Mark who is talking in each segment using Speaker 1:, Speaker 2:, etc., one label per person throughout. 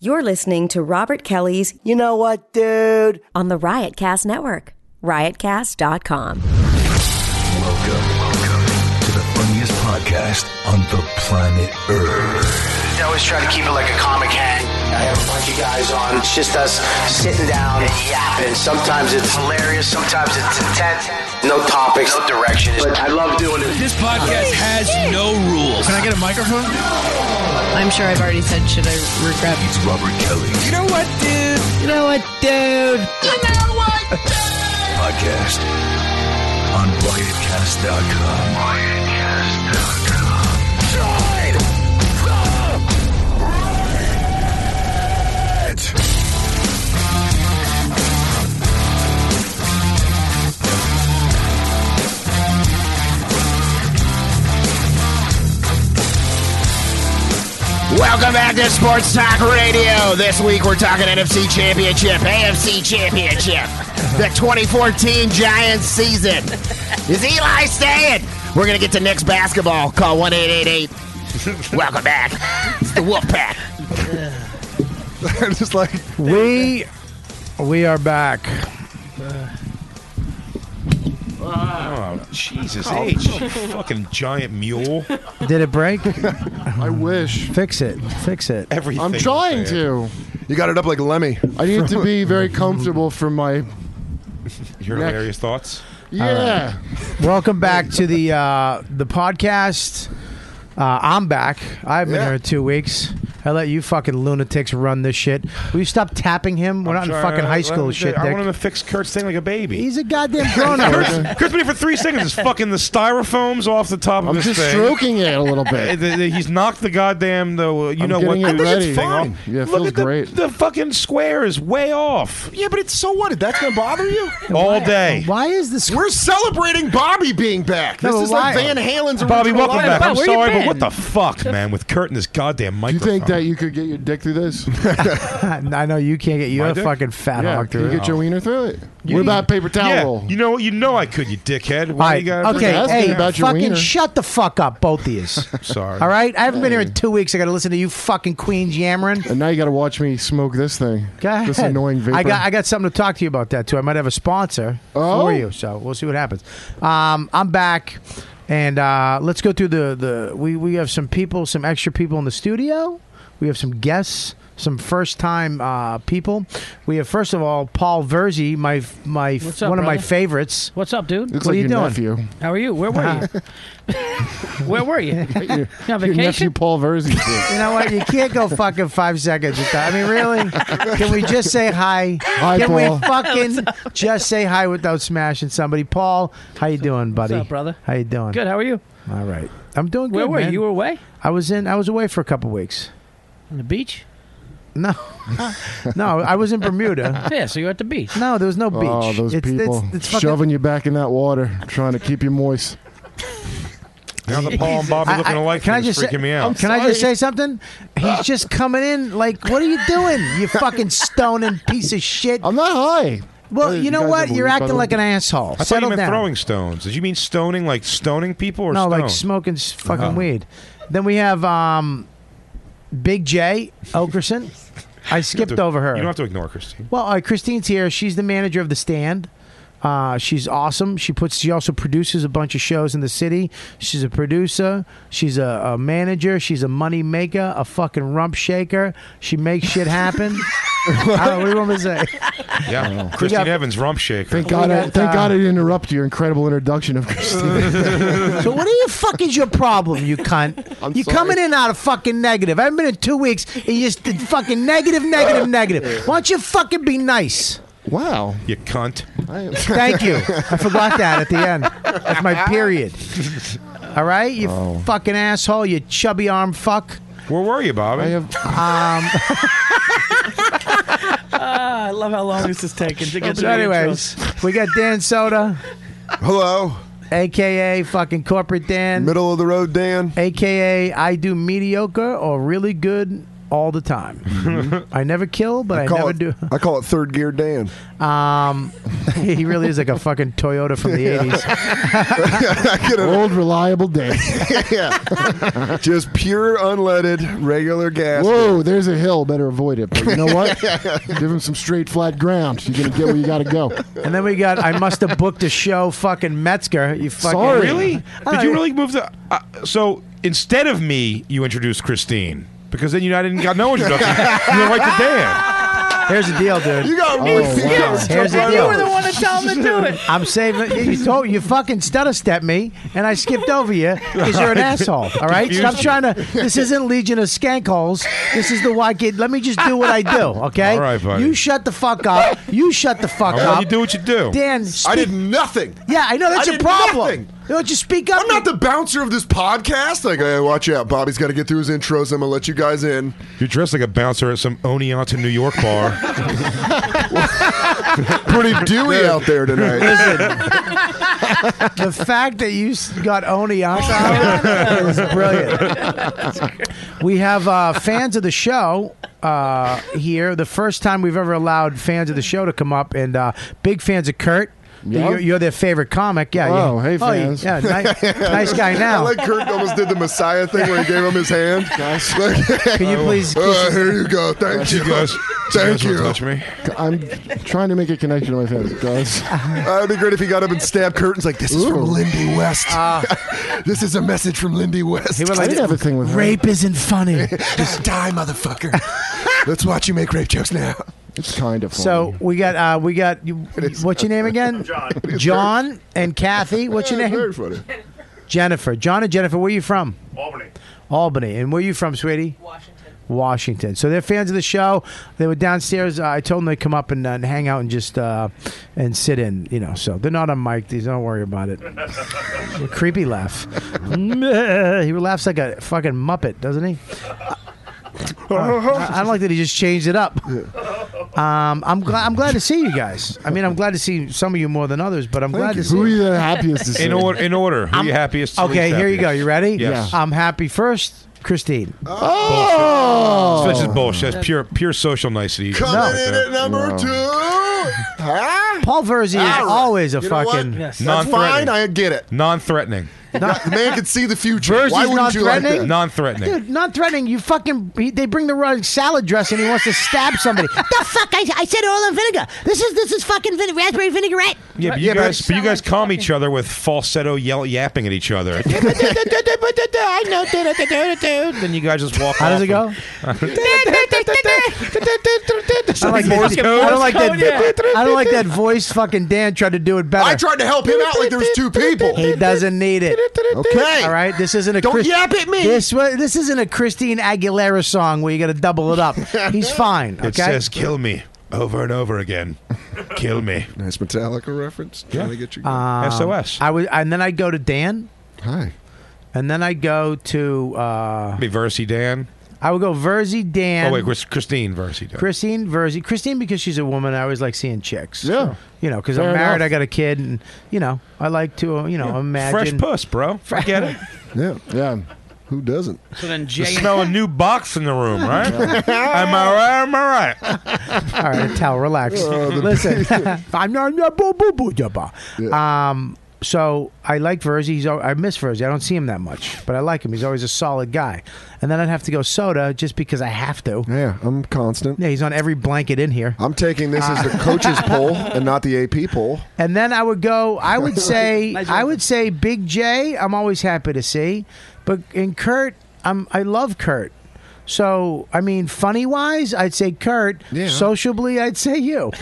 Speaker 1: You're listening to Robert Kelly's
Speaker 2: You know what, dude?
Speaker 1: on the Riotcast Network, riotcast.com.
Speaker 3: Welcome, welcome to the funniest podcast on the planet Earth.
Speaker 4: I always try to keep it like a comic hang. I have a bunch of guys on. It's just us sitting down and yapping. Sometimes it's hilarious, sometimes it's intense. No topics, no direction. But I love doing it.
Speaker 5: This podcast has no rules.
Speaker 6: Can I get a microphone?
Speaker 7: I'm sure I've already said, should I regret?
Speaker 3: It's Robert Kelly's
Speaker 6: You know what, dude? You know what, dude?
Speaker 3: podcast on riotcast.com. Riotcast.com.
Speaker 8: Welcome back to Sports Talk Radio. This week we're talking NFC Championship, AFC Championship, the 2014 Giants season. Is Eli staying? We're going to get to Knicks basketball. Call 1 Welcome back. It's the Wolf Pack.
Speaker 6: just like we we are back.
Speaker 9: Jesus H, Oh, fucking giant mule.
Speaker 6: Did it break?
Speaker 10: I wish.
Speaker 6: Fix it. Fix it.
Speaker 9: Everything.
Speaker 10: I'm trying
Speaker 9: was there.
Speaker 10: to.
Speaker 2: You got it up like Lemmy.
Speaker 10: I need to be very comfortable for my.
Speaker 9: Your
Speaker 10: Neck.
Speaker 9: hilarious thoughts.
Speaker 10: Yeah.
Speaker 6: Welcome back to the uh, the podcast. Uh, I'm back. I've been
Speaker 2: Yeah.
Speaker 6: here two weeks. I let you fucking lunatics run this shit. Will you stop tapping him? We're
Speaker 9: I'm
Speaker 6: not in
Speaker 9: trying-
Speaker 6: fucking high
Speaker 9: I-
Speaker 6: school
Speaker 9: I-
Speaker 6: shit,
Speaker 9: I want him
Speaker 6: Dick.
Speaker 9: to fix Kurt's thing like a baby.
Speaker 6: He's a goddamn grown up.
Speaker 9: Kurt's been here for three seconds. His fucking the styrofoam's off the top of
Speaker 10: I'm
Speaker 9: his
Speaker 10: just
Speaker 9: thing.
Speaker 10: stroking it a little
Speaker 9: Uh,
Speaker 10: bit.
Speaker 9: the- the- He's knocked the goddamn the uh, you
Speaker 10: I'm
Speaker 9: know what
Speaker 10: getting it
Speaker 9: I think
Speaker 10: ready.
Speaker 9: it's fine.
Speaker 10: Fine. Yeah, it
Speaker 9: Look
Speaker 10: feels
Speaker 9: at the,
Speaker 10: great.
Speaker 9: the fucking square is way off
Speaker 2: Yeah, but it's so what? That's gonna bother you?
Speaker 9: all day.
Speaker 6: Why is this?
Speaker 2: We're celebrating Bobby being back.
Speaker 6: No,
Speaker 2: This is like
Speaker 6: why-
Speaker 2: Van Halen's
Speaker 9: Bobby,
Speaker 2: original
Speaker 9: welcome
Speaker 2: lineup.
Speaker 9: back. I'm
Speaker 7: where you
Speaker 9: sorry, but
Speaker 7: been?
Speaker 9: what the fuck, man? With Kurt and this goddamn
Speaker 10: Do you
Speaker 9: microphone.
Speaker 10: think that you could get your dick through this?
Speaker 6: I know you can't get. You're
Speaker 9: My
Speaker 6: a
Speaker 9: dick?
Speaker 6: fucking fat
Speaker 10: yeah.
Speaker 6: hog.
Speaker 10: Can you
Speaker 6: dude.
Speaker 10: get your wiener through it? What about paper
Speaker 9: yeah,
Speaker 10: towel?
Speaker 9: you know you know I could, you dickhead.
Speaker 6: All
Speaker 9: Why
Speaker 6: right.
Speaker 9: you got
Speaker 6: Okay.
Speaker 10: asking
Speaker 6: Hey,
Speaker 10: about your
Speaker 6: fucking
Speaker 10: wiener.
Speaker 6: shut the fuck up, both of you.
Speaker 9: Sorry.
Speaker 6: All right. I haven't been here in two weeks. I got to listen to you fucking queens yammering.
Speaker 10: and now you got to watch me smoke this thing.
Speaker 6: Go ahead.
Speaker 10: This annoying vapor.
Speaker 6: I got. I got something to talk to you about that too. I might have a sponsor
Speaker 10: Oh.
Speaker 6: for you, so we'll see what happens. Um, I'm back, and uh, let's go through the the. We we have some people, some extra people in the studio. We have some guests. Some first-time uh, people. We have first of all Paul Verzi, my my
Speaker 11: What's up,
Speaker 6: one of my
Speaker 11: brother?
Speaker 6: favorites.
Speaker 11: What's up, dude?
Speaker 6: what
Speaker 10: Looks like
Speaker 6: are you
Speaker 10: your
Speaker 6: doing?
Speaker 10: nephew.
Speaker 11: How are you? Where were you? Where were you?
Speaker 10: Hey, your,
Speaker 11: You on
Speaker 10: your nephew
Speaker 11: vacation?
Speaker 10: Paul Verzi.
Speaker 6: You know what? You can't go fucking five seconds. At that. I mean, really? Can we just say hi?
Speaker 10: Hi,
Speaker 6: Can
Speaker 10: Paul.
Speaker 6: we fucking just say hi without smashing somebody? Paul, how you doing, buddy?
Speaker 11: up, brother?
Speaker 6: How you doing?
Speaker 11: Good. How are you?
Speaker 6: All right. I'm doing good.
Speaker 11: Where were
Speaker 6: man.
Speaker 11: you? You were away
Speaker 6: I was in. I was away for a couple weeks.
Speaker 11: on the beach.
Speaker 6: No, no, I was in Bermuda.
Speaker 11: Yeah, so you're at the beach.
Speaker 6: No, there was no beach.
Speaker 10: Oh, those
Speaker 6: it's,
Speaker 10: people
Speaker 6: It's, it's fucking,
Speaker 10: shoving you back in that water, trying to keep you moist.
Speaker 9: Now the Paul and Bobby
Speaker 6: I-
Speaker 9: looking
Speaker 6: I-
Speaker 9: alike
Speaker 6: can I
Speaker 9: thing is
Speaker 6: just say- um,
Speaker 9: freaking me out.
Speaker 6: Can I just say something? He's just coming in like, what are you doing? You fucking stoning piece of shit.
Speaker 10: I'm not high.
Speaker 6: Well,
Speaker 10: Hey,
Speaker 6: you know
Speaker 10: guys
Speaker 6: what?
Speaker 10: are
Speaker 6: You're
Speaker 10: weak, by the
Speaker 6: acting like
Speaker 10: way.
Speaker 6: an asshole.
Speaker 9: I thought you
Speaker 6: Settle
Speaker 9: meant
Speaker 6: down.
Speaker 9: throwing stones. Did you mean stoning, like stoning people, or
Speaker 6: no,
Speaker 9: stone?
Speaker 6: like smoking s-
Speaker 9: Uh-huh.
Speaker 6: fucking weed. Then we have um, Big J Okerson. I
Speaker 9: You don't have
Speaker 6: skipped
Speaker 9: to-
Speaker 6: over her.
Speaker 9: You don't have to ignore Christine.
Speaker 6: well, uh, Christine's here. She's the manager of the stand. Uh, she's awesome. She puts. She also produces a bunch of shows in the city. She's a producer. She's a, a manager. She's a money maker. A fucking rump shaker. She makes shit happen. I don't know, what do you want me to say?
Speaker 9: Yeah, Christine
Speaker 6: We got-
Speaker 9: Evans, rump shaker.
Speaker 10: Thank God! I,
Speaker 6: got,
Speaker 10: thank
Speaker 6: uh,
Speaker 10: God! I didn't interrupt your incredible introduction of Christine.
Speaker 6: So what do you fuck is your problem, you cunt?
Speaker 10: I'm
Speaker 6: you
Speaker 10: sorry.
Speaker 6: coming in out of fucking negative. I haven't been in two weeks and you just did fucking negative, negative, negative. Why don't you fucking be nice?
Speaker 10: wow.
Speaker 9: You cunt.
Speaker 10: I am-
Speaker 6: Thank you. I forgot that at the end. That's my period. All right, you fucking asshole, you chubby arm fuck.
Speaker 9: Where were you, Bobby?
Speaker 10: I have
Speaker 11: I love how long this is taking to get
Speaker 6: So, anyways, we got Dan Soda,
Speaker 2: Hello,
Speaker 6: aka fucking corporate Dan,
Speaker 2: middle of the road, Dan.
Speaker 6: aka I do mediocre or really good all the time. I never kill, but I,
Speaker 2: call
Speaker 6: never
Speaker 2: it,
Speaker 6: do.
Speaker 2: I call it third gear Dan.
Speaker 6: Um, he really is like a fucking Toyota from the
Speaker 2: Yeah.
Speaker 6: eighties.
Speaker 10: Old reliable day.
Speaker 2: yeah. Just pure unleaded regular gas.
Speaker 10: Whoa, there's a hill. Better avoid it. But you know what? Give him some straight, flat ground. You're gonna get where you gotta go.
Speaker 6: And then we got. I must have booked a show. Fucking Metzger. You fucking
Speaker 9: Really?
Speaker 6: I
Speaker 9: Did you
Speaker 6: don't-
Speaker 9: really move the? Uh, so instead of me, you introduced Christine because then you I didn't got no introduction. you went right to Dan.
Speaker 6: Here's the deal, dude.
Speaker 9: You
Speaker 2: got
Speaker 9: me.
Speaker 6: Here's the
Speaker 11: You
Speaker 6: deal.
Speaker 11: were the one to tell him to do it.
Speaker 6: I'm saving. You told you fucking stutter step me, and I skipped over you because you're an asshole. All right, stop
Speaker 11: Confused.
Speaker 6: trying to. This isn't Legion of Skankholes. This is the white kid. Let me just do what I do. Okay.
Speaker 9: All right, buddy.
Speaker 6: You shut the fuck up. You shut the fuck
Speaker 9: I'll let
Speaker 6: up.
Speaker 9: you do what you do.
Speaker 6: Dan,
Speaker 2: I
Speaker 6: speak-
Speaker 2: did nothing.
Speaker 6: Yeah, I know that's
Speaker 2: I
Speaker 6: your
Speaker 2: did
Speaker 6: problem.
Speaker 2: nothing.
Speaker 6: Don't you speak up?
Speaker 2: I'm not the bouncer of this podcast. Like, hey, watch out. Bobby's got to get through his intros. I'm going to let you guys in.
Speaker 9: You're dressed like a bouncer at some Oneonta, New York bar. Pretty
Speaker 2: dewy out there tonight.
Speaker 6: the fact that you s- got Oneonta was brilliant. We have uh, fans of the show uh, here. The first time we've ever allowed fans of the show to come up, and uh, big fans of Kurt.
Speaker 10: Yeah.
Speaker 6: You're, you're their favorite comic, yeah.
Speaker 10: Oh,
Speaker 6: you-
Speaker 10: hey,
Speaker 6: you-
Speaker 10: fans.
Speaker 6: yeah, ni- nice guy now.
Speaker 2: I like Kurt almost did the Messiah thing where he gave him his hand.
Speaker 6: Can you please kiss
Speaker 2: Uh,
Speaker 6: his-
Speaker 2: here you go. Thank you. Thank you.
Speaker 10: I'm trying to make a connection to my fans, guys.
Speaker 2: Uh, it'd be great if he got up and stabbed curtains like this is from Lindy West.
Speaker 6: Ah.
Speaker 2: this is a message from Lindy West.
Speaker 10: He would like I didn't to- have a thing with her.
Speaker 6: rape isn't funny.
Speaker 2: Just die, motherfucker. Let's watch you make rape jokes now.
Speaker 10: It's kind of
Speaker 6: So we got uh, we got you- what's your name again? John. John and Kathy. What's your name?
Speaker 2: Very funny.
Speaker 6: Jennifer. John and Jennifer. Where are you from? Albany. Albany. And where are you from, sweetie? Washington. Washington. So they're fans of the show. They were downstairs. Uh, I told them they'd come up and, uh, and hang out and just uh, and sit in. You know. So they're not on mic. These don't worry about it. A creepy laugh. he laughs like a fucking muppet, doesn't he? Uh, I, I like that he just changed it up. Um, I'm glad. I'm glad to see you guys. I mean, I'm glad to see some of you more than others, but I'm glad to see.
Speaker 10: Who are you the happiest to see?
Speaker 9: In order, in order, who
Speaker 6: I'm-
Speaker 9: you happiest? and
Speaker 6: Okay,
Speaker 9: least
Speaker 6: here you go.
Speaker 9: happiest?
Speaker 6: You ready?
Speaker 9: Yes.
Speaker 6: I'm happy first, Christine.
Speaker 10: Oh,
Speaker 9: That's just bullshit. That's pure, pure social nicety.
Speaker 2: Coming in at number two. Huh?
Speaker 6: Paul Verzi is
Speaker 2: All right.
Speaker 6: always a
Speaker 2: You know what?
Speaker 6: fucking.
Speaker 2: That's fine. I get it.
Speaker 9: Non-threatening.
Speaker 2: the man can see the future.
Speaker 6: Verzi's
Speaker 2: Why wouldn't you like
Speaker 6: non-threatening?
Speaker 2: that?
Speaker 9: Non-threatening.
Speaker 6: Dude, not threatening. You fucking. He, they bring the wrong salad dressing. He wants to stab somebody. the fuck! I, I said oil and vinegar. This is this is fucking vin- raspberry vinaigrette.
Speaker 9: Yeah, but you guys, but you guys calm each other with falsetto yell yapping at each other.
Speaker 11: I know.
Speaker 9: then you guys just walk.
Speaker 6: How does it go? I like that-
Speaker 9: Morse code?
Speaker 6: I don't like that.
Speaker 9: Morse code,
Speaker 6: I don't like that voice. Fucking Dan tried to do it better.
Speaker 2: I tried to help him out like there was two people.
Speaker 6: He doesn't need it.
Speaker 2: Okay.
Speaker 6: All right. This isn't a
Speaker 2: Don't yap at me.
Speaker 6: This wa- this isn't a Christine Aguilera song where you got to double it up. He's fine. Okay.
Speaker 9: It says "kill me" over and over again. Kill me.
Speaker 2: Nice Metallica reference. Trying to get you.
Speaker 6: Um,
Speaker 9: SOS.
Speaker 6: I would, and then I go to Dan,
Speaker 2: Hi.
Speaker 6: and then I go to uh,
Speaker 9: Be Versi Dan.
Speaker 6: I would go Verzi Dan.
Speaker 9: Oh wait, Chris- Christine Versi Dan.
Speaker 6: Christine Verzi. Christine because she's a woman. I always like seeing chicks.
Speaker 10: Yeah.
Speaker 6: You know, because I'm
Speaker 10: Fair
Speaker 6: married.
Speaker 10: enough.
Speaker 6: I got a kid, and you know, I like to, uh, you know,
Speaker 9: Fresh
Speaker 6: imagine.
Speaker 9: puss, bro. I get it.
Speaker 10: Yeah, yeah.
Speaker 2: Who doesn't?
Speaker 11: So then
Speaker 9: You
Speaker 11: Jay.
Speaker 9: smell a new box in the room,
Speaker 6: Oh
Speaker 9: right? am I right? Am I right?
Speaker 6: All right, towel, relax. Listen, I'm not- not- boo- boo- boo- yeah, bah. Um, so I like Verzi. He's al- I miss Verzi. I don't see him that much, but I like him. He's always a solid guy. And then I'd have to go soda just because I have to.
Speaker 2: Yeah, I'm constant.
Speaker 6: Yeah, he's on every blanket in here.
Speaker 2: I'm taking this as the coach's poll and not the AP poll.
Speaker 6: And then I would go. I would say.
Speaker 11: Nice
Speaker 6: I would say Big J. I'm always happy to see, but in Kurt, I'm. I love Kurt. So I mean, funny wise, I'd say Kurt.
Speaker 2: Yeah.
Speaker 6: Sociably, I'd say you.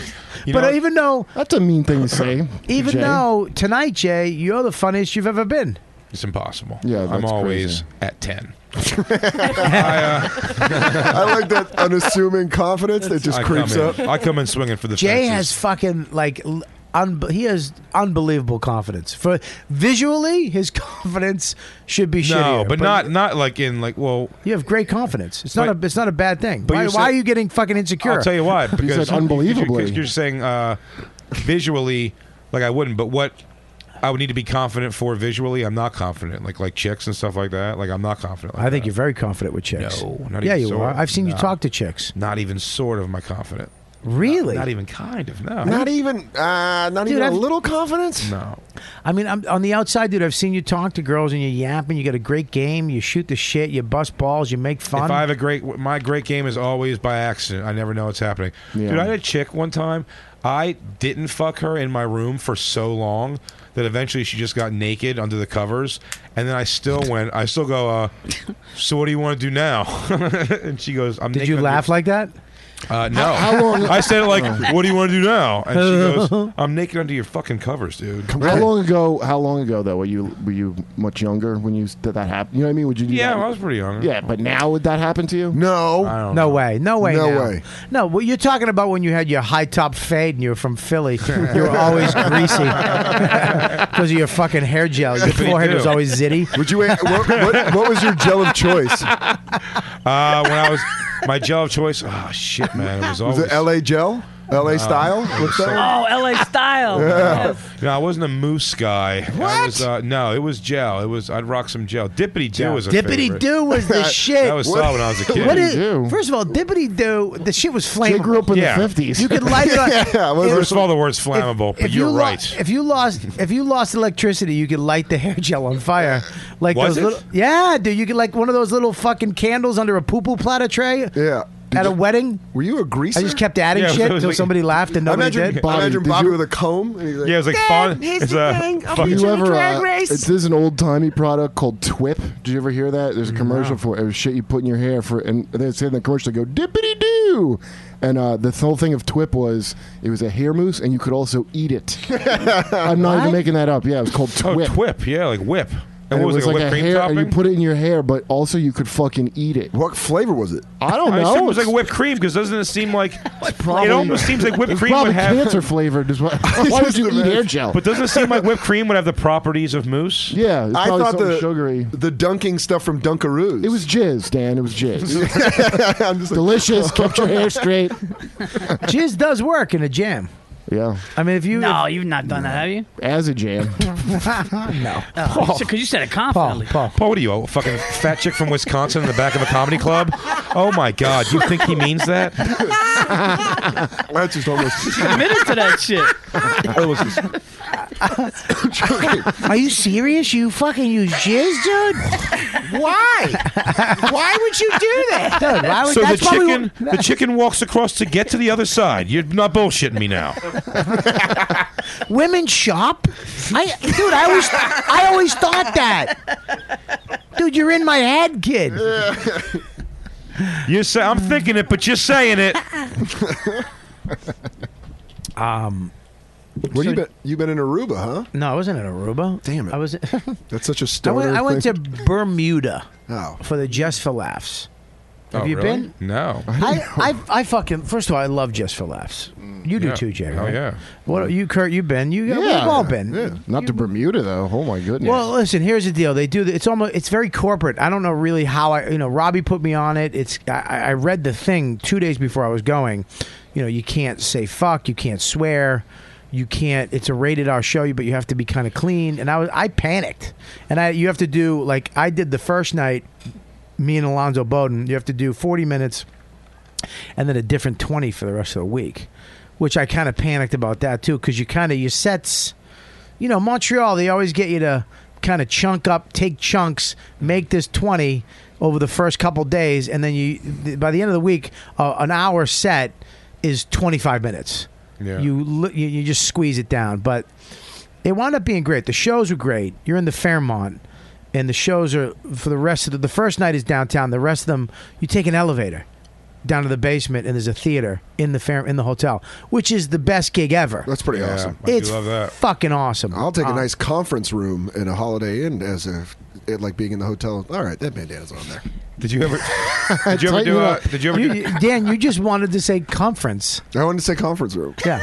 Speaker 9: You
Speaker 6: but
Speaker 9: know-
Speaker 6: even though,
Speaker 10: That's a mean thing to say.
Speaker 6: even
Speaker 10: Jay.
Speaker 6: though tonight, Jay, you're the funniest you've ever been.
Speaker 9: It's impossible.
Speaker 10: Yeah,
Speaker 9: I'm
Speaker 10: that's
Speaker 9: always at ten.
Speaker 2: I like that unassuming confidence that just
Speaker 9: I
Speaker 2: creeps
Speaker 9: come
Speaker 2: up.
Speaker 9: In, I come in swinging for the
Speaker 6: Jay has
Speaker 9: fences.
Speaker 6: fucking like. l- Un- he has unbelievable confidence. For visually, his confidence should be
Speaker 9: no,
Speaker 6: shittier.
Speaker 9: but not not like in like well.
Speaker 6: You have great confidence. It's not
Speaker 9: But-
Speaker 6: a. It's not a bad thing.
Speaker 9: but
Speaker 6: Why,
Speaker 9: you
Speaker 6: why
Speaker 9: said-
Speaker 6: are you getting fucking insecure?
Speaker 9: I'll tell you why. Because
Speaker 10: unbelievably.
Speaker 9: You're, you're saying uh, visually, like I wouldn't, but what I would need to be confident for visually. I'm not confident, like like chicks and stuff like that. Like I'm not confident. Like
Speaker 6: I think
Speaker 9: that.
Speaker 6: you're very confident with chicks.
Speaker 9: No, not
Speaker 6: yeah,
Speaker 9: even
Speaker 6: you
Speaker 9: sort
Speaker 6: are.
Speaker 9: of.
Speaker 6: I've seen you
Speaker 9: Nah.
Speaker 6: talk to chicks.
Speaker 9: Not even sort of my confident.
Speaker 6: Really?
Speaker 9: Not, even kind of. No.
Speaker 2: Not even, uh, not even a little confidence.
Speaker 9: No.
Speaker 6: I mean, I'm, on the outside, dude, I've seen you talk to girls and you yap and you got a great game. You shoot the shit. You bust balls. You make fun.
Speaker 9: If I have a great, my great game is always by accident. I never know it's happening. Dude, I had a chick one time. I didn't fuck her in my room for so long that eventually she just got naked under the covers, and then I still went. I still go. Uh, so what do you want to do now? and she goes, "I'm."
Speaker 6: Did you laugh like that?
Speaker 9: Uh, no.
Speaker 6: How- how long-
Speaker 9: I said it like,
Speaker 6: Oh.
Speaker 9: "What do you want to do now?" And she goes, "I'm naked under your fucking covers, dude."
Speaker 10: How long ago? How long ago though? Were you were you much younger when you did that happen? You know what I mean? Would you? Do
Speaker 9: Yeah,
Speaker 10: that?
Speaker 9: I was pretty young.
Speaker 10: Yeah, but now would that happen to you?
Speaker 2: No,
Speaker 9: Oh,
Speaker 6: No way. No way.
Speaker 10: No
Speaker 6: now.
Speaker 10: way.
Speaker 6: No, what you're talking about when you had your high top fade and you were from Philly, you were always greasy because of your fucking hair gel. Your
Speaker 9: That's what you
Speaker 6: forehead
Speaker 9: do.
Speaker 6: was always zitty.
Speaker 2: Would you? What, what, what was your gel of choice?
Speaker 9: Uh, when I was my gel of choice. Oh shit, man! It
Speaker 2: Was
Speaker 9: was always
Speaker 2: it L.A. gel? L.A.
Speaker 9: No.
Speaker 2: style?
Speaker 9: It
Speaker 2: What's
Speaker 9: was
Speaker 2: that? one?
Speaker 12: Oh, LA style.
Speaker 9: No.
Speaker 12: Yes.
Speaker 9: No, I wasn't a moose guy. I was, uh, no, it was gel. It was I'd rock some gel. Dippity do was a
Speaker 6: Dippity
Speaker 9: favorite.
Speaker 6: Doo was the shit.
Speaker 9: That was saw when I was a kid.
Speaker 6: What is- first of all, Dippity Doo, the shit was flammable.
Speaker 9: grew up in the Yeah. 50s.
Speaker 6: You could light Oh, it on.
Speaker 9: First of all, the word's flammable, but
Speaker 6: if
Speaker 9: you're
Speaker 6: you lo-
Speaker 9: right.
Speaker 6: if you lost if you lost electricity, you could light the hair gel on fire. Like
Speaker 9: Was
Speaker 6: those
Speaker 9: it?
Speaker 6: little Yeah, dude, you could like one of those little fucking candles under a poo poo platter tray.
Speaker 2: Yeah.
Speaker 6: at a wedding?
Speaker 2: Were you a greaser?
Speaker 6: I just kept adding
Speaker 9: Yeah,
Speaker 6: shit
Speaker 9: it was
Speaker 6: until
Speaker 9: like-
Speaker 6: somebody laughed and
Speaker 2: I
Speaker 6: nobody
Speaker 2: imagine,
Speaker 6: did.
Speaker 2: I imagine Bobby with a comb. And he's like,
Speaker 9: yeah, it was like fun. It's a
Speaker 10: Did
Speaker 9: fucking-
Speaker 10: you ever, uh, It's, there's an old timey product called Twip. Did you ever hear that? There's a commercial for it. It was shit you put in your hair for, and they said in the commercial, they go dippity doo, and uh, the whole thing of Twip was it was a hair mousse, and you could also eat it. I'm not even making that up. Yeah, it was called
Speaker 9: oh,
Speaker 10: Twip.
Speaker 9: twip. Yeah, like whip. And,
Speaker 10: And
Speaker 9: what was it,
Speaker 10: like
Speaker 9: whipped
Speaker 10: a
Speaker 9: cream
Speaker 10: hair,
Speaker 9: topping?
Speaker 10: and you put it in your hair, but also you could fucking eat it.
Speaker 2: What flavor was it?
Speaker 10: I don't know.
Speaker 9: assume it was like a whipped cream because doesn't it seem like it almost seems like whipped
Speaker 10: it's
Speaker 9: cream
Speaker 10: probably
Speaker 9: would have
Speaker 10: cancer flavored. Is what, why would you eat hair gel?
Speaker 9: But doesn't it seem like whipped cream would have the properties of mousse?
Speaker 10: yeah, it's
Speaker 2: I
Speaker 10: probably
Speaker 2: thought
Speaker 10: something
Speaker 2: the
Speaker 10: sugary.
Speaker 2: the dunking stuff from Dunkaroos.
Speaker 10: It was jizz, Dan. It was jizz.
Speaker 2: I'm just like,
Speaker 10: Delicious. Kept your hair straight.
Speaker 6: Jizz does work in a jam.
Speaker 10: Yeah,
Speaker 6: I mean if you
Speaker 11: No, you've not done that, have you?
Speaker 10: as a jam.
Speaker 6: no.
Speaker 11: Because Uh, you said it confidently.
Speaker 9: Paul, what are you, a fucking fat chick from Wisconsin in the back of a comedy club? Oh my God, you think he means that?
Speaker 2: That's just almost.
Speaker 11: You admitted to that shit.
Speaker 2: that was just-
Speaker 6: Are you serious? You fucking use jizz, dude?
Speaker 13: Why? Why would you do that?
Speaker 6: Dude, why would
Speaker 9: So the
Speaker 6: that's probably-
Speaker 9: chicken, the chicken walks across to get to the other side. You're not bullshitting me now.
Speaker 6: Women shop? I dude, I always I always thought that. Dude, you're in my head, kid.
Speaker 9: You say I'm thinking it, but you're saying it.
Speaker 6: Um
Speaker 2: Well, you been you been in Aruba, huh?
Speaker 6: no, I wasn't in Aruba. Damn
Speaker 2: it.
Speaker 6: I was
Speaker 2: That's such a
Speaker 6: I
Speaker 2: stoner.
Speaker 6: went, I went to
Speaker 2: thing.
Speaker 6: Bermuda
Speaker 2: Oh.
Speaker 6: for the Just for Laughs. Have
Speaker 9: Oh,
Speaker 6: you
Speaker 9: really?
Speaker 6: been?
Speaker 9: No.
Speaker 6: I, I I fucking first of all, I love Just for Laughs. You do
Speaker 9: Yeah.
Speaker 6: too, Jay.
Speaker 9: Oh
Speaker 6: right?
Speaker 9: yeah.
Speaker 6: What you, Kurt? You've been. You we've all been.
Speaker 10: Yeah. Not to Bermuda though. Oh my goodness.
Speaker 6: Well, listen. Here's the deal. They do. the- It's almost. It's very corporate. I don't know really how I. You know, Robbie put me on it. It's. I, I I read the thing two days before I was going. You know, you can't say fuck. You can't swear. You can't. It's a rated R show, but you have to be kind of clean. And I was. I panicked. And I. You have to do like I did the first night. Me and Alonzo Bowden. You have to do 40 minutes and then a different 20 for the rest of the week which i kind of panicked about that too because you kind of your sets you know montreal they always get you to kind of chunk up take chunks make this 20 over the first couple days and then you th- by the end of the week uh, an hour set is 25 minutes
Speaker 9: Yeah.
Speaker 6: you, li- you you just squeeze it down but it wound up being great the shows were great you're in the fairmont and the shows are for the rest of the, the first night is downtown the rest of them you take an elevator down to the basement and there's a theater in the fair in the hotel, which is the best gig ever.
Speaker 2: That's pretty
Speaker 9: Yeah,
Speaker 2: awesome.
Speaker 9: I do
Speaker 6: It's
Speaker 9: love that.
Speaker 6: fucking awesome.
Speaker 2: I'll take a
Speaker 6: Uh,
Speaker 2: nice conference room in a Holiday Inn as a it, like being in the hotel. All right, that bandana's on there.
Speaker 9: Did you ever? Did you ever
Speaker 10: Tighten
Speaker 9: do?
Speaker 10: it
Speaker 9: A,
Speaker 10: up.
Speaker 9: did you ever?
Speaker 6: you-
Speaker 9: Do,
Speaker 6: Dan, you just wanted to say conference.
Speaker 2: I wanted to say conference room.
Speaker 6: Yeah.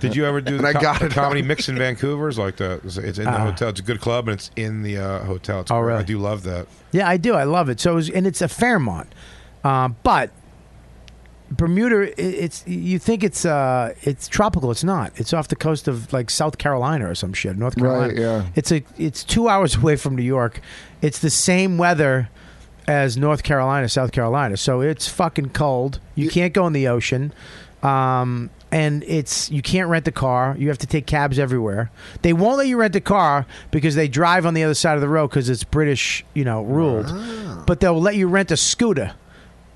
Speaker 9: did you ever do?
Speaker 2: And
Speaker 9: The
Speaker 2: I
Speaker 9: co-
Speaker 2: got
Speaker 9: the
Speaker 2: it.
Speaker 9: comedy mix in Vancouver is like that. It's it's in the hotel. It's a good club, and it's in the uh, hotel. It's
Speaker 6: Oh,
Speaker 9: great.
Speaker 6: really?
Speaker 9: I do love that.
Speaker 6: Yeah, I do. I love it. So it was, and it's a Fairmont. Um, but Bermuda, i- it's you think it's uh, it's tropical. It's not. It's off the coast of like South Carolina or some shit, North Carolina.
Speaker 10: yeah.
Speaker 6: It's a it's two hours away from New York. It's the same weather as North Carolina, South Carolina. So it's fucking cold. You can't go in the ocean. Um, and it's you can't rent a car. You have to take cabs everywhere. They won't let you rent a car because they drive on the other side of the road because it's British, you know, ruled. But they'll let you rent a scooter.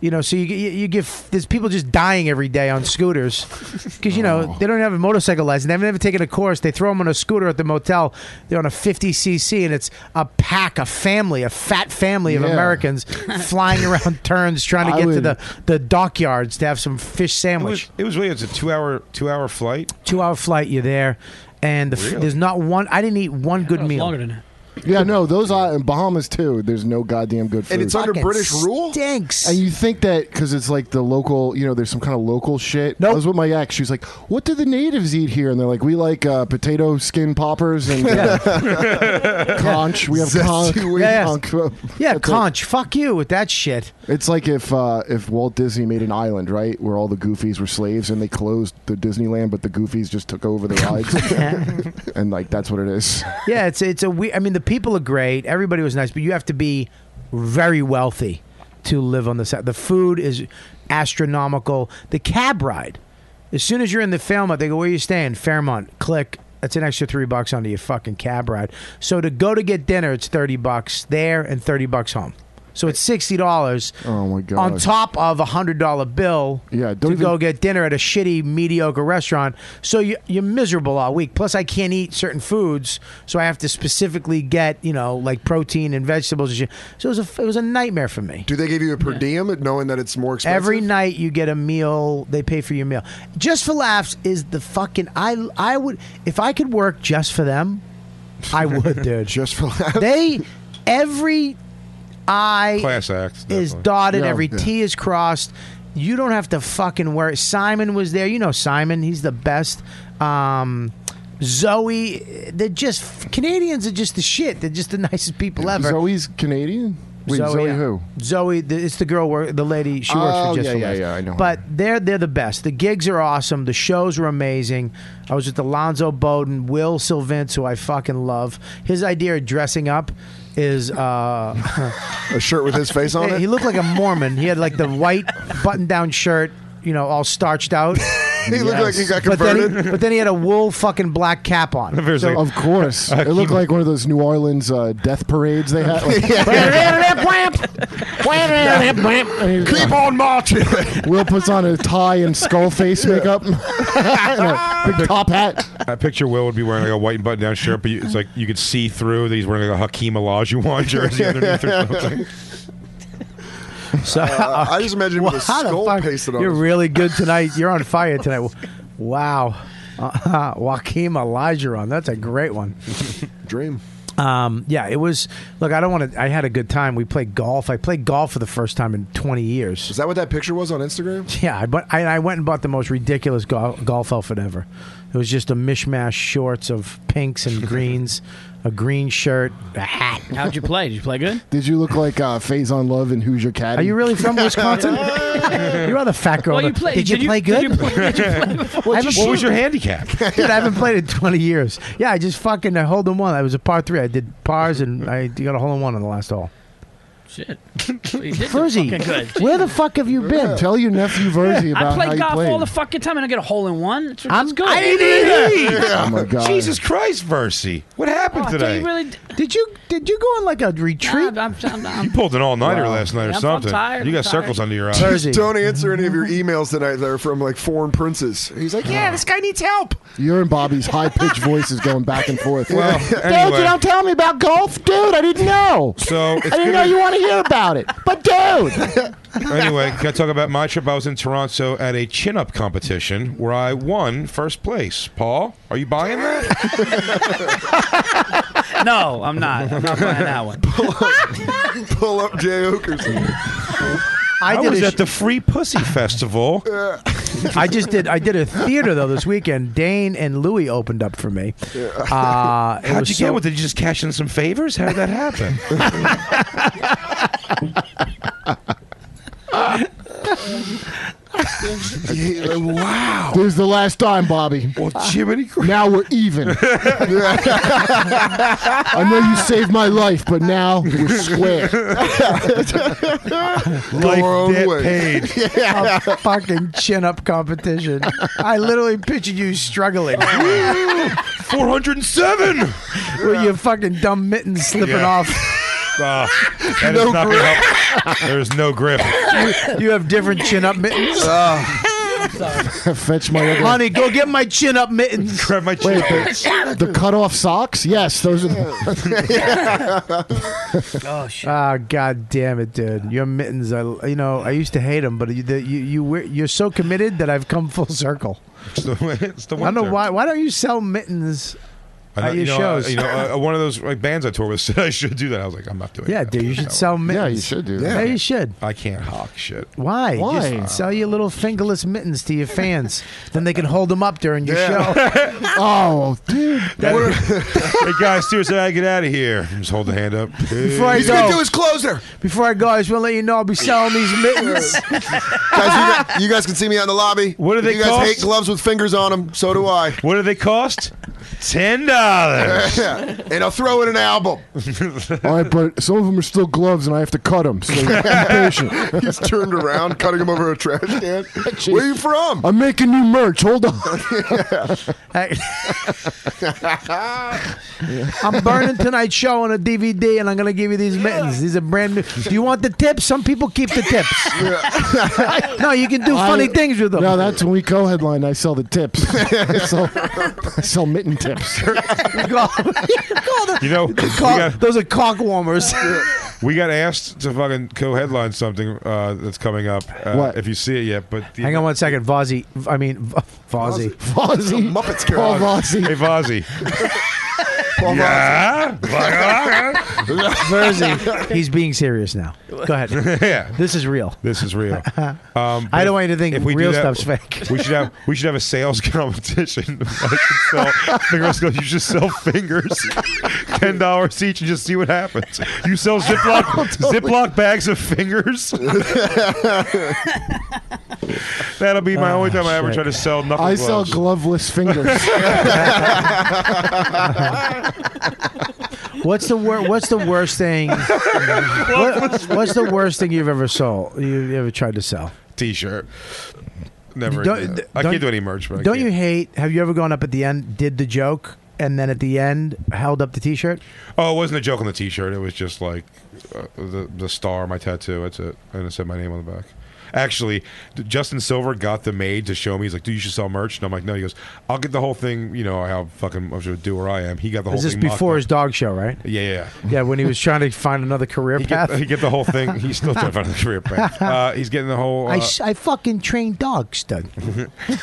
Speaker 6: You know, so you you, you give there's people just dying every day on scooters because you know they don't have a motorcycle license. They've never taken a course. They throw them on a scooter at the motel. They're on a 50 cc, and it's a pack, a family, a fat family of
Speaker 10: Yeah.
Speaker 6: Americans flying around turns trying to
Speaker 9: I
Speaker 6: get to
Speaker 9: would-
Speaker 6: the the dockyards to have some fish
Speaker 9: It
Speaker 6: sandwich
Speaker 9: was, it was really it's a two hour two hour flight.
Speaker 6: two hour flight. You're there, and the f-
Speaker 9: Really?
Speaker 6: there's not one. I didn't eat one good meal. Longer
Speaker 11: than that.
Speaker 10: Yeah, no, those are in Bahamas too. There's no goddamn good food.
Speaker 2: And it's under
Speaker 6: Fucking
Speaker 2: British rule?
Speaker 6: Stinks.
Speaker 10: And you think that because it's like the local, you know, there's some kind of local shit. No, I was with my ex. She was like, "What do the natives eat here?" And they're like, "We like uh, potato skin poppers and uh, conch. We have
Speaker 2: Zesty
Speaker 10: conch.
Speaker 2: wing
Speaker 6: Yes.
Speaker 10: conch.
Speaker 6: Yeah, conch. Fuck you with that shit.
Speaker 10: It's like if uh, if Walt Disney made an island, right, where all the Goofies were slaves, and they closed the Disneyland, but the Goofies just took over the rides, and like that's what it is.
Speaker 6: yeah, it's it's a we. I mean, the people are great. Everybody was nice, but you have to be very wealthy to live on this. The food is astronomical. The cab ride. As soon as you're in the Fairmont, they go, "Where you staying?" Fairmont. Click. That's an extra three bucks onto your fucking cab ride. So to go to get dinner, it's thirty bucks there and thirty bucks home. So it's sixty dollars.
Speaker 10: Oh my god!
Speaker 6: On top of a hundred dollar bill, yeah,
Speaker 10: don't
Speaker 6: to go
Speaker 10: even-
Speaker 6: get dinner at a shitty, mediocre restaurant. So you, you're miserable all week. Plus, I can't eat certain foods, so I have to specifically get you know like protein and vegetables. And shit. So it was a it was a nightmare for me.
Speaker 2: Do they give you a per diem at knowing that it's more expensive?
Speaker 6: Every night you get a meal, they pay for your meal. Just for laughs is the fucking I I would if I could work just for them, I would, dude.
Speaker 2: just for laughs.
Speaker 6: They every I
Speaker 9: Class act,
Speaker 6: is
Speaker 9: definitely.
Speaker 6: dotted,
Speaker 9: Yeah,
Speaker 6: every
Speaker 9: yeah.
Speaker 6: T is crossed. You don't have to fucking worry. Simon was there. You know Simon, he's the best. Um Zoe, they're just Canadians are just the shit. They're just the nicest people ever.
Speaker 10: Zoe's Canadian. Wait, Zoe,
Speaker 6: yeah.
Speaker 10: who?
Speaker 6: Zoe, the, it's the girl where the lady she works
Speaker 10: Oh,
Speaker 6: for just
Speaker 10: yeah,
Speaker 6: for
Speaker 10: yeah,
Speaker 6: Less.
Speaker 10: yeah, I know her.
Speaker 6: But they're they're the best. The gigs are awesome. The shows were amazing. I was with Alonzo Bowden, Will Sylvince, who I fucking love. His idea of dressing up is uh,
Speaker 2: a shirt with his face on it?
Speaker 6: He looked like a Mormon. He had like the white button-down shirt, you know, all starched out.
Speaker 2: He looked like he got
Speaker 6: But then he- But then,
Speaker 2: converted.
Speaker 6: he, had a wool fucking black cap on. So-
Speaker 10: of course, it looked like one of those New Orleans uh, death parades they had. Like,
Speaker 2: Keep on marching.
Speaker 10: Will puts on a tie and skull face makeup, and a big top hat.
Speaker 9: I picture Will would be wearing like a white button down shirt, but you, it's like you could see through that he's wearing like a Hakeem Olajuwon jersey underneath or something.
Speaker 6: So
Speaker 2: Uh, I just imagine with a
Speaker 6: how the
Speaker 2: skull
Speaker 6: fuck-
Speaker 2: pasted on
Speaker 6: You're
Speaker 2: his-
Speaker 6: really good tonight. You're on fire tonight. Wow, uh, Joaquin Olajuwon. That's a great one.
Speaker 2: Dream.
Speaker 6: Um, yeah, it was. Look, I don't want to. I had a good time. We played golf. I played golf for the first time in 20 years.
Speaker 2: Is that what that picture was on Instagram?
Speaker 6: Yeah, I, but I, I went and bought the most ridiculous gol- golf outfit ever. It was just a mishmash shorts of pinks and greens, a green shirt, a hat.
Speaker 11: How'd you play? Did you play good?
Speaker 10: Did you look like uh, Phase on Love and Who's Your Caddy?
Speaker 6: Are you really from Wisconsin? you are the fat girl.
Speaker 11: Well, you
Speaker 6: that-
Speaker 11: played-
Speaker 6: Did you
Speaker 11: did you-
Speaker 6: play good?
Speaker 11: did you play- did you play before?
Speaker 6: I haven't
Speaker 11: What was
Speaker 6: played-
Speaker 11: your
Speaker 9: handicap?
Speaker 6: Dude, I haven't played in 20 years. Yeah, I just fucking I hold in one. I was a par three. I did pars and I got a hole in one on the last hole.
Speaker 11: Shit. Well, you did do
Speaker 6: Verzi,
Speaker 11: fucking good.
Speaker 6: where the fuck have you been?
Speaker 10: Tell your nephew Verzi
Speaker 11: I
Speaker 10: about how
Speaker 11: play
Speaker 10: you
Speaker 11: golf
Speaker 10: played.
Speaker 11: all the fucking time and I get a hole in one. It's,
Speaker 6: I'm-
Speaker 11: it's good.
Speaker 6: I didn't either.
Speaker 10: Oh my god!
Speaker 9: Jesus Christ, Versi. What happened
Speaker 11: Oh, I thought
Speaker 9: today?
Speaker 11: you really d-
Speaker 6: Did you did you go on like a
Speaker 11: I'm,
Speaker 6: retreat?
Speaker 11: I'm, I'm,
Speaker 9: You pulled an all nighter last
Speaker 11: Yeah,
Speaker 9: night or
Speaker 11: I'm- I'm
Speaker 9: something.
Speaker 11: tired,
Speaker 9: you
Speaker 11: I'm
Speaker 9: got
Speaker 11: tired.
Speaker 9: circles under your eyes.
Speaker 6: Verzi.
Speaker 2: Don't answer any of your emails tonight. They're from like foreign princes. He's like, yeah, this guy needs help.
Speaker 10: Your and Bobby's high pitched voices going back and forth.
Speaker 9: Well,
Speaker 10: Dude, you
Speaker 9: anyway.
Speaker 10: don't tell me about golf, dude. I didn't know.
Speaker 9: So
Speaker 10: I
Speaker 9: it's
Speaker 10: didn't know
Speaker 9: gonna-
Speaker 10: you want to hear about it. But dude,
Speaker 9: anyway, can I talk about my trip? I was in Toronto at a chin up competition where I won first place. Paul, are you buying that?
Speaker 11: no, I'm not. I'm not buying that one.
Speaker 2: Pull up Jay Okerson.
Speaker 6: I,
Speaker 9: I,
Speaker 6: did
Speaker 9: was
Speaker 6: a
Speaker 9: at the Free Pussy Festival.
Speaker 6: I just did. I did a theater though this weekend. Dane and Louie opened up for me. Uh, it
Speaker 9: How'd
Speaker 6: was
Speaker 9: you
Speaker 6: so-
Speaker 9: get with it? Did you just cash in some favors? How did that happen?
Speaker 10: Yeah, wow. This is the last time, Bobby. Well, Jiminy. Now we're even. I know you saved my life, but now we're square.
Speaker 6: Like
Speaker 10: that way.
Speaker 6: A fucking chin up competition. I literally pictured you struggling.
Speaker 9: 407!
Speaker 6: With your fucking dumb mittens slipping
Speaker 9: Yeah.
Speaker 6: off.
Speaker 9: Uh,
Speaker 6: Ah.
Speaker 9: that
Speaker 6: No
Speaker 9: is not
Speaker 6: grip.
Speaker 9: gonna help. There's no grip.
Speaker 6: You have different chin up mittens.
Speaker 10: Fetch my other.
Speaker 6: Honey, go get my chin up mittens.
Speaker 9: Grab my
Speaker 10: Wait, the, the cut off socks? Yes, those are the.
Speaker 6: Oh, god damn it, dude! Your mittens, I you know, I used to hate them, but you the, you, you wear- you're so committed that I've come full circle.
Speaker 9: It's the, it's the
Speaker 6: I don't know
Speaker 9: winter.
Speaker 6: why. Why don't you sell mittens
Speaker 9: I know-
Speaker 6: at your
Speaker 9: you know,
Speaker 6: shows?
Speaker 9: uh, you know, uh, one of those like, bands I toured with said I should do that. I was like, I'm not doing.
Speaker 6: yeah,
Speaker 9: that.
Speaker 6: dude, you should sell mittens. Yeah, you should.
Speaker 9: I can't hawk shit.
Speaker 6: Why?
Speaker 9: Why?
Speaker 6: Just sell your little fingerless mittens to your fans. then they can hold them up during your
Speaker 9: Yeah.
Speaker 6: show.
Speaker 10: oh, dude.
Speaker 9: hey guys, seriously, I get out of here. Just hold the hand up.
Speaker 6: Before I
Speaker 9: He's
Speaker 6: go,
Speaker 9: gonna do
Speaker 2: his closer.
Speaker 6: Before I go, I just want to let you know I'll be selling these mittens.
Speaker 2: guys, you, guys, you guys can see me out in the lobby. What
Speaker 9: do they
Speaker 2: You guys
Speaker 9: cost?
Speaker 2: hate gloves with fingers on them. So do I.
Speaker 9: What do they cost? Ten dollars.
Speaker 2: and I'll throw in an album.
Speaker 10: All right, but some of them are still gloves, and I have to cut them. So be patient.
Speaker 2: He's turned around, cutting him over a trash can. Where you from?
Speaker 10: I'm making new merch. Hold on.
Speaker 6: I'm burning tonight's show on a DVD, and I'm gonna give you these mittens. These are brand new. Do you want the tips? Some people keep the tips. no, you can do funny
Speaker 10: I-
Speaker 6: things with them.
Speaker 10: No, that's when we co-headline. I sell the tips. I, sell, I sell mitten tips.
Speaker 9: You know, we got,
Speaker 6: those are cock warmers.
Speaker 9: we got asked to fucking co-headline something uh, that's coming up. Uh,
Speaker 6: What?
Speaker 9: If you see it yet, but the,
Speaker 6: Hang on one second, Vozzy. I mean, V- Vozzy.
Speaker 10: Vozzy.
Speaker 2: Muppets
Speaker 10: Paul Vozzy.
Speaker 9: Hey, Vozzy. yeah.
Speaker 6: Verzi, he's being serious now. Go ahead.
Speaker 9: yeah.
Speaker 6: This is real.
Speaker 9: This is real. Um,
Speaker 6: I
Speaker 9: but
Speaker 6: don't want you to think
Speaker 9: do
Speaker 6: real
Speaker 9: that,
Speaker 6: stuff's fake.
Speaker 9: We should have we should have a sales competition. I should sell fingers. goes, You should sell fingers, ten dollars each, and just see what happens. You sell Ziploc Ziploc bags of fingers. That'll be my only time I
Speaker 6: Ah,
Speaker 9: ever try to sell nothing.
Speaker 10: I sell
Speaker 9: gloves.
Speaker 10: gloveless fingers.
Speaker 6: What's the wor- What's the worst thing? what, what's the worst thing you've ever sold? You've ever tried to sell?
Speaker 9: T-shirt. Never.
Speaker 6: Don't-
Speaker 9: again.
Speaker 6: d-
Speaker 9: I
Speaker 6: don't-
Speaker 9: can't do any merch. But I
Speaker 6: Don't
Speaker 9: can't.
Speaker 6: you hate? Have you ever gone up at the end, did the joke, and then at the end held up the T-shirt?
Speaker 9: Oh, it wasn't a joke on the T-shirt. It was just like uh, the the star, my tattoo. That's it. And it said my name on the back. Actually, d- Justin Silver got the maid to show me. He's like, "Dude, you should sell merch." And I'm like, "No." He goes, "I'll get the whole thing." You know how fucking much of a doer I am. He got the whole
Speaker 6: Is this
Speaker 9: thing. mocked
Speaker 6: before
Speaker 9: up.
Speaker 6: his dog show, right?
Speaker 9: Yeah, yeah, yeah.
Speaker 6: Yeah, when he was trying to find another career
Speaker 9: He
Speaker 6: path.
Speaker 9: get, he get the whole thing. He's still trying to find a career path. Uh, he's getting the whole.
Speaker 6: I,
Speaker 9: Uh,
Speaker 6: s- I fucking train dogs, Doug.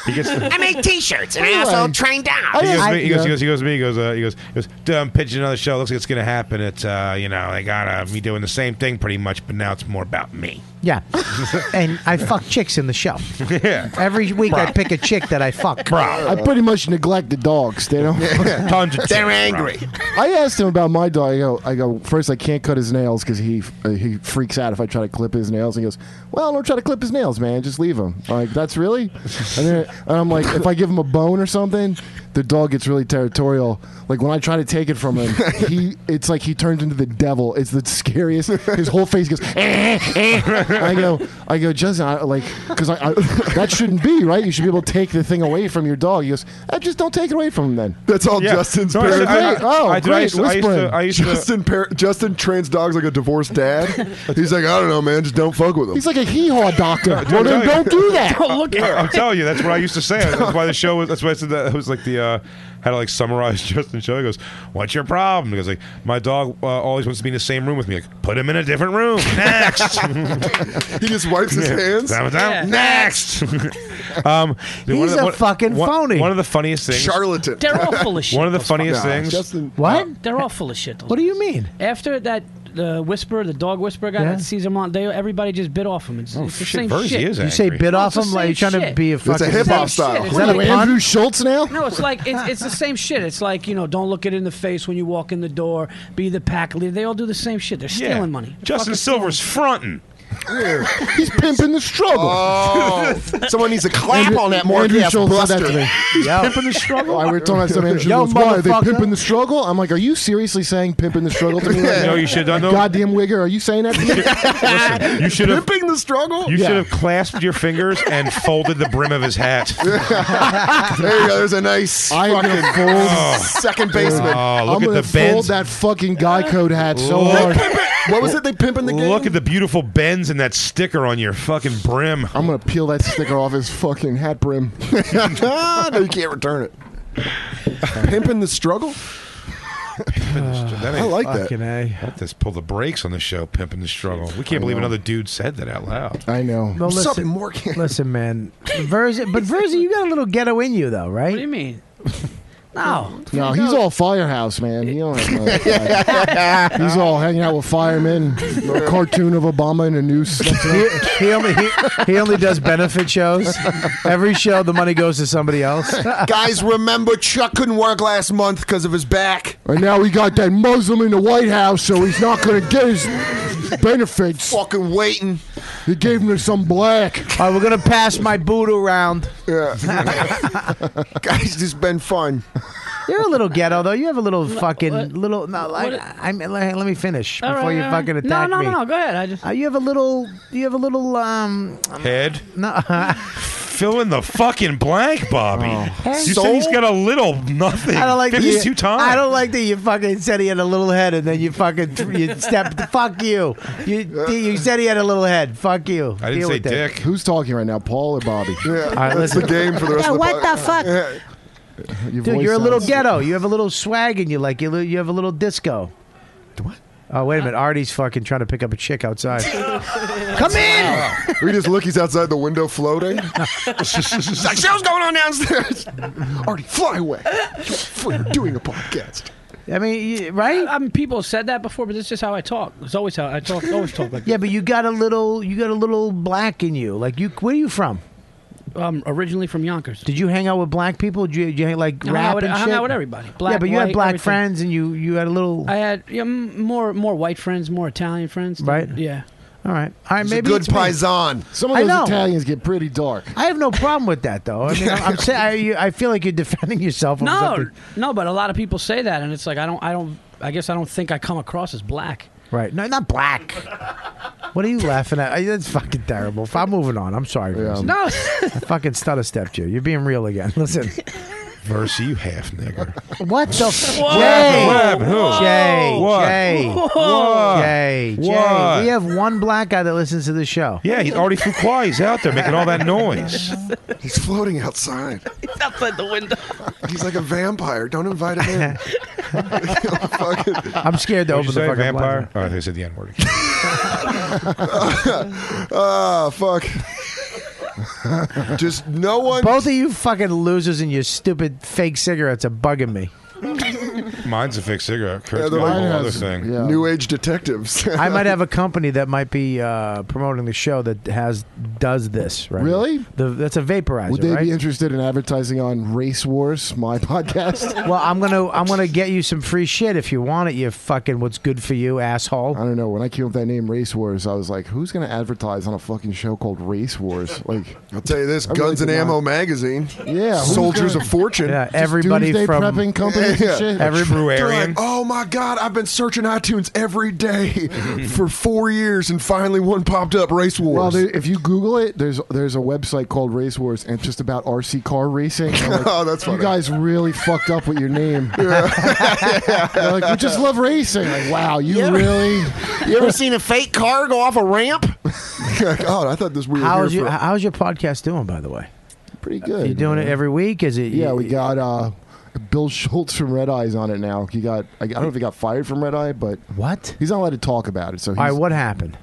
Speaker 9: he gets. The,
Speaker 13: I make t-shirts and
Speaker 10: Anyway.
Speaker 13: asshole trained down.
Speaker 9: he goes, to me, he, goes, he goes, he goes to me, he goes, uh, he goes, he goes, "Dude, I'm pitching another show. Looks like it's gonna happen. It's, uh, you know, they got uh, me doing the same thing pretty much, but now it's more about me.
Speaker 6: Yeah, and I fuck chicks in the show.
Speaker 9: Yeah.
Speaker 6: Every week I pick a chick that I fuck.
Speaker 10: I pretty much neglect the dogs. They don't.
Speaker 9: Tons of
Speaker 13: They're angry.
Speaker 10: I asked him about my dog. I go, I go first. I can't cut his nails because he uh, he freaks out if I try to clip his nails. And he goes, "Well, don't try to clip his nails, man. Just leave him." I'm like that's really. And, then, and I'm like, if I give him a bone or something, the dog gets really territorial. Like when I try to take it from him, he it's like he turns into the devil. It's the scariest. His whole face goes. "Eh, eh." I go, I go, Justin, I, like, because I, I that shouldn't be right. You should be able to take the thing away from your dog. He goes, "Eh, just don't take it away from him then.
Speaker 2: That's all Justin's
Speaker 10: No, I
Speaker 2: parents.
Speaker 10: said- I- Great. I- Oh, I did- I great. used to- I used to- Whispering. I used to-
Speaker 2: Justin, par- Justin trains dogs like a divorced dad. He's like, I don't know, man. Just don't fuck with them.
Speaker 10: He's like a hee haw doctor.
Speaker 9: I'm
Speaker 10: well, then
Speaker 9: telling you.
Speaker 10: don't do that.
Speaker 9: I'm telling you, that's what I used to say. That's why the show was. That's why I said that. It was like the uh, how to like summarize Justin's show. He goes, "What's your problem?" He goes, "Like my dog uh, always wants to be in the same room with me. Like put him in a different room next."
Speaker 2: he just wipes his
Speaker 9: Yeah.
Speaker 2: hands.
Speaker 9: Down, down. Next. um, dude, one
Speaker 6: He's
Speaker 9: of the-
Speaker 6: a
Speaker 9: one-
Speaker 6: fucking
Speaker 9: one-
Speaker 6: phony.
Speaker 9: One of the funniest things.
Speaker 2: Charlatan.
Speaker 12: They're all full of shit.
Speaker 9: One of the
Speaker 12: those
Speaker 9: funniest
Speaker 12: fuckers.
Speaker 9: things.
Speaker 6: What?
Speaker 12: They're all full of shit. Those
Speaker 6: What do you mean?
Speaker 12: After that, the whisperer, the dog whisperer guy
Speaker 6: Yeah.
Speaker 12: that sees him on, they everybody just bit off him. It's, it's the
Speaker 9: Oh, shit,
Speaker 12: same
Speaker 9: Verzi
Speaker 12: shit.
Speaker 9: is
Speaker 6: You say bit
Speaker 12: No,
Speaker 6: off
Speaker 12: it's the
Speaker 6: him like
Speaker 12: same
Speaker 6: you're trying to
Speaker 12: shit.
Speaker 6: be a
Speaker 12: It's
Speaker 6: fucking
Speaker 12: a hip-hop
Speaker 6: Is
Speaker 12: style.
Speaker 6: that a
Speaker 12: What are you,
Speaker 6: pun?
Speaker 10: Andrew Schultz now?
Speaker 12: No, it's like it's, it's the same shit. It's like you know, don't look it in the face when you walk in the door. Be the pack leader. They all do the same shit. They're stealing money. They're
Speaker 9: Justin
Speaker 12: fucking
Speaker 9: Silver's fronting.
Speaker 10: He's pimping the struggle.
Speaker 9: Uh,
Speaker 8: Oh. Someone needs to clap
Speaker 10: Andrew-
Speaker 8: on that Morpheus
Speaker 10: Andrew Schultz said
Speaker 8: Buster.
Speaker 10: that today. He's
Speaker 8: Yo.
Speaker 10: pimping the struggle. I were talking about some Andrew
Speaker 8: Yo,
Speaker 10: Schultz, Why are they
Speaker 8: motherfucker.
Speaker 10: pimping the struggle? I'm like, are you seriously saying pimping the struggle to me?
Speaker 9: You
Speaker 10: Right
Speaker 9: know
Speaker 10: now?
Speaker 9: you should have done, though?
Speaker 10: Goddamn wigger, are you saying that to me?
Speaker 9: Listen, you should have
Speaker 10: pimping the struggle.
Speaker 9: you should have clasped your fingers and folded the brim of his hat.
Speaker 2: there you go. There's a nice
Speaker 10: I am gonna
Speaker 2: fucking
Speaker 10: fold
Speaker 2: second baseman.
Speaker 9: Oh, look
Speaker 10: I'm
Speaker 9: at
Speaker 10: gonna
Speaker 9: the
Speaker 10: fold
Speaker 9: bends.
Speaker 10: that fucking guy code hat so
Speaker 9: Look.
Speaker 10: hard.
Speaker 2: What was it they pimp in the game?
Speaker 9: Look at the beautiful bends and that sticker on your fucking brim.
Speaker 10: I'm gonna peel that sticker off his fucking hat brim.
Speaker 2: no, you can't return it. Pimping the struggle.
Speaker 9: That
Speaker 2: I
Speaker 9: ain't-
Speaker 2: like that.
Speaker 6: Fucking A.
Speaker 9: Let this pull the brakes on the show, pimping the struggle. We
Speaker 10: I
Speaker 9: can't believe
Speaker 10: know.
Speaker 9: another dude said that out loud.
Speaker 10: I know.
Speaker 6: No, listen,
Speaker 2: Something
Speaker 6: listen, man. Verzi, but Verzi, you got a little ghetto in you, though, right? What do
Speaker 12: you mean? No.
Speaker 10: No, he's all firehouse, man. He don't have none of that. he's all hanging out with firemen, a cartoon of Obama in a noose. That's it.
Speaker 6: He, he only he, he only does benefit shows. Every show, the money goes to somebody else.
Speaker 2: Guys, remember Chuck couldn't work last month because of his back.
Speaker 10: And now we got that Muslim in the White House, so he's not going to get his benefits.
Speaker 2: Fucking waiting.
Speaker 10: He gave him to some black.
Speaker 6: All right, we're gonna pass my boot around.
Speaker 2: Guys, this has been fun.
Speaker 6: You're a little ghetto, though. You have a little fucking
Speaker 12: what-
Speaker 6: little. No, like,
Speaker 12: what-
Speaker 6: I, mean, like, let me finish
Speaker 12: All
Speaker 6: before
Speaker 12: right,
Speaker 6: you
Speaker 12: all right.
Speaker 6: fucking attack
Speaker 12: no, no,
Speaker 6: me.
Speaker 12: No, no, Go ahead. I just.
Speaker 6: Uh, you have a little. You have a little. Um,
Speaker 9: Head,
Speaker 6: no. Oh.
Speaker 9: fill in the fucking blank, Bobby. You
Speaker 6: Soul?
Speaker 9: said he's got a little nothing.
Speaker 6: I don't like that you,
Speaker 9: fifty-two times.
Speaker 6: I don't like that you fucking said he had a little head, and then you fucking you step. Fuck you. You you said he had a little head. Fuck you.
Speaker 9: I didn't
Speaker 6: Deal
Speaker 9: say
Speaker 6: with it.
Speaker 9: dick.
Speaker 10: Who's talking right now, Paul or Bobby?
Speaker 2: Yeah,
Speaker 6: right,
Speaker 2: that's
Speaker 6: listen.
Speaker 2: the game for the rest
Speaker 6: Yeah,
Speaker 2: of the
Speaker 6: what
Speaker 2: pod-
Speaker 6: the fuck?
Speaker 2: Yeah.
Speaker 10: Your
Speaker 6: Dude,
Speaker 10: voice
Speaker 6: you're a little
Speaker 10: sounds-
Speaker 6: ghetto. You have a little swag in you. Like you, you have a little disco. What? Oh wait a minute, Artie's fucking trying to pick up a chick outside. Come in.
Speaker 2: We just look. He's outside the window floating. He's like, show's going on downstairs. Artie, fly away. You're doing a podcast.
Speaker 6: I mean, you- right?
Speaker 12: I mean, people said that before, but this is how I talk. It's always how I talk. Always talk like.
Speaker 6: Yeah, but you got a little, you got a little black in you. Like you, where are you from?
Speaker 12: Um, originally from Yonkers.
Speaker 6: Did you hang out with black people? Did you, did you hang,
Speaker 12: I
Speaker 6: like
Speaker 12: hung
Speaker 6: rap
Speaker 12: out with-
Speaker 6: and
Speaker 12: I
Speaker 6: shit?
Speaker 12: hung out with everybody.
Speaker 6: yeah,
Speaker 12: Black,
Speaker 6: but you had
Speaker 12: white,
Speaker 6: black
Speaker 12: everything.
Speaker 6: friends, and you you had a little.
Speaker 12: I had yeah, m- more more white friends, more Italian friends.
Speaker 6: Right.
Speaker 12: Yeah.
Speaker 6: all right, all right.
Speaker 2: He's
Speaker 6: Maybe
Speaker 2: a good
Speaker 6: it's me.
Speaker 2: paisan.
Speaker 10: Some of
Speaker 6: I
Speaker 10: those
Speaker 6: know.
Speaker 10: Italians get pretty dark.
Speaker 6: I have no problem with that, though. I mean, I'm, I'm saying I, you- I feel like you're defending yourself. on
Speaker 12: No,
Speaker 6: something.
Speaker 12: no, but a lot of people say that, and it's like I don't, I don't, I guess I don't think I come across as black.
Speaker 6: right? No, not black. What are you laughing at? I- That's fucking terrible. If I'm moving on. I'm sorry. Verzi.
Speaker 12: No,
Speaker 6: I fucking stutter stepped you. You're being real again. Listen,
Speaker 9: Versa, you half nigger.
Speaker 6: what the f-
Speaker 12: Whoa.
Speaker 6: Jay?
Speaker 9: What happened? Who?
Speaker 6: Jay,
Speaker 9: What?
Speaker 6: Jay,
Speaker 9: What?
Speaker 6: Jay, Jay.
Speaker 9: What?
Speaker 6: We have one black guy that listens to the show.
Speaker 9: Yeah, he's already flew quiet. He's out there making all that noise.
Speaker 2: He's floating outside.
Speaker 12: He's outside the window.
Speaker 2: He's like a vampire. Don't invite him in. Fucking-
Speaker 6: I'm scared to
Speaker 9: Did
Speaker 6: open
Speaker 9: you
Speaker 6: the
Speaker 9: say
Speaker 6: fucking
Speaker 9: vampire?
Speaker 6: blinds.
Speaker 9: Oh, I think I said the N word.
Speaker 2: Ah, fuck. Just no one.
Speaker 6: Both of you fucking losers and your stupid fake cigarettes are bugging me.
Speaker 9: Mine's a fake cigarette. Kurt's
Speaker 2: the
Speaker 9: got a
Speaker 2: mine
Speaker 9: whole other
Speaker 10: has-
Speaker 9: thing.
Speaker 10: Yeah.
Speaker 2: New age detectives.
Speaker 6: I might have a company that might be uh, promoting the show that has does this right.
Speaker 10: Really?
Speaker 6: The, that's a vaporizer,
Speaker 10: Would they
Speaker 6: right?
Speaker 10: be interested in advertising on Race Wars, my podcast?
Speaker 6: well, I'm gonna I'm gonna get you some free shit if you want it. You fucking what's good for you, asshole. Uh,
Speaker 10: I don't know. When I came up with that name, Race Wars, I was like, who's going to advertise on a fucking show called Race Wars? Like,
Speaker 2: I'll tell you this:
Speaker 10: I really
Speaker 2: Guns and
Speaker 10: did
Speaker 2: Ammo
Speaker 10: not.
Speaker 2: magazine.
Speaker 10: yeah. who's
Speaker 2: Soldiers
Speaker 10: gonna-
Speaker 2: of Fortune.
Speaker 6: Yeah, everybody
Speaker 10: Doomsday
Speaker 6: from
Speaker 10: prepping companies
Speaker 2: Yeah.
Speaker 10: and shit.
Speaker 6: every-
Speaker 9: True
Speaker 2: They're like,
Speaker 9: Aryan.
Speaker 2: oh my god, I've been searching iTunes every day for four years, and finally one popped up. Race Wars.
Speaker 10: Well, there, if you Google it, there's there's a website called Race Wars, and it's just about RC car racing. I'm like,
Speaker 2: Oh, that's funny.
Speaker 10: You guys really fucked up with your name. They're like, we just love racing. Like, wow, you really?
Speaker 8: You ever seen a fake car go off a ramp?
Speaker 2: god, I thought this we were
Speaker 6: How's
Speaker 2: here
Speaker 6: your
Speaker 2: for.
Speaker 6: How's your podcast doing, by the way?
Speaker 10: Pretty good.
Speaker 6: You doing it every week? Is it?
Speaker 10: Yeah, we got uh, Bill Schultz from Red Eye's on it now. He got I I don't know if he got fired from Red Eye, but
Speaker 6: What?
Speaker 10: he's not allowed to talk about it. So he's,
Speaker 6: All right, what happened?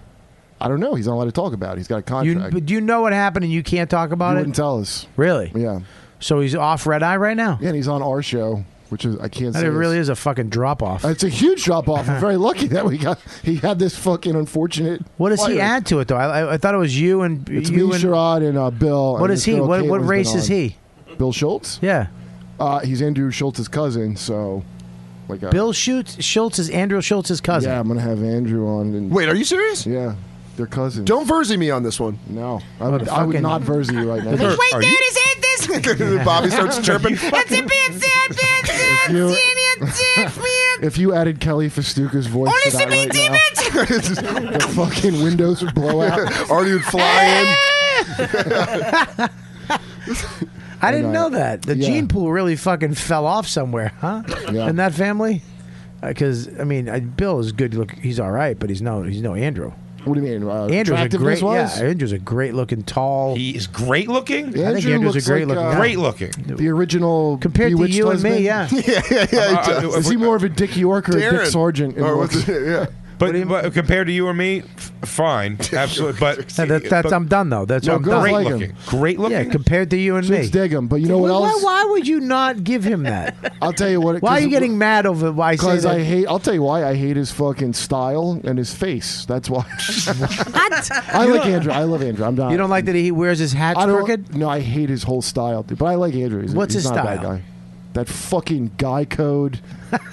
Speaker 10: I don't know. He's not allowed to talk about it. He's got a
Speaker 6: You
Speaker 10: contract.
Speaker 6: but do you know what happened and you can't talk
Speaker 10: he
Speaker 6: about
Speaker 10: wouldn't
Speaker 6: it?
Speaker 10: tell us.
Speaker 6: Really?
Speaker 10: Yeah,
Speaker 6: So he's off red eye right now.
Speaker 10: yeah, and he's on our show, which is I can't.
Speaker 6: That
Speaker 10: say
Speaker 6: it really
Speaker 10: is.
Speaker 6: is a fucking drop off.
Speaker 10: It's a huge drop off. I'm very lucky that we got he had this fucking unfortunate.
Speaker 6: What does he
Speaker 10: fire.
Speaker 6: add to it though? I, I, I thought it was you and
Speaker 10: It's
Speaker 6: you
Speaker 10: me,
Speaker 6: and
Speaker 10: Sherrod, and uh, Bill.
Speaker 6: What
Speaker 10: and
Speaker 6: is he?
Speaker 10: this girl
Speaker 6: What
Speaker 10: Caitlin's
Speaker 6: what
Speaker 10: been
Speaker 6: race
Speaker 10: on.
Speaker 6: is he?
Speaker 10: Bill Schultz.
Speaker 6: Yeah.
Speaker 10: Uh, he's Andrew Schultz's cousin. So, like uh,
Speaker 6: Bill Schultz, Schultz is Andrew Schultz's cousin.
Speaker 10: Yeah, I'm gonna have Andrew on. And,
Speaker 2: Wait, are you serious?
Speaker 10: Yeah. They're cousins.
Speaker 2: Don't Verzi me on this one.
Speaker 10: No, I would, I would not Verzi you right now.
Speaker 2: Which way, Are dude, you- is Bobby starts chirping.
Speaker 13: It's a pizza, pizza,
Speaker 10: You-
Speaker 13: pizza,
Speaker 10: If you added Kelly Festuca's voice
Speaker 13: Only
Speaker 10: to that
Speaker 13: Simi
Speaker 10: right now, the fucking windows would blow out.
Speaker 2: Artie would fly
Speaker 6: I didn't
Speaker 10: I-
Speaker 6: know that. The
Speaker 10: yeah.
Speaker 6: gene pool really fucking fell off somewhere, huh?
Speaker 10: Yeah.
Speaker 6: In that family? Because I mean, I, Bill is good. Look, he's all right, but he's no, he's no Andrew.
Speaker 10: What do you mean? Uh,
Speaker 6: Andrew's a
Speaker 10: attractiveness
Speaker 6: great,
Speaker 10: wise?
Speaker 6: yeah. Andrew's a great looking, tall.
Speaker 9: He is great looking.
Speaker 6: I think Andrew's a great
Speaker 10: uh,
Speaker 6: looking, guy.
Speaker 9: great looking.
Speaker 10: The original
Speaker 6: Compared to
Speaker 10: Bewitched
Speaker 6: you and me, yeah.
Speaker 10: husband?
Speaker 9: yeah, yeah, he Uh, does. uh,
Speaker 10: Is he more of a Dick York or a Dick
Speaker 9: Darren.
Speaker 10: Sargent? in
Speaker 9: Or
Speaker 10: looks?
Speaker 9: what's
Speaker 2: Oh, yeah.
Speaker 9: But, but compared to you or me, f- fine, absolutely. But
Speaker 6: Yeah, that's, that's,
Speaker 9: but-
Speaker 6: I'm done though. That's
Speaker 9: No,
Speaker 6: I'm
Speaker 9: great
Speaker 6: done.
Speaker 9: Great looking. Great looking.
Speaker 6: Yeah, compared to you and me.
Speaker 10: Chicks dig him, but you know what
Speaker 6: Why-
Speaker 10: else?
Speaker 6: Why would you not give him that?
Speaker 10: I'll tell you what.
Speaker 6: Why are you getting mad over why I say
Speaker 10: Because
Speaker 6: that?
Speaker 10: I hate. I'll tell you why I hate his fucking style and his face. That's why. I
Speaker 6: You
Speaker 10: like
Speaker 6: don't-
Speaker 10: Andrew. I love Andrew. I'm not.
Speaker 6: You don't like that he wears his hat
Speaker 10: I don't,
Speaker 6: crooked?
Speaker 10: No, I hate his whole style, dude. But I like Andrew. He's,
Speaker 6: What's
Speaker 10: he's
Speaker 6: his
Speaker 10: not A
Speaker 6: style?
Speaker 10: bad guy. That fucking guy code,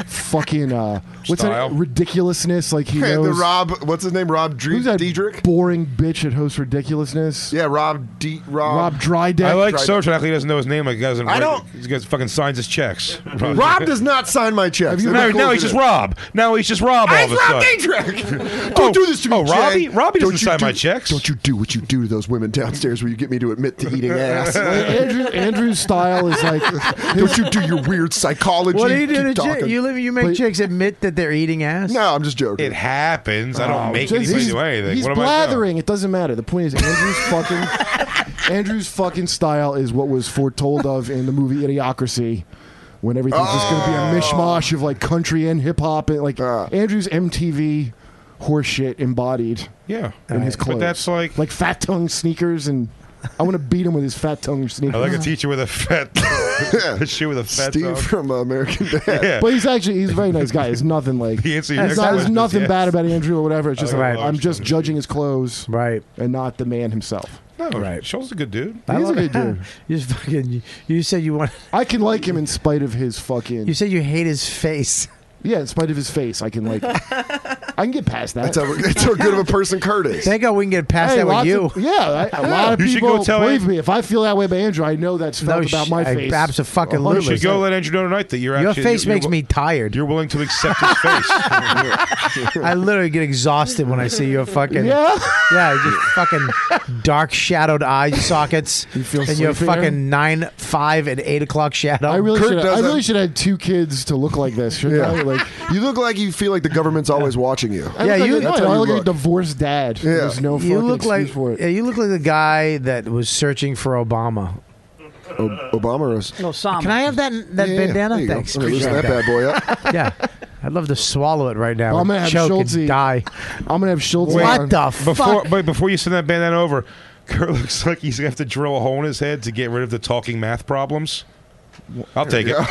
Speaker 10: fucking uh, what's
Speaker 2: Style?
Speaker 10: that ridiculousness? Like he
Speaker 2: in. the
Speaker 10: knows
Speaker 2: Rob, what's his name? Rob Dre-
Speaker 10: who's that
Speaker 2: Diedrich?
Speaker 10: boring bitch that hosts ridiculousness.
Speaker 2: Yeah, Rob D. Rob.
Speaker 10: Rob Drydeck.
Speaker 9: I like
Speaker 2: Drydeck.
Speaker 9: Sochak. He doesn't know his name. Like he doesn't.
Speaker 2: I
Speaker 9: write-
Speaker 2: don't-
Speaker 9: He guys fucking signs his checks.
Speaker 2: Rob does not sign my checks.
Speaker 9: Now,
Speaker 2: They're not
Speaker 9: now
Speaker 2: cool
Speaker 9: he's
Speaker 2: to
Speaker 9: just
Speaker 2: do.
Speaker 9: Rob. Now he's just Rob. All
Speaker 2: I'm
Speaker 9: of a
Speaker 2: Rob
Speaker 9: sudden.
Speaker 2: Daytrack. Don't do this to me.
Speaker 9: oh,
Speaker 2: Jay.
Speaker 9: Robbie? Robbie
Speaker 2: Don't
Speaker 9: doesn't
Speaker 2: you
Speaker 9: sign
Speaker 2: do-
Speaker 9: my checks.
Speaker 2: Don't you do what you do to those women downstairs where you get me to admit to eating ass?
Speaker 10: Andrew, Andrew's style is like.
Speaker 2: Don't you do your weird psychology?
Speaker 6: What do you do
Speaker 2: Keep
Speaker 6: to
Speaker 2: talking.
Speaker 6: chicks? You, live- you make chicks admit that they're eating ass?
Speaker 2: No, I'm just joking.
Speaker 9: It happens. I don't
Speaker 2: Oh,
Speaker 9: make
Speaker 2: he's-
Speaker 9: anybody
Speaker 2: he's-
Speaker 9: do anything.
Speaker 10: He's
Speaker 9: what am I doing?
Speaker 10: blathering. It doesn't matter. The point is Andrew's fucking Andrew's fucking style is what was foretold of in the movie Idiocracy. When everything's just going to be
Speaker 9: Oh.
Speaker 10: a mishmash of like country and hip hop and like
Speaker 9: Uh.
Speaker 10: Andrew's MTV horseshit embodied.
Speaker 9: Yeah,
Speaker 10: in his
Speaker 9: But
Speaker 10: clothes.
Speaker 9: that's like
Speaker 10: like fat tongue sneakers and I want to beat him with his fat tongue sneakers.
Speaker 9: I like a teacher with a fat a shoe with a fat
Speaker 2: Steve
Speaker 9: dog.
Speaker 2: from uh, American Dad.
Speaker 9: Yeah.
Speaker 10: But he's actually he's a very nice guy. It's nothing like
Speaker 9: He answered your
Speaker 10: it's not,
Speaker 9: question,
Speaker 10: there's nothing
Speaker 9: yes.
Speaker 10: bad about Andrew or whatever. It's
Speaker 9: I
Speaker 10: just
Speaker 9: like
Speaker 10: like,
Speaker 9: the
Speaker 10: I'm
Speaker 9: large
Speaker 10: just judging his clothes,
Speaker 6: right,
Speaker 10: and not the man himself.
Speaker 9: no, Schultz is a good dude.
Speaker 10: He's
Speaker 6: love
Speaker 10: a good
Speaker 6: it.
Speaker 10: dude.
Speaker 6: You just fucking. You said you want.
Speaker 10: I can like him in spite of his fucking.
Speaker 6: You said you hate his face.
Speaker 10: Yeah, in spite of his face, I can like. I can get past that.
Speaker 2: That's how, that's how good of a person Kurt is.
Speaker 6: Thank God we can get past
Speaker 10: Hey,
Speaker 6: that with
Speaker 10: lots
Speaker 6: you.
Speaker 10: of- yeah, I, a lot of
Speaker 9: You should go
Speaker 10: people
Speaker 9: tell
Speaker 10: believe
Speaker 9: him-
Speaker 10: me. If I feel that way about Andrew, I know that's felt
Speaker 6: No
Speaker 10: about
Speaker 6: sh-
Speaker 10: my
Speaker 6: I-
Speaker 10: face.
Speaker 6: abso-fucking-lutely.
Speaker 9: You should go let Andrew know tonight that you're
Speaker 6: Your
Speaker 9: actually
Speaker 6: face
Speaker 9: you're-
Speaker 6: makes
Speaker 9: you're-
Speaker 6: me tired.
Speaker 9: You're willing to accept his face.
Speaker 6: I literally get exhausted when I see your fucking
Speaker 10: Yeah?
Speaker 6: yeah, just fucking dark shadowed eye sockets you
Speaker 10: feel
Speaker 6: and your
Speaker 10: sleepier?
Speaker 6: fucking nine, five, and eight o'clock shadow.
Speaker 10: I really
Speaker 2: Kurt
Speaker 10: should. I
Speaker 2: does
Speaker 10: really
Speaker 2: that.
Speaker 10: should have two kids to look like this. Shouldn't
Speaker 2: Yeah.
Speaker 10: I? Like,
Speaker 2: You look like you feel like the government's always watching you.
Speaker 10: I
Speaker 6: Yeah,
Speaker 10: look like
Speaker 6: you-
Speaker 10: a-
Speaker 6: That's
Speaker 10: no,
Speaker 2: how
Speaker 10: I
Speaker 2: you
Speaker 10: look like a
Speaker 2: look.
Speaker 10: divorced dad.
Speaker 2: Yeah.
Speaker 10: There's no
Speaker 6: you
Speaker 10: fucking
Speaker 6: look like
Speaker 10: excuse for it.
Speaker 6: yeah, you look like the guy that was searching for Obama.
Speaker 2: O- Obama is.
Speaker 12: No, Osama.
Speaker 6: Can I have that that
Speaker 2: Yeah,
Speaker 6: bandana?
Speaker 2: there you go.
Speaker 6: Thanks.
Speaker 2: I'm gonna loosen
Speaker 6: Appreciate
Speaker 2: that bad boy up.
Speaker 6: that. yeah. I'd love to swallow it right now.
Speaker 10: I'm gonna
Speaker 6: and
Speaker 10: have
Speaker 6: choke
Speaker 10: Schultze-
Speaker 6: and die.
Speaker 10: I'm gonna have Schultz.
Speaker 9: Wait,
Speaker 10: on.
Speaker 6: What the
Speaker 9: Before,
Speaker 6: fuck?
Speaker 9: but before you send that bandana over, Kurt looks like he's gonna have to drill a hole in his head to get rid of the talking math problems. I'll take it.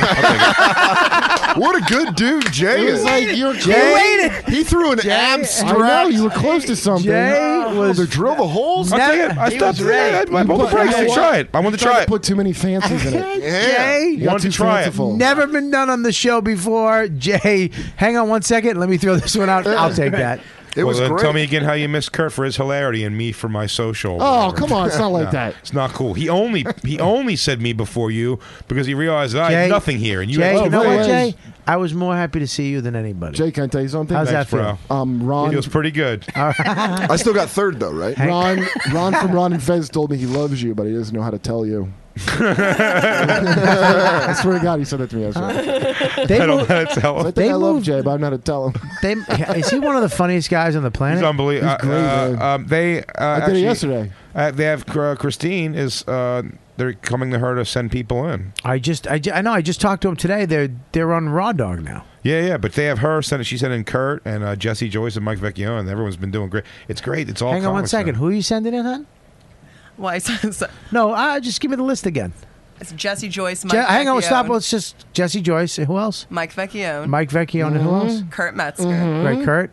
Speaker 2: What a good dude, Jay.
Speaker 10: It was
Speaker 2: is.
Speaker 10: like you're
Speaker 6: Jay,
Speaker 2: he threw an
Speaker 10: I know
Speaker 2: abstract.
Speaker 10: you were close to something.
Speaker 6: Jay
Speaker 2: Oh,
Speaker 6: was
Speaker 2: they drilled the holes.
Speaker 9: I'll
Speaker 6: Never-
Speaker 9: take it. I
Speaker 6: He
Speaker 9: stopped.
Speaker 6: was right.
Speaker 9: I, I, I pulled the
Speaker 10: But you
Speaker 9: brakes.
Speaker 10: know
Speaker 9: I
Speaker 10: what?
Speaker 9: tried. I wanted to
Speaker 10: Tried
Speaker 9: try
Speaker 10: to
Speaker 9: it.
Speaker 10: put too many fancies in it.
Speaker 6: Jay.
Speaker 10: You got
Speaker 9: Wanted
Speaker 10: too
Speaker 9: to try it.
Speaker 10: fanciful.
Speaker 6: Never been done on the show before. Jay, hang on one second. Let me throw this one out. I'll take that.
Speaker 2: It
Speaker 9: Well,
Speaker 2: was
Speaker 9: then
Speaker 2: great.
Speaker 9: Tell me again how you missed Kurt for his hilarity and me for my social.
Speaker 10: Oh
Speaker 9: Whatever.
Speaker 10: come on, it's not like
Speaker 9: No,
Speaker 10: that.
Speaker 9: It's not cool. He only he only said me before you because he realized that I
Speaker 6: Jay,
Speaker 9: had nothing here and you
Speaker 6: Jay,
Speaker 9: had
Speaker 6: you know
Speaker 10: really
Speaker 6: what, Jay?
Speaker 10: is.
Speaker 6: I was more happy to see you than anybody.
Speaker 10: Jay, can I tell you something?
Speaker 6: How's
Speaker 9: Thanks,
Speaker 6: that feel?
Speaker 9: bro.
Speaker 10: Um,
Speaker 9: It
Speaker 10: Ron,
Speaker 9: feels pretty good.
Speaker 2: I still got third though, right?
Speaker 10: Ron, Ron from Ron and Fez told me he loves you, but he doesn't know how to tell you. I swear to God, he said that to me. yesterday.
Speaker 6: They
Speaker 9: I don't
Speaker 6: moved-
Speaker 9: know how to tell
Speaker 10: So I
Speaker 9: him.
Speaker 10: think
Speaker 6: They
Speaker 10: I love
Speaker 6: moved-
Speaker 10: Jay, but I don't know how to tell him.
Speaker 6: they, is he one of the funniest guys on the
Speaker 9: He's
Speaker 6: planet?
Speaker 9: unbelievable.
Speaker 10: He's great,
Speaker 9: uh,
Speaker 10: man.
Speaker 9: uh, um, they uh,
Speaker 10: I did
Speaker 9: actually,
Speaker 10: it yesterday.
Speaker 9: Uh, they have uh, Christine is uh, they're coming to her to send people in.
Speaker 6: I just, I, ju- I know, I just talked to him today. They're they're on Raw Dog now.
Speaker 9: Yeah, yeah, but they have her sending. She sent in Kurt and uh, Jesse Joyce and Mike Vecchio, and everyone's been doing great. It's great. It's all.
Speaker 6: Hang on one
Speaker 9: comics
Speaker 6: second.
Speaker 9: now.
Speaker 6: Who are you sending in, hon?
Speaker 7: Why? So, so,
Speaker 6: No, uh, just give me the list again.
Speaker 7: it's Jesse Joyce, Mike
Speaker 6: Je- hang on, stop.
Speaker 7: Vecchione,
Speaker 6: Let's just Jesse Joyce. Who else?
Speaker 7: Mike Vecchione,
Speaker 6: Mike Vecchione. and Who else?
Speaker 7: Kurt Metzger.
Speaker 6: Right, Kurt.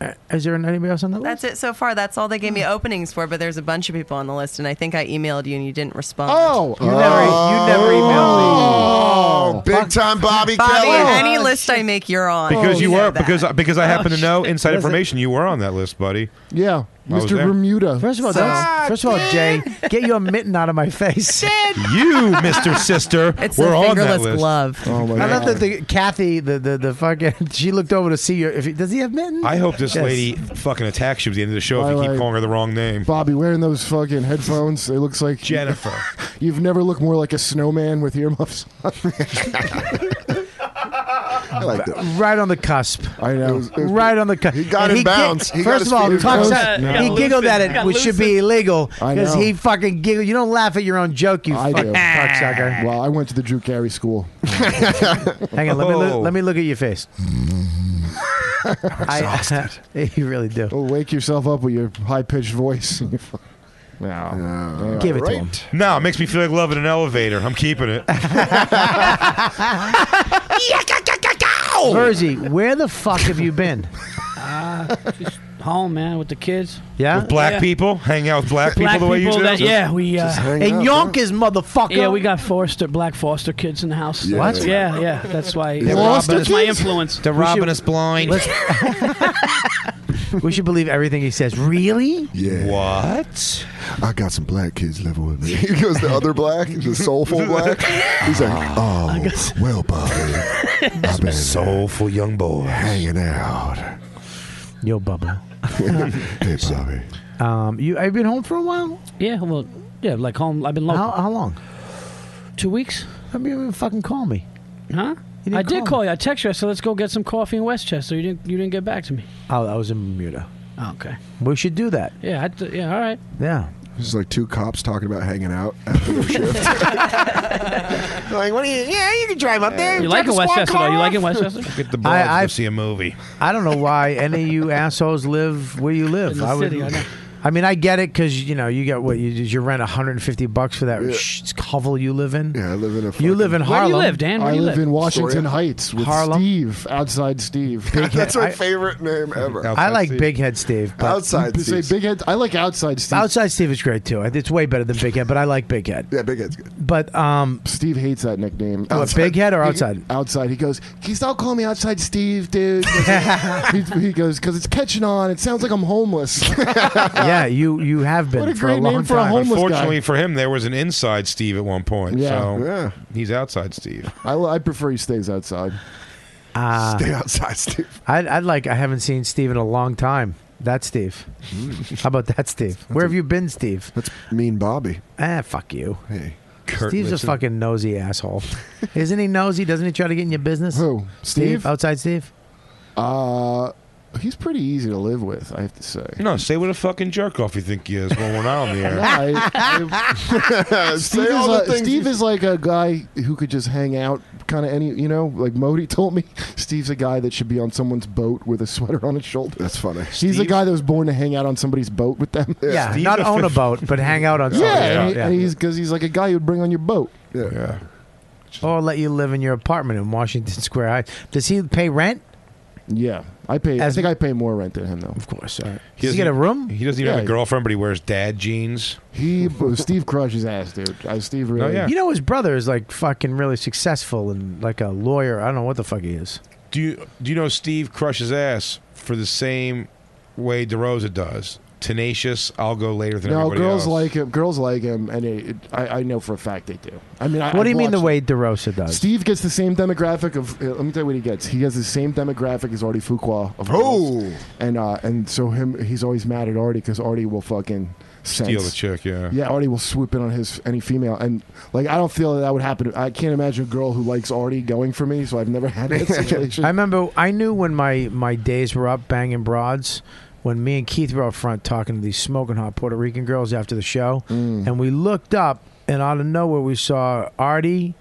Speaker 6: Uh, is there anybody else on that list?
Speaker 7: That's it so far. That's all they gave me openings for, but there's a bunch of people on the list, and I think I emailed you and you didn't respond.
Speaker 10: Oh,
Speaker 6: You never, you never emailed me.
Speaker 2: Oh, big time Bobby,
Speaker 7: Bobby,
Speaker 2: Kelly.
Speaker 7: any
Speaker 14: Oh,
Speaker 7: list I make, you're on.
Speaker 6: Oh,
Speaker 9: Because you
Speaker 7: know
Speaker 9: were
Speaker 7: that.
Speaker 9: because because I happen to know inside
Speaker 6: Listen.
Speaker 9: information. You were on that list, buddy.
Speaker 10: yeah.
Speaker 9: I was
Speaker 10: Mr.
Speaker 9: there.
Speaker 10: Bermuda.
Speaker 6: First of all, don't- first of all, Jay, get your mitten out of my face.
Speaker 9: You, Mr. Sister,
Speaker 6: It's
Speaker 9: were
Speaker 6: the
Speaker 9: on that
Speaker 6: fingerless
Speaker 9: list.
Speaker 6: glove.
Speaker 10: Oh
Speaker 6: I love that the Kathy, the, the the fucking, she looked over to see your. If he, does he have mittens?
Speaker 9: I hope this
Speaker 6: Yes.
Speaker 9: lady fucking attacks you at the end of the show
Speaker 10: By
Speaker 9: if you
Speaker 10: the
Speaker 9: keep
Speaker 10: way-
Speaker 9: calling her the wrong name.
Speaker 10: Bobby wearing those fucking headphones. It looks like
Speaker 9: Jennifer.
Speaker 10: You've never looked more like a snowman with earmuffs. on. I like that.
Speaker 6: Right on the cusp.
Speaker 10: I know.
Speaker 6: right on the cusp. He
Speaker 10: got in bounds. He got
Speaker 6: first
Speaker 10: his
Speaker 6: of all,
Speaker 10: feet
Speaker 6: talks
Speaker 10: in
Speaker 6: out,
Speaker 10: bounds. No.
Speaker 6: he
Speaker 10: Got
Speaker 6: giggled at
Speaker 10: loosened.
Speaker 6: it,
Speaker 10: Got
Speaker 6: which should be
Speaker 10: loosened.
Speaker 6: illegal
Speaker 10: I
Speaker 6: because
Speaker 10: know.
Speaker 6: he fucking giggled. You don't laugh at your own joke, you
Speaker 10: I do.
Speaker 6: fucking cocksucker.
Speaker 10: Well, I went to the Drew Carey School.
Speaker 6: Hang on, let me
Speaker 12: Oh.
Speaker 6: look, let me look at your face.
Speaker 10: exhausted.
Speaker 6: you really do.
Speaker 10: Well, wake yourself up with your high pitched voice. no. Oh,
Speaker 6: Give it to him.
Speaker 9: No, it makes me feel like love in an elevator. I'm keeping it.
Speaker 6: Verzi, where the fuck have you been?
Speaker 12: Uh, just home, man, with the kids.
Speaker 6: Yeah,
Speaker 9: With black
Speaker 12: Yeah.
Speaker 9: people, hang out with black people
Speaker 12: Black
Speaker 9: the way
Speaker 12: people
Speaker 9: you do.
Speaker 12: that- yeah, we, uh, And
Speaker 6: Yonkers, motherfucker.
Speaker 12: Yeah, we got foster black foster kids in the house.
Speaker 9: Yeah.
Speaker 12: That's-
Speaker 9: What?
Speaker 12: Yeah, yeah. That's why.
Speaker 6: They're
Speaker 12: That's
Speaker 6: foster
Speaker 12: my
Speaker 6: kids?
Speaker 12: influence.
Speaker 6: They're We robbing should- us
Speaker 12: blind.
Speaker 6: we should believe everything he says. Really?
Speaker 2: Yeah.
Speaker 9: What?
Speaker 2: I got some black kids living with me. He goes the other black, the soulful black. He's like, oh, well, Bobby, I've been
Speaker 9: soulful young boy
Speaker 2: hanging out.
Speaker 6: Yo, Bubba.
Speaker 2: hey, Bobby.
Speaker 6: Um, you, I've been home for a while.
Speaker 12: Yeah, well, yeah, like home. I've been local.
Speaker 6: How, how long?
Speaker 12: Two weeks.
Speaker 6: I mean, you didn't fucking call me.
Speaker 12: Huh?
Speaker 6: You didn't
Speaker 12: I did
Speaker 6: call
Speaker 12: call, you. I texted you. I said, "Let's go get some coffee in Westchester." You didn't. You didn't get back to me.
Speaker 6: Oh, I was in Bermuda.
Speaker 12: Oh, okay.
Speaker 6: We should do that.
Speaker 12: Yeah. I th- yeah. All right.
Speaker 6: Yeah.
Speaker 2: This is like two cops talking about hanging out after their shift.
Speaker 6: like, what do you? Yeah, you can drive up there.
Speaker 12: You like it, Westchester? Though. You like it, Westchester?
Speaker 9: Get the
Speaker 6: I-
Speaker 9: broads
Speaker 6: I-
Speaker 9: to see a movie.
Speaker 6: I don't know why any of you assholes live where you live.
Speaker 12: In the
Speaker 6: I
Speaker 12: city, I know.
Speaker 6: I mean, I get it because you know you get what you you rent 150 bucks for that
Speaker 2: Yeah.
Speaker 6: sh- hovel you live in.
Speaker 2: Yeah, I live in a.
Speaker 6: You live in Harlem.
Speaker 10: I live, in Washington Heights with
Speaker 6: Harlem.
Speaker 10: Steve, outside Steve.
Speaker 6: Big
Speaker 2: That's
Speaker 6: Head-
Speaker 2: my
Speaker 6: I-
Speaker 2: favorite name ever.
Speaker 6: I like Big Head Steve. But
Speaker 2: Outside
Speaker 10: You say
Speaker 2: Steve's.
Speaker 10: big head. I like outside Steve.
Speaker 6: Outside Steve is great too. It's way better than Big Head, but I like Big Head.
Speaker 2: Yeah, Big Head's good.
Speaker 6: But um,
Speaker 10: Steve hates that nickname.
Speaker 6: What, Big Head or outside?
Speaker 10: outside. He goes, "Can you stop calling me outside, Steve, dude?" he, he goes, "Because it's catching on. It sounds like I'm homeless."
Speaker 6: yeah, you you have been
Speaker 10: What a
Speaker 6: for
Speaker 10: great
Speaker 6: long
Speaker 10: name for a
Speaker 6: time.
Speaker 10: homeless guy.
Speaker 9: Fortunately for him, there was an inside Steve at one point.
Speaker 10: Yeah.
Speaker 9: so
Speaker 10: Yeah.
Speaker 9: he's outside Steve.
Speaker 10: I, I prefer he stays outside.
Speaker 6: Uh,
Speaker 2: Stay outside, Steve.
Speaker 6: I'd, I'd like. I haven't seen Steve in a long time. That's Steve. How about that, Steve? Where have you been, Steve?
Speaker 2: That's mean, Bobby.
Speaker 6: Ah, fuck you.
Speaker 2: Hey,
Speaker 9: Kurt
Speaker 6: Steve's
Speaker 9: Lipson.
Speaker 6: a fucking nosy asshole. Isn't he nosy? Doesn't he try to get in your business?
Speaker 10: Who? Steve?
Speaker 6: Outside Steve?
Speaker 10: Uh, he's pretty easy to live with, I have to say.
Speaker 9: No, say what a fucking jerk off you think he is when we're not on the air.
Speaker 10: I-
Speaker 2: Say
Speaker 10: Steve, is,
Speaker 2: all the
Speaker 10: like,
Speaker 2: things
Speaker 10: Steve
Speaker 2: you-
Speaker 10: is like a guy who could just hang out, kind of any, you know, like Modi told me. Steve's a guy that should be on someone's boat with a sweater on his shoulder.
Speaker 2: That's funny.
Speaker 10: He's a guy that was born to hang out on somebody's boat with them.
Speaker 6: Yeah, not own a boat, but hang out on
Speaker 10: Oh, Yeah,
Speaker 6: something.
Speaker 10: and, he, and he's because he's like a guy you'd bring on your boat.
Speaker 2: Yeah.
Speaker 6: Or let you live in your apartment in Washington Square Heights. Does he pay rent?
Speaker 10: Yeah, I pay.
Speaker 6: As-
Speaker 10: I think I pay more rent than him though.
Speaker 6: Of course. All right.
Speaker 9: He
Speaker 6: Does he
Speaker 9: doesn't-
Speaker 6: get a room?
Speaker 9: He doesn't even have
Speaker 10: Yeah.
Speaker 9: a girlfriend, but he wears dad jeans.
Speaker 10: He, Steve crushes ass, dude. I, Steve really.
Speaker 9: yeah.
Speaker 6: You know his brother is like fucking really successful and like a lawyer. I don't know what the fuck he is.
Speaker 9: Do you do you know Steve crushes ass for the same way DeRosa does? Tenacious. I'll go later than
Speaker 10: No,
Speaker 9: everybody
Speaker 10: girls
Speaker 9: else.
Speaker 10: like him. Girls like him, and it, it- I, I know for a fact they do. I mean, I,
Speaker 6: what do
Speaker 10: I've
Speaker 6: you mean the
Speaker 10: watched-
Speaker 6: way DeRosa does?
Speaker 10: Steve gets the same demographic of. uh, Let me tell you what he gets. He gets the same demographic as Artie Fuqua of girls.
Speaker 2: Oh.
Speaker 10: and uh, and so him, he's always mad at Artie because Artie will fucking sense.
Speaker 9: steal the chick. Yeah.
Speaker 10: Yeah, Artie will swoop in on his any female, and like I don't feel that, that would happen. I can't imagine a girl who likes Artie going for me, so I've never had that situation.
Speaker 6: I remember I knew when my my days were up banging broads when me and Keith were up front talking to these smoking hot Puerto Rican girls after the show,
Speaker 10: Mm.
Speaker 6: and we looked up and out of nowhere we saw Artie.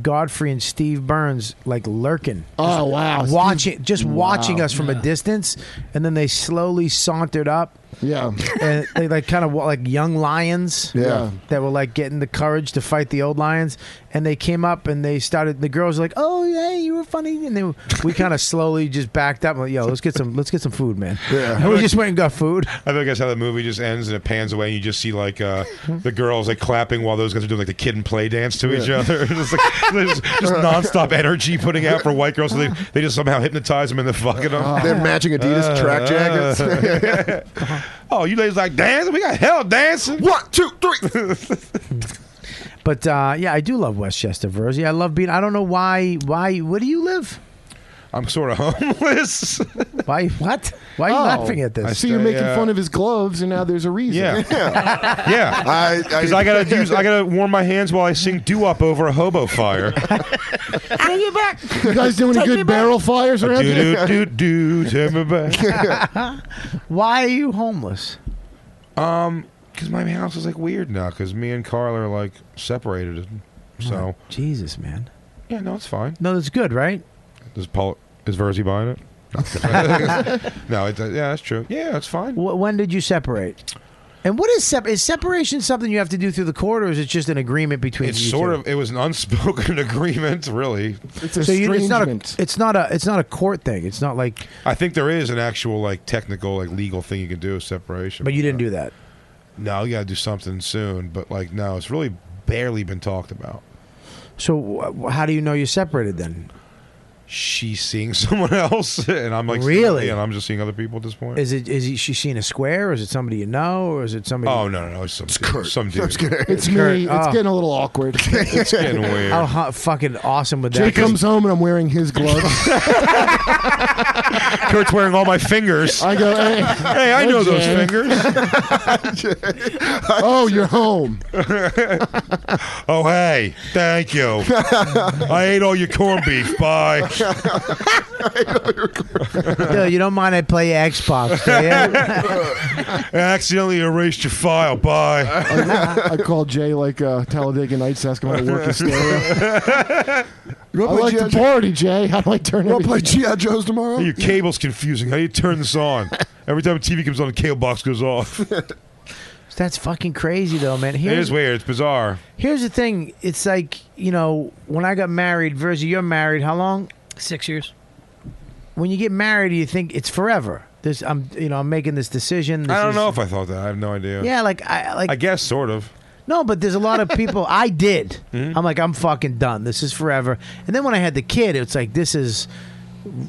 Speaker 6: Godfrey and Steve Burns like lurking.
Speaker 10: Oh, wow.
Speaker 6: Watching just
Speaker 10: Wow.
Speaker 6: watching us from a distance and then they slowly sauntered up
Speaker 10: yeah,
Speaker 6: and they like kind of like young lions
Speaker 10: Yeah.
Speaker 6: that were like getting the courage to fight the old lions and they came up and they started the girls were like oh hey you were funny and then we kind of slowly just backed up and like, yo let's get some let's get some food man
Speaker 2: Yeah.
Speaker 6: and we just went and got food
Speaker 9: I think that's how the movie just ends and it pans away and you just see like uh, the girls like clapping while those guys are doing like the kid and play dance to each other. it's like there's just nonstop energy putting out for white girls. So they,
Speaker 2: Uh,
Speaker 9: they just somehow hypnotize them into fucking them.
Speaker 2: They're matching Adidas track jackets.
Speaker 9: Oh, you ladies like dancing? We got hell dancing.
Speaker 2: One, two, three.
Speaker 6: But uh, yeah, I do love Westchester, Verzi. I love being. I don't know why. Why? Where do you live?
Speaker 9: I'm sort of homeless.
Speaker 6: why? What? Why are you
Speaker 10: Oh.
Speaker 6: laughing at this?
Speaker 10: I see you're making fun of his gloves, and now there's a reason.
Speaker 9: uh, Yeah. yeah.
Speaker 2: I
Speaker 9: because I, gotta use I gotta warm my hands while I sing doo wop over a hobo fire.
Speaker 13: Bring it back.
Speaker 10: You guys doing any good barrel fires
Speaker 9: do
Speaker 10: around
Speaker 9: do
Speaker 10: here?
Speaker 9: do do. Take me back.
Speaker 6: Why are you homeless?
Speaker 9: Um, because my house is like weird now. Because me and Carl are like separated, so
Speaker 6: Jesus, man.
Speaker 9: Yeah, no, it's fine.
Speaker 6: No, that's good, right?
Speaker 9: Is Paul is Verzi buying it? no, it, yeah, that's true. Yeah, that's fine.
Speaker 6: Wh- when did you separate? And what is sep- is separation something you have to do through the court, or is it just an agreement between
Speaker 9: It's
Speaker 6: you
Speaker 9: sort
Speaker 6: two?
Speaker 9: of it was an unspoken agreement, really.
Speaker 6: so you, it's not a it's not a it's not a court thing. It's not like
Speaker 9: I think there is an actual like technical like legal thing you can do with separation.
Speaker 6: But you didn't do that.
Speaker 9: No, you got to do something soon. But like, no, it's really barely been talked about.
Speaker 6: so. Wh- how do you know you separated then?
Speaker 9: She's seeing someone else, and I'm like,
Speaker 6: Really?
Speaker 9: and I'm just seeing other people at this point.
Speaker 6: Is it is he, she seeing a square, or is it somebody you know, or is it somebody?
Speaker 9: Oh no, no, no! It's some dude. Some dude.
Speaker 10: It's me.
Speaker 6: Kurt,
Speaker 10: It's
Speaker 6: oh.
Speaker 10: getting a little awkward.
Speaker 9: It's getting weird.
Speaker 6: How ho- fucking awesome would that?
Speaker 10: Jay
Speaker 6: be?
Speaker 10: comes home and I'm wearing his gloves.
Speaker 9: Kurt's wearing all my fingers.
Speaker 10: I go, hey,
Speaker 9: Hey, I know those
Speaker 10: Jay.
Speaker 9: fingers.
Speaker 10: oh, you're home.
Speaker 9: Oh, hey, thank you. I ate all your corned beef. Bye.
Speaker 6: Bill, you don't mind I play Xbox, do you?
Speaker 9: I accidentally erased your file. Bye.
Speaker 10: I, I call Jay like uh, Talladega Nights, ask him how to work his stereo.
Speaker 2: You
Speaker 10: I
Speaker 2: wanna play
Speaker 10: like to
Speaker 2: G.I. Joe?
Speaker 10: party, Jay. How do I turn
Speaker 2: You
Speaker 10: it?
Speaker 2: want to play G.I. Joe's tomorrow?
Speaker 9: Hey, your cable's confusing. How do you turn this on? Every time a TV comes on, the cable box goes off.
Speaker 6: That's fucking crazy, though, man.
Speaker 9: It
Speaker 6: Here's
Speaker 9: is weird. It's bizarre.
Speaker 6: here's the thing. It's like you know when I got married. Versus you're married. How long?
Speaker 12: Six years.
Speaker 6: When you get married, you think it's forever. This I'm you know I'm making this decision. This
Speaker 9: I don't
Speaker 6: is-
Speaker 9: know if I thought that. I have no idea.
Speaker 6: Yeah, like I like
Speaker 9: I guess sort of.
Speaker 6: No, but there's a lot of people. I did.
Speaker 9: Mm-hmm.
Speaker 6: I'm like, I'm fucking done. This is forever. And then when I had the kid, it's like, this is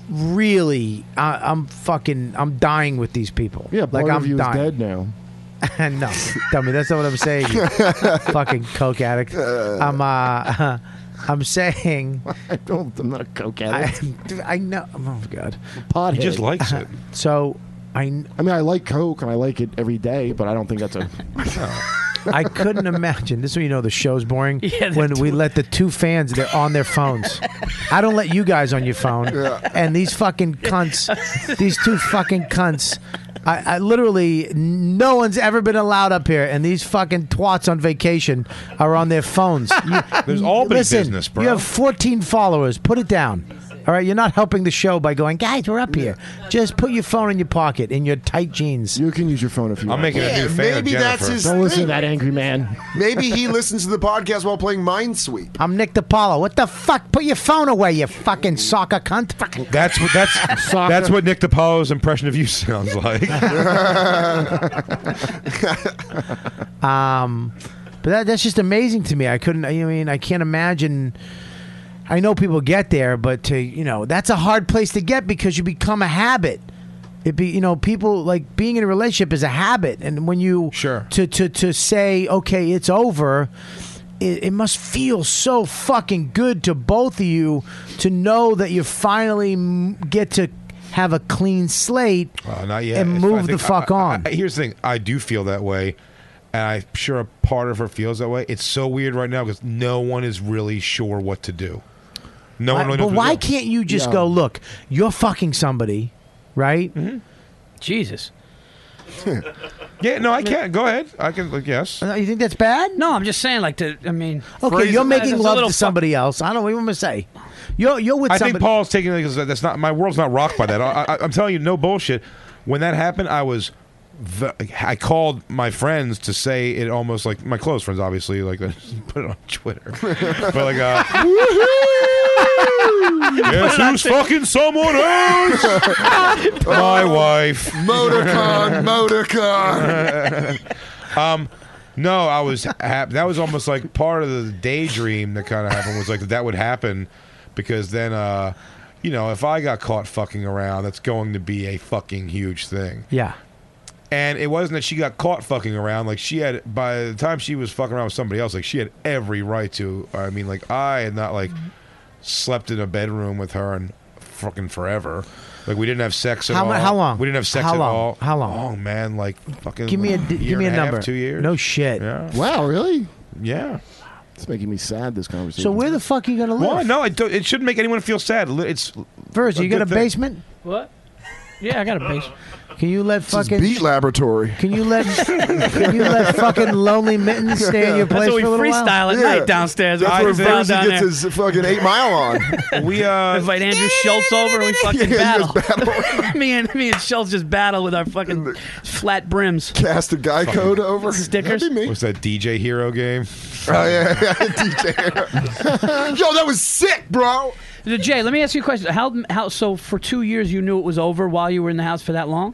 Speaker 6: really. I, I'm fucking. I'm dying with these people.
Speaker 10: Yeah,
Speaker 6: like
Speaker 10: part
Speaker 6: I'm
Speaker 10: of you
Speaker 6: dying.
Speaker 10: is dead now.
Speaker 6: no, dummy, that's not what I'm saying. you fucking coke addict. I'm. Uh, I'm saying.
Speaker 10: I don't. I'm not a coke
Speaker 6: I,
Speaker 10: addict.
Speaker 6: I know. Oh god.
Speaker 10: Pothead.
Speaker 9: He just likes it.
Speaker 6: So I.
Speaker 10: I mean, I like coke and I like it every day, but I don't think that's a.
Speaker 6: I couldn't imagine. This is when you know the show's boring.
Speaker 12: Yeah, the
Speaker 6: when we
Speaker 12: two-
Speaker 6: let the two fans, they're on their phones. I don't let you guys on your phone. And these fucking cunts, these two fucking cunts. I, I literally, no one's ever been allowed up here, and these fucking twats on vacation are on their phones. You-
Speaker 9: There's all been
Speaker 6: listen,
Speaker 9: business, bro.
Speaker 6: You have 14 followers. Put it down. All right, you're not helping the show by going, guys, we're up here. Just put your phone in your pocket in your tight jeans.
Speaker 10: You can use your phone if you.
Speaker 9: I'm
Speaker 10: want.
Speaker 9: making a
Speaker 2: Yeah,
Speaker 9: new fan. of
Speaker 2: maybe that's
Speaker 9: Jennifer.
Speaker 2: his
Speaker 10: Don't listen to
Speaker 2: thing.
Speaker 10: that angry man.
Speaker 2: Maybe he listens to the podcast while playing Minesweep.
Speaker 6: I'm Nick DiPaolo. What the fuck? Put your phone away, you fucking soccer cunt.
Speaker 9: That's what that's that's what Nick DiPaolo's impression of you sounds like.
Speaker 6: Um, but that, that's just amazing to me. I couldn't. I mean, I can't imagine. I know people get there, but to you know, that's a hard place to get because you become a habit. It be you know, people like being in a relationship is a habit, and when you
Speaker 9: Sure.
Speaker 6: to to to say okay, it's over. It, it must feel so fucking good to both of you to know that you finally m- get to have a clean slate
Speaker 9: Uh, not yet.
Speaker 6: and
Speaker 9: It's- I
Speaker 6: move the
Speaker 9: think-
Speaker 6: fuck
Speaker 9: I- I-
Speaker 6: on.
Speaker 9: I- here's the thing: I do feel that way, and I'm sure a part of her feels that way. It's so weird right now because no one is really sure what to do. No one.
Speaker 6: Why-
Speaker 9: Really
Speaker 6: but
Speaker 9: knows
Speaker 6: why
Speaker 9: what to do.
Speaker 6: can't you just
Speaker 10: Yeah.
Speaker 6: go look? You're fucking somebody, right?
Speaker 12: Jesus.
Speaker 9: Yeah, no, I can't. Go ahead. I can. Like, yes.
Speaker 6: No, You think that's bad?
Speaker 12: No, I'm just saying, like, to, I mean,
Speaker 6: Okay,
Speaker 12: Phrase-
Speaker 6: you're
Speaker 12: It's
Speaker 6: making
Speaker 12: a
Speaker 6: love
Speaker 12: little
Speaker 6: to somebody else. I don't know what I'm gonna say. You're you're with
Speaker 9: I
Speaker 6: somebody.
Speaker 9: think Paul's taking it because that's not my world's not rocked by that. I, I, I'm telling you, no bullshit. When that happened, I was. The, I called my friends to say it almost like my close friends, obviously, like put it on Twitter, but like, uh, yes, who's fucking someone else? my wife.
Speaker 2: Motorcon, motorcon.
Speaker 9: Um, No, I was happy. That was almost like part of the daydream that kind of happened was like that would happen because then, uh, you know, if I got caught fucking around, that's going to be a fucking huge thing.
Speaker 6: yeah.
Speaker 9: And it wasn't that she got caught fucking around. Like she had, by the time she was fucking around with somebody else, like she had every right to. I mean, like I had not like slept in a bedroom with her and fucking forever. Like we didn't have sex at
Speaker 6: How mu-
Speaker 9: all.
Speaker 6: how long?
Speaker 9: We didn't have sex
Speaker 6: How
Speaker 9: at
Speaker 6: long?
Speaker 9: all.
Speaker 6: How long?
Speaker 9: Oh man, like fucking.
Speaker 6: Give me a d-
Speaker 9: year
Speaker 6: give me
Speaker 9: and
Speaker 6: a
Speaker 9: half,
Speaker 6: number.
Speaker 9: two years.
Speaker 6: No shit.
Speaker 9: Yeah.
Speaker 10: Wow, really?
Speaker 9: Yeah.
Speaker 10: It's making me sad. This conversation.
Speaker 6: So where the fuck are you gonna live?
Speaker 9: Why? No, it, do- it shouldn't make anyone feel sad. Li- It's
Speaker 6: First, you got a
Speaker 9: good thing.
Speaker 6: basement?
Speaker 12: What? Yeah, I got a basement.
Speaker 6: Can you let
Speaker 12: is
Speaker 6: fucking
Speaker 10: Beat laboratory.
Speaker 6: Can you let Can you let fucking lonely mittens stay in your
Speaker 12: That's
Speaker 6: place
Speaker 12: what we
Speaker 6: for a little
Speaker 12: freestyle
Speaker 6: while?
Speaker 12: at night downstairs.
Speaker 10: That's
Speaker 12: I
Speaker 10: where
Speaker 12: think.
Speaker 10: Brucey
Speaker 12: down
Speaker 10: gets
Speaker 12: there.
Speaker 10: his fucking eight mile on.
Speaker 9: we uh,
Speaker 12: invite Andrew Schultz over and we fucking battle. me and me and Schultz just battle with our fucking flat brims.
Speaker 10: Cast a guy
Speaker 9: Fucking-
Speaker 10: code over
Speaker 12: stickers.
Speaker 10: That'd be me.
Speaker 9: What's that DJ Hero game?
Speaker 10: Oh yeah, yeah, DJ. Yo, that was sick, bro.
Speaker 12: Jay, let me ask you a question. How how so for two years you knew it was over while you were in the house for that long?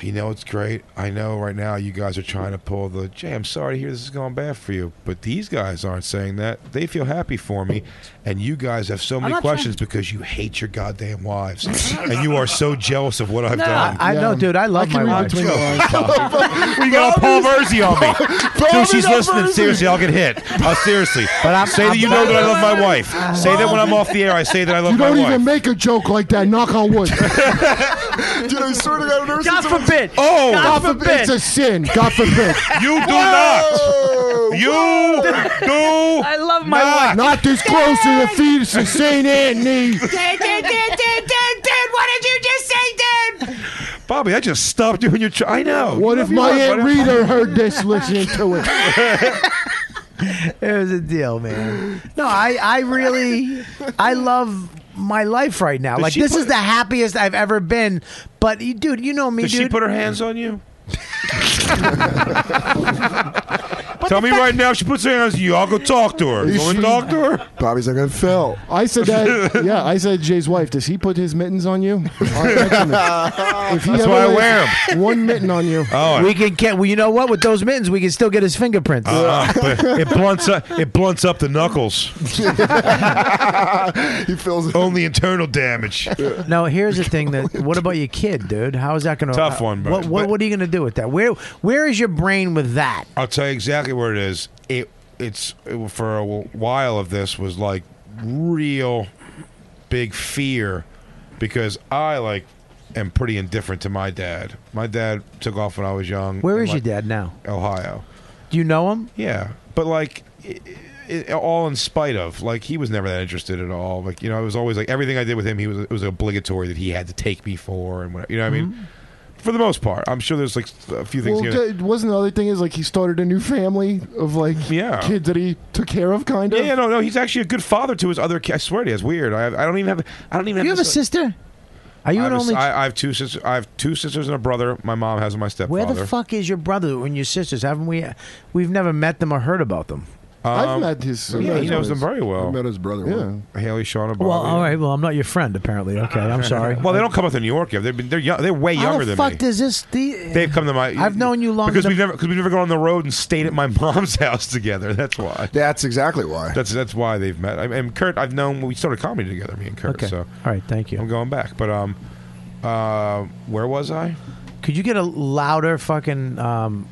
Speaker 9: You know it's great. I know right now you guys are trying to pull the Jay. I'm sorry to hear this is going bad for you, but these guys aren't saying that. They feel happy for me, and you guys have so many
Speaker 6: not
Speaker 9: questions because you hate your goddamn wives, and you are so jealous of what I've
Speaker 6: No,
Speaker 9: done.
Speaker 6: I know, dude. I love my wife.
Speaker 9: we got a Paul Verzi on me. Dude, she's
Speaker 6: got
Speaker 9: listening.
Speaker 6: Verzi.
Speaker 9: Seriously, I'll get hit. Uh, seriously.
Speaker 6: But I'm-
Speaker 9: say that
Speaker 6: I'm-
Speaker 9: you know that I love my wife. Say that when I'm off the air, I say that I love
Speaker 10: You
Speaker 9: my
Speaker 10: don't
Speaker 9: wife.
Speaker 10: even make a joke like that. Knock on wood.
Speaker 2: Dude, I swear to God, I've never
Speaker 12: God
Speaker 2: seen someone-
Speaker 12: forbid.
Speaker 9: Oh,
Speaker 10: God forbid. It's a sin. God forbid.
Speaker 9: You do not. You do.
Speaker 12: I love my wife.
Speaker 10: Not this close to the fetus of St. Anthony.
Speaker 13: Dad, dad, dad, dad, dad, dad, what did you just say, dad?
Speaker 9: Bobby, I just stopped you in your. Ch- I know.
Speaker 10: What
Speaker 9: You
Speaker 10: if
Speaker 9: love
Speaker 10: my
Speaker 9: your wife,
Speaker 10: Aunt
Speaker 9: buddy.
Speaker 10: Rita heard this listening to it?
Speaker 6: It was a deal, man. No, I, I really, I love my life right now.
Speaker 9: Does
Speaker 6: like
Speaker 9: she
Speaker 6: this
Speaker 9: put-
Speaker 6: is the happiest I've ever been. But you- dude, you know me,
Speaker 9: Does
Speaker 6: dude.
Speaker 9: she put her hands on you? Tell me right now, if she puts her hands on you. I'll go talk to her.
Speaker 10: Is
Speaker 9: Go and
Speaker 10: she-
Speaker 9: talk to her.
Speaker 2: Bobby's like, I fell.
Speaker 10: I said that. Yeah, I said Jay's wife. Does he put his mittens on you? I mentioned it. If he
Speaker 9: That's
Speaker 10: ever
Speaker 9: why I
Speaker 10: lays
Speaker 9: wear
Speaker 10: One mitten on you.
Speaker 9: Oh,
Speaker 6: we can get. Well, you know what? With those mittens, we can still get his fingerprints.
Speaker 9: uh, but it blunts up. It blunts up the knuckles.
Speaker 2: he feels
Speaker 9: only internal damage.
Speaker 6: Now, here's the thing that. What about your kid, dude? How is that going to
Speaker 9: Tough one, bro.
Speaker 6: What, what,
Speaker 9: But-
Speaker 6: what are you going to do with that? Where Where is your brain with that?
Speaker 9: I'll tell you exactly where it is. It it's it, for a while of this was like real big fear because I like am pretty indifferent to my dad. My dad took off when I was young.
Speaker 6: Where
Speaker 9: and,
Speaker 6: is your
Speaker 9: like,
Speaker 6: dad now?
Speaker 9: Ohio.
Speaker 6: Do you know him?
Speaker 9: Yeah, but like. i i all in spite of like he was never that interested at all like you know it was always like everything i did with him he was it was obligatory that he had to take me for and whatever you know what
Speaker 6: Mm-hmm.
Speaker 9: i mean for the most part i'm sure there's like a few things
Speaker 10: Well,
Speaker 9: here-
Speaker 10: d- wasn't the other thing is like he started a new family of like
Speaker 9: Yeah.
Speaker 10: kids that he took care of, kind
Speaker 9: Yeah,
Speaker 10: of.
Speaker 9: yeah, no, no. He's actually a good father to his other. Ki- I swear to you, it's weird. I, I don't even have. I don't even.
Speaker 6: You have a
Speaker 9: this-
Speaker 6: sister? Are you
Speaker 9: I
Speaker 6: an
Speaker 9: have a s-
Speaker 6: only?
Speaker 9: I, I have two sisters. I have two sisters and a brother. My mom has my stepfather.
Speaker 6: Where the fuck is your brother and your sisters? Haven't we? We've never met them or heard about them.
Speaker 10: I've
Speaker 9: Um,
Speaker 10: met his. uh,
Speaker 9: yeah, he knows them very well.
Speaker 2: I met his brother.
Speaker 10: Yeah.
Speaker 2: once.
Speaker 9: Haley, Sean, and Bobby.
Speaker 6: Well, all right. Well, I'm not your friend, apparently. Okay, I'm sorry.
Speaker 9: Well, they don't come up to New York yet. They've been. They're young, They're way
Speaker 6: How
Speaker 9: younger
Speaker 6: the
Speaker 9: than
Speaker 6: fuck
Speaker 9: me.
Speaker 6: does this? The,
Speaker 9: They've come to my.
Speaker 6: I've known you longer
Speaker 9: because
Speaker 6: than-
Speaker 9: we've never because we've never gone on the road and stayed at my mom's house together. That's why.
Speaker 2: That's exactly why.
Speaker 9: That's that's why they've met. I, and Kurt, I've known we started comedy together, me and Kurt.
Speaker 6: Okay.
Speaker 9: So
Speaker 6: All right. Thank you.
Speaker 9: I'm going back. But um, uh, where was I?
Speaker 6: Could you get a louder fucking um,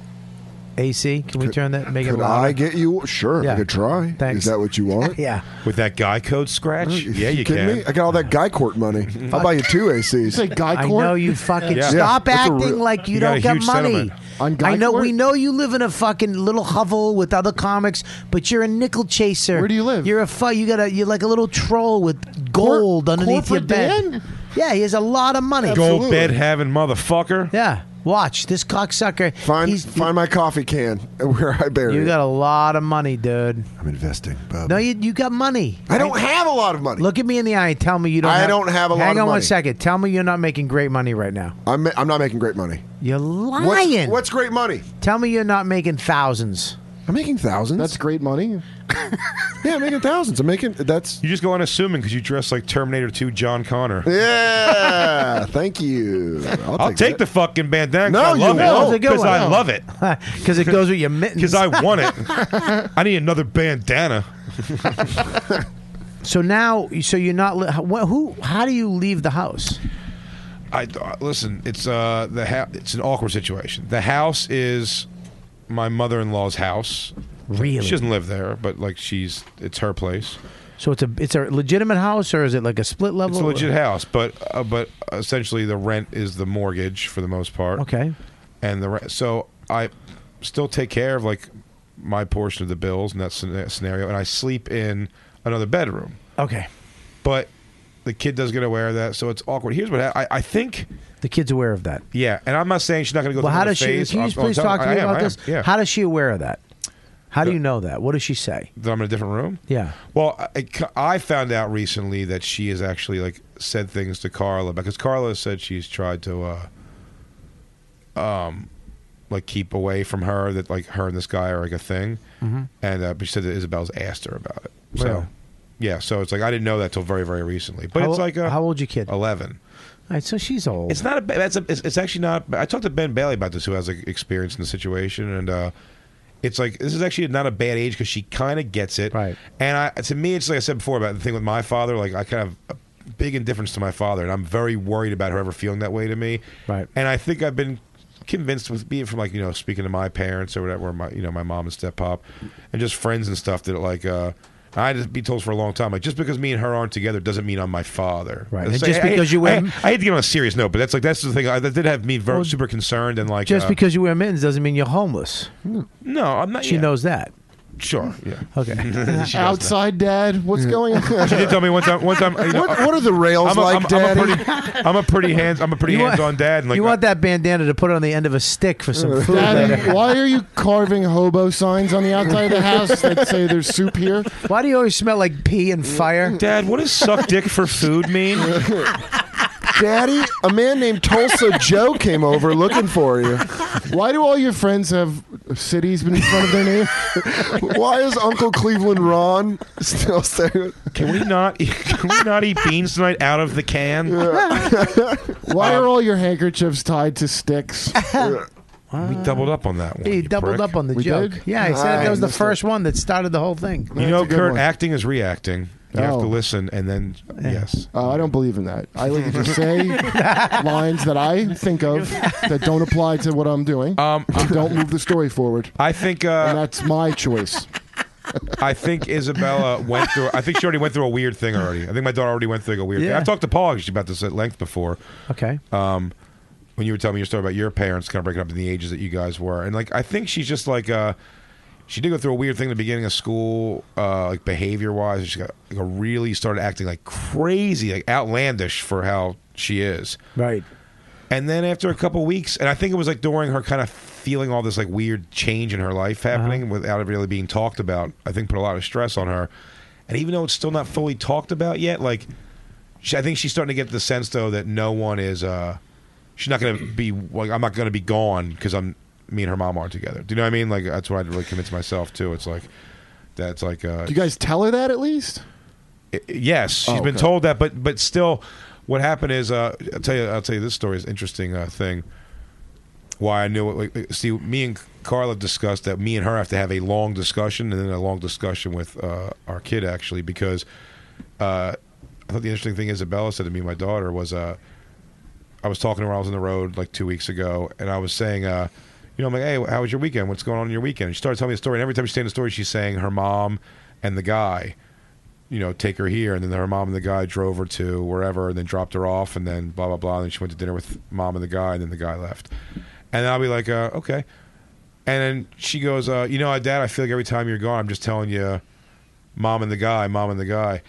Speaker 6: AC? Can we turn that? Make it
Speaker 2: Could
Speaker 6: louder.
Speaker 2: I get you? Sure,
Speaker 6: Yeah.
Speaker 2: I could try.
Speaker 6: Thanks.
Speaker 2: Is that what you want?
Speaker 6: yeah.
Speaker 9: With that guy code scratch? Yeah, you
Speaker 2: kidding
Speaker 9: can.
Speaker 2: me? I got all that Guy Court money. I'll buy you two ACs.
Speaker 10: Say Guy
Speaker 6: I
Speaker 10: Court?
Speaker 6: know you fucking
Speaker 9: Yeah.
Speaker 6: stop
Speaker 2: That's a
Speaker 6: acting
Speaker 2: real-
Speaker 6: like you,
Speaker 9: You got
Speaker 6: don't
Speaker 9: a
Speaker 6: get
Speaker 9: huge
Speaker 6: money.
Speaker 9: settlement.
Speaker 10: On Guy
Speaker 6: I know
Speaker 10: Court?
Speaker 6: we know you live in a fucking little hovel with other comics, but you're a nickel chaser.
Speaker 10: Where do you live?
Speaker 6: You're a fu- you got a you're like a little troll with gold underneath your
Speaker 10: Corporate
Speaker 6: bed.
Speaker 10: Dan?
Speaker 6: Yeah, he has a lot of money.
Speaker 9: Gold bed having motherfucker.
Speaker 6: Yeah. Watch this cocksucker.
Speaker 2: Find
Speaker 6: He's-
Speaker 2: find my coffee can and where I bury
Speaker 6: you
Speaker 2: it.
Speaker 6: got a lot of money, dude.
Speaker 2: I'm investing, Bob.
Speaker 6: No, you you got money.
Speaker 2: I don't have a lot of money.
Speaker 6: Look at me in the eye and tell me you don't.
Speaker 2: I
Speaker 6: have,
Speaker 2: don't have a lot
Speaker 6: Hang
Speaker 2: of
Speaker 6: on one
Speaker 2: money.
Speaker 6: second. Tell me you're not making great money right now.
Speaker 2: I'm I'm not making great money.
Speaker 6: You're
Speaker 2: What's,
Speaker 6: lying.
Speaker 2: what's great money?
Speaker 6: Tell me you're not making thousands.
Speaker 2: I'm making thousands.
Speaker 10: That's great money.
Speaker 2: yeah, I'm making thousands. I'm making that's
Speaker 9: You just go unassuming because you dress like Terminator 2 John Connor.
Speaker 2: yeah. thank you. I'll,
Speaker 9: I'll take the
Speaker 2: that.
Speaker 9: fucking bandana.
Speaker 2: No,
Speaker 9: 'cause I
Speaker 2: you
Speaker 9: love
Speaker 2: won't.
Speaker 6: That's a
Speaker 9: it
Speaker 6: good
Speaker 9: because
Speaker 6: one.
Speaker 9: I love it
Speaker 6: Because it goes with your mittens.
Speaker 9: because I want it. I need another bandana.
Speaker 6: so now, so you're not. Li- wh- who? How do you leave the house?
Speaker 9: I uh, listen. It's uh the ha- it's an awkward situation. The house is my mother in law's house.
Speaker 6: Really?
Speaker 9: she doesn't live there, but like she's it's her place.
Speaker 6: So it's a it's a legitimate house, or is it like a split level?
Speaker 9: It's a legit house, but uh, but essentially the rent is the mortgage for the most part.
Speaker 6: Okay.
Speaker 9: And the rent, so I still take care of like my portion of the bills in that scena- scenario, and I sleep in another bedroom.
Speaker 6: Okay.
Speaker 9: But the kid does get aware of that, so it's awkward. Here's what ha- I, I think.
Speaker 6: The kid's aware of that.
Speaker 9: Yeah, and I'm not saying she's not going to go
Speaker 6: well,
Speaker 9: through
Speaker 6: how
Speaker 9: the
Speaker 6: does she?
Speaker 9: phase.
Speaker 6: Can you
Speaker 9: I'm-
Speaker 6: just
Speaker 9: I'm
Speaker 6: please
Speaker 9: telling-
Speaker 6: talk to
Speaker 9: I
Speaker 6: me
Speaker 9: am, I
Speaker 6: about
Speaker 9: am,
Speaker 6: this?
Speaker 9: Yeah.
Speaker 6: How does she aware of that? How do you know that? What does she say?
Speaker 9: that I'm in a different room.
Speaker 6: Yeah.
Speaker 9: Well, I- I, c- I found out recently that she has actually like said things to Carla because Carla said she's tried to, uh, um, like keep away from her that like her and this guy are like a thing,
Speaker 14: Mhm.
Speaker 9: and uh, but she said that Isabel's asked her about it. So,
Speaker 6: Mm-hmm. Really?
Speaker 9: yeah. So it's like I didn't know that till very very recently. But
Speaker 6: How
Speaker 9: it's
Speaker 6: ol-
Speaker 9: like uh
Speaker 6: how old's your kid?
Speaker 9: Eleven.
Speaker 6: All right, so she's old.
Speaker 9: It's not a. ba- That's a. It's, it's actually not. I talked to Ben Bailey about this, who has like, experience in the situation, and uh, it's like this is actually not a bad age because she kind of gets it. Right. And I, to me, it's like I said before about the thing with my father. Like I kind of a big indifference to my father, and I'm very worried about her ever feeling that way to me.
Speaker 6: Right.
Speaker 9: And I think I've been convinced with being from like you know speaking to my parents or whatever, my you know my mom and step pop, and just friends and stuff that like. uh I had to be told for a long time, like just because me and her aren't together doesn't mean I'm my father.
Speaker 6: Right. And
Speaker 9: It's like,
Speaker 6: just
Speaker 9: I- I-
Speaker 6: because you
Speaker 9: I-
Speaker 6: went-
Speaker 9: I hate to get on a serious note, but that's like that's the thing I, that did have me very super concerned and like
Speaker 6: Just
Speaker 9: uh,
Speaker 6: because you wear mittens doesn't mean you're homeless.
Speaker 9: no, I'm not.
Speaker 6: She
Speaker 9: yeah.
Speaker 6: knows that.
Speaker 9: Sure. Yeah.
Speaker 6: Okay.
Speaker 9: She knows that.
Speaker 10: Outside, Dad, what's going on?
Speaker 9: She did tell me one time. One time. You know,
Speaker 10: What- what are the rails
Speaker 9: I'm a,
Speaker 10: like,
Speaker 9: I'm,
Speaker 10: Daddy?
Speaker 9: I'm a pretty, I'm a pretty hands. I'm a pretty
Speaker 6: You want-
Speaker 9: hands on dad. And like,
Speaker 6: you want that bandana to put on the end of a stick for some food.
Speaker 10: Daddy,
Speaker 6: later.
Speaker 10: why are you carving hobo signs on the outside of the house that say there's soup here?
Speaker 6: Why do you always smell like pee and fire?
Speaker 9: uh, Dad, what does suck dick for food mean?
Speaker 10: Daddy, a man named Tulsa Joe came over looking for you. Why do all your friends have cities in front of their name? Why is Uncle Cleveland Ron still saying?
Speaker 9: Can we not? Can we not eat beans tonight out of the can?
Speaker 10: Why are all your handkerchiefs tied to sticks?
Speaker 9: We doubled up on that one.
Speaker 6: He
Speaker 9: you
Speaker 6: doubled
Speaker 9: prick.
Speaker 6: up on the joke. Yeah, he said
Speaker 10: I
Speaker 6: that was the
Speaker 10: missed
Speaker 6: first one that started the whole thing.
Speaker 9: You know, Kurt, acting is reacting. You have
Speaker 10: Oh.
Speaker 9: to listen, and then yes.
Speaker 10: Uh, I don't believe in that. I like to say lines that I think of that don't apply to what I'm doing.
Speaker 9: Um,
Speaker 10: don't move the story forward.
Speaker 9: I think uh,
Speaker 10: and that's my choice.
Speaker 9: I think Isabella went through. I think she already went through a weird thing already. I think my daughter already went through a weird. thing.
Speaker 6: Yeah.
Speaker 9: I've talked to Paul actually about this at length before.
Speaker 6: Okay.
Speaker 9: Um, when you were telling me your story about your parents kind of breaking up in the ages that you guys were, and like I think she's just like uh, she did go through a weird thing at the beginning of school, uh, like behavior wise. She got like, a really started acting like crazy, like outlandish for how she is.
Speaker 6: Right.
Speaker 9: And then after a couple weeks, and I think it was like during her kind of feeling all this like weird change in her life happening without it really being talked about, I think put a lot of stress on her. And even though it's still not fully talked about yet, like she, I think she's starting to get the sense though that no one is, uh she's not going to be like I'm not going to be gone because I'm me and her mom aren't together. Do you know what I mean? Like that's what I had to really convince myself too. It's like that's like uh,
Speaker 10: Do you guys tell her that at least?
Speaker 9: I- Yes, she's
Speaker 10: Oh,
Speaker 9: been
Speaker 10: okay.
Speaker 9: told that, but but still, what happened is uh, I'll tell you I'll tell you this story is an interesting uh, thing. Why I knew it. Like, see, me and Carla discussed that me and her have to have a long discussion and then a long discussion with uh, our kid actually because uh, I thought the interesting thing Isabella said to me, my daughter, was uh, I was talking to her. when I was on the road like two weeks ago, and I was saying, uh, you know, I'm like, hey, how was your weekend? What's going on in your weekend? And she started telling me a story, and every time she's telling the story, she's saying her mom and the guy, you know, take her here, and then her mom and the guy drove her to wherever, and then dropped her off, and then blah blah blah, and then she went to dinner with mom and the guy, and then the guy left, and I'll be like, uh, okay, and then she goes, uh, you know, Dad, I feel like every time you're gone, I'm just telling you, mom and the guy, mom and the guy.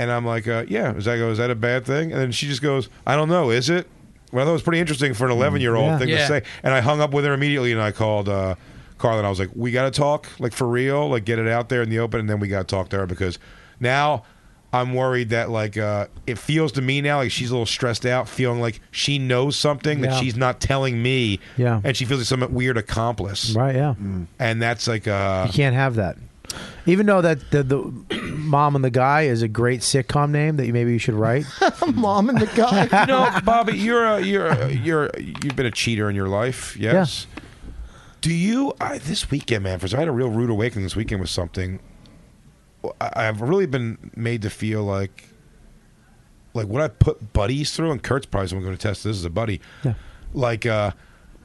Speaker 9: And I'm like, uh, yeah. Is that go? Is that a bad thing? And then she just goes, I don't know. Is it? Well, that was pretty interesting for an 11 year
Speaker 14: Yeah.
Speaker 9: old thing
Speaker 14: Yeah.
Speaker 9: to say. And I hung up with her immediately, and I called uh, Carla, and I was like, we got to talk, like for real, like get it out there in the open, and then we got to talk to her because now I'm worried that like uh, it feels to me now like she's a little stressed out, feeling like she knows something
Speaker 6: Yeah.
Speaker 9: that she's not telling me,
Speaker 6: Yeah.
Speaker 9: and she feels like some weird accomplice,
Speaker 6: Right, yeah.
Speaker 9: And that's like uh,
Speaker 6: You can't have that. Even though that the, the mom and the guy is a great sitcom name that you maybe you should write.
Speaker 10: Mom and the guy.
Speaker 9: you know, Bobby, you're a, you're a, you're a, you've been a cheater in your life. Yes. Do you I, this weekend, man? First, I had a real rude awakening this weekend with something. I, I've really been made to feel like like what I put buddies through, and Kurt's probably someone going to test this as a buddy. Yeah. Like, uh,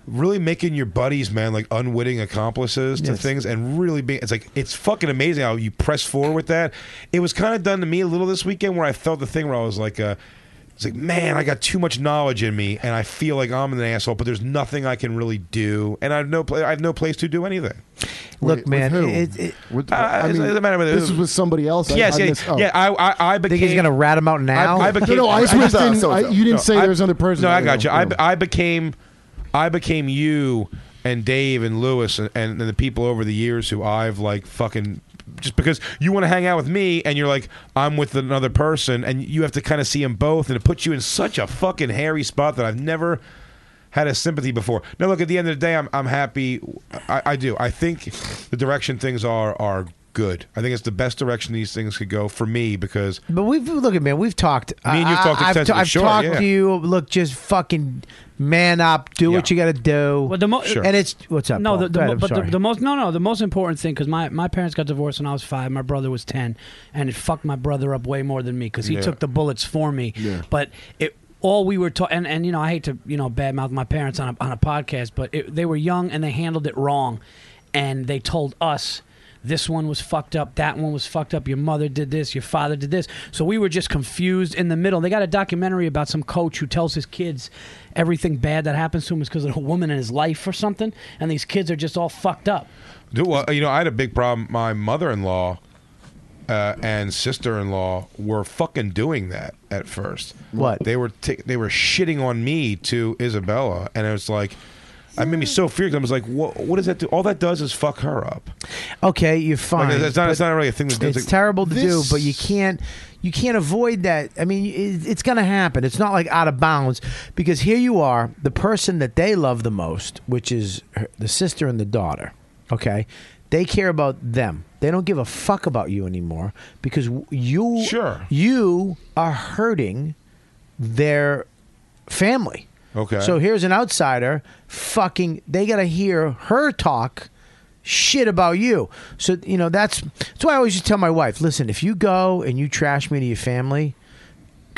Speaker 9: really making your buddies, man, like unwitting accomplices to
Speaker 14: Yes.
Speaker 9: things, and really being it's like it's fucking amazing how you press forward with that. It was kind of done to me a little this weekend where I felt the thing where I was like, uh, it's like, man, I got too much knowledge in me, and I feel like I'm an asshole, but there's nothing I can really do, and I have no, pla- I have no place to do anything.
Speaker 6: Look, man,
Speaker 9: who?
Speaker 6: it- it-
Speaker 9: Uh,
Speaker 10: I
Speaker 9: it
Speaker 10: mean,
Speaker 9: doesn't matter whether-
Speaker 10: this was with somebody else. I-
Speaker 9: Yes,
Speaker 10: I
Speaker 9: yeah,
Speaker 10: missed- oh.
Speaker 9: yeah. I, I, I became.
Speaker 6: he's gonna rat him out now?
Speaker 9: I, I became.
Speaker 10: No, no, I uh, switched in- I- you didn't say
Speaker 9: I-
Speaker 10: there was another person.
Speaker 9: No, I
Speaker 10: No,
Speaker 9: got you.
Speaker 10: no,
Speaker 9: I,
Speaker 10: no.
Speaker 9: I became, I became you and Dave and Lewis and, and the people over the years who I've like fucking. Just because you want to hang out with me, and you're like, I'm with another person, and you have to kind of see them both, and it puts you in such a fucking hairy spot that I've never had a sympathy before. Now, look, at the end of the day, I'm, I'm happy. I, I do. I think the direction things are are good. I think it's the best direction these things could go for me because
Speaker 6: But we've look at man, we've talked. Me
Speaker 9: and you've talked
Speaker 6: I've,
Speaker 9: extensively,
Speaker 6: I've
Speaker 9: sure,
Speaker 6: talked
Speaker 9: yeah.
Speaker 6: to you. Look, just fucking man up. Do what you got to do.
Speaker 12: Well, the mo- Sure.
Speaker 6: and it's what's up.
Speaker 12: No,
Speaker 6: Paul?
Speaker 12: the, the,
Speaker 6: Go ahead,
Speaker 12: mo-
Speaker 6: I'm
Speaker 12: but the,
Speaker 6: sorry.
Speaker 12: the most no no the most important thing because my my parents got divorced when I was five, my brother was ten, and it fucked my brother up way more than me because he
Speaker 15: Yeah.
Speaker 12: took the bullets for me.
Speaker 15: Yeah.
Speaker 12: But it all we were taught, and, and you know I hate to you know badmouth my parents on a on a podcast, but it, they were young and they handled it wrong, and they told us. This one was fucked up. That one was fucked up. Your mother did this. Your father did this. So we were just confused in the middle. They got a documentary about some coach who tells his kids everything bad that happens to him is because of a woman in his life or something. And these kids are just all fucked up.
Speaker 9: Do well, you know? I had a big problem. My mother-in-law uh, and sister-in-law were fucking doing that at first.
Speaker 6: What?
Speaker 9: they were ta- they were shitting on me to Isabella, and it was like, I made me so furious. I was like, what, what does that do? All that does is fuck her up.
Speaker 6: Okay, you're fine.
Speaker 9: it's not- it's
Speaker 6: but
Speaker 9: not really a thing to do.
Speaker 6: It's
Speaker 9: It's like-
Speaker 6: terrible to
Speaker 9: This-
Speaker 6: do, but you can't. You can't avoid that. I mean, it, it's going to happen. It's not like out of bounds because here you are, the person that they love the most, which is her, the sister and the daughter. Okay, they care about them. They don't give a fuck about you anymore because w- you sure you are hurting their family.
Speaker 9: Okay.
Speaker 6: So here's an outsider fucking they got to hear her talk shit about you. So you know that's that's why I always just tell my wife, listen, if you go and you trash me to your family,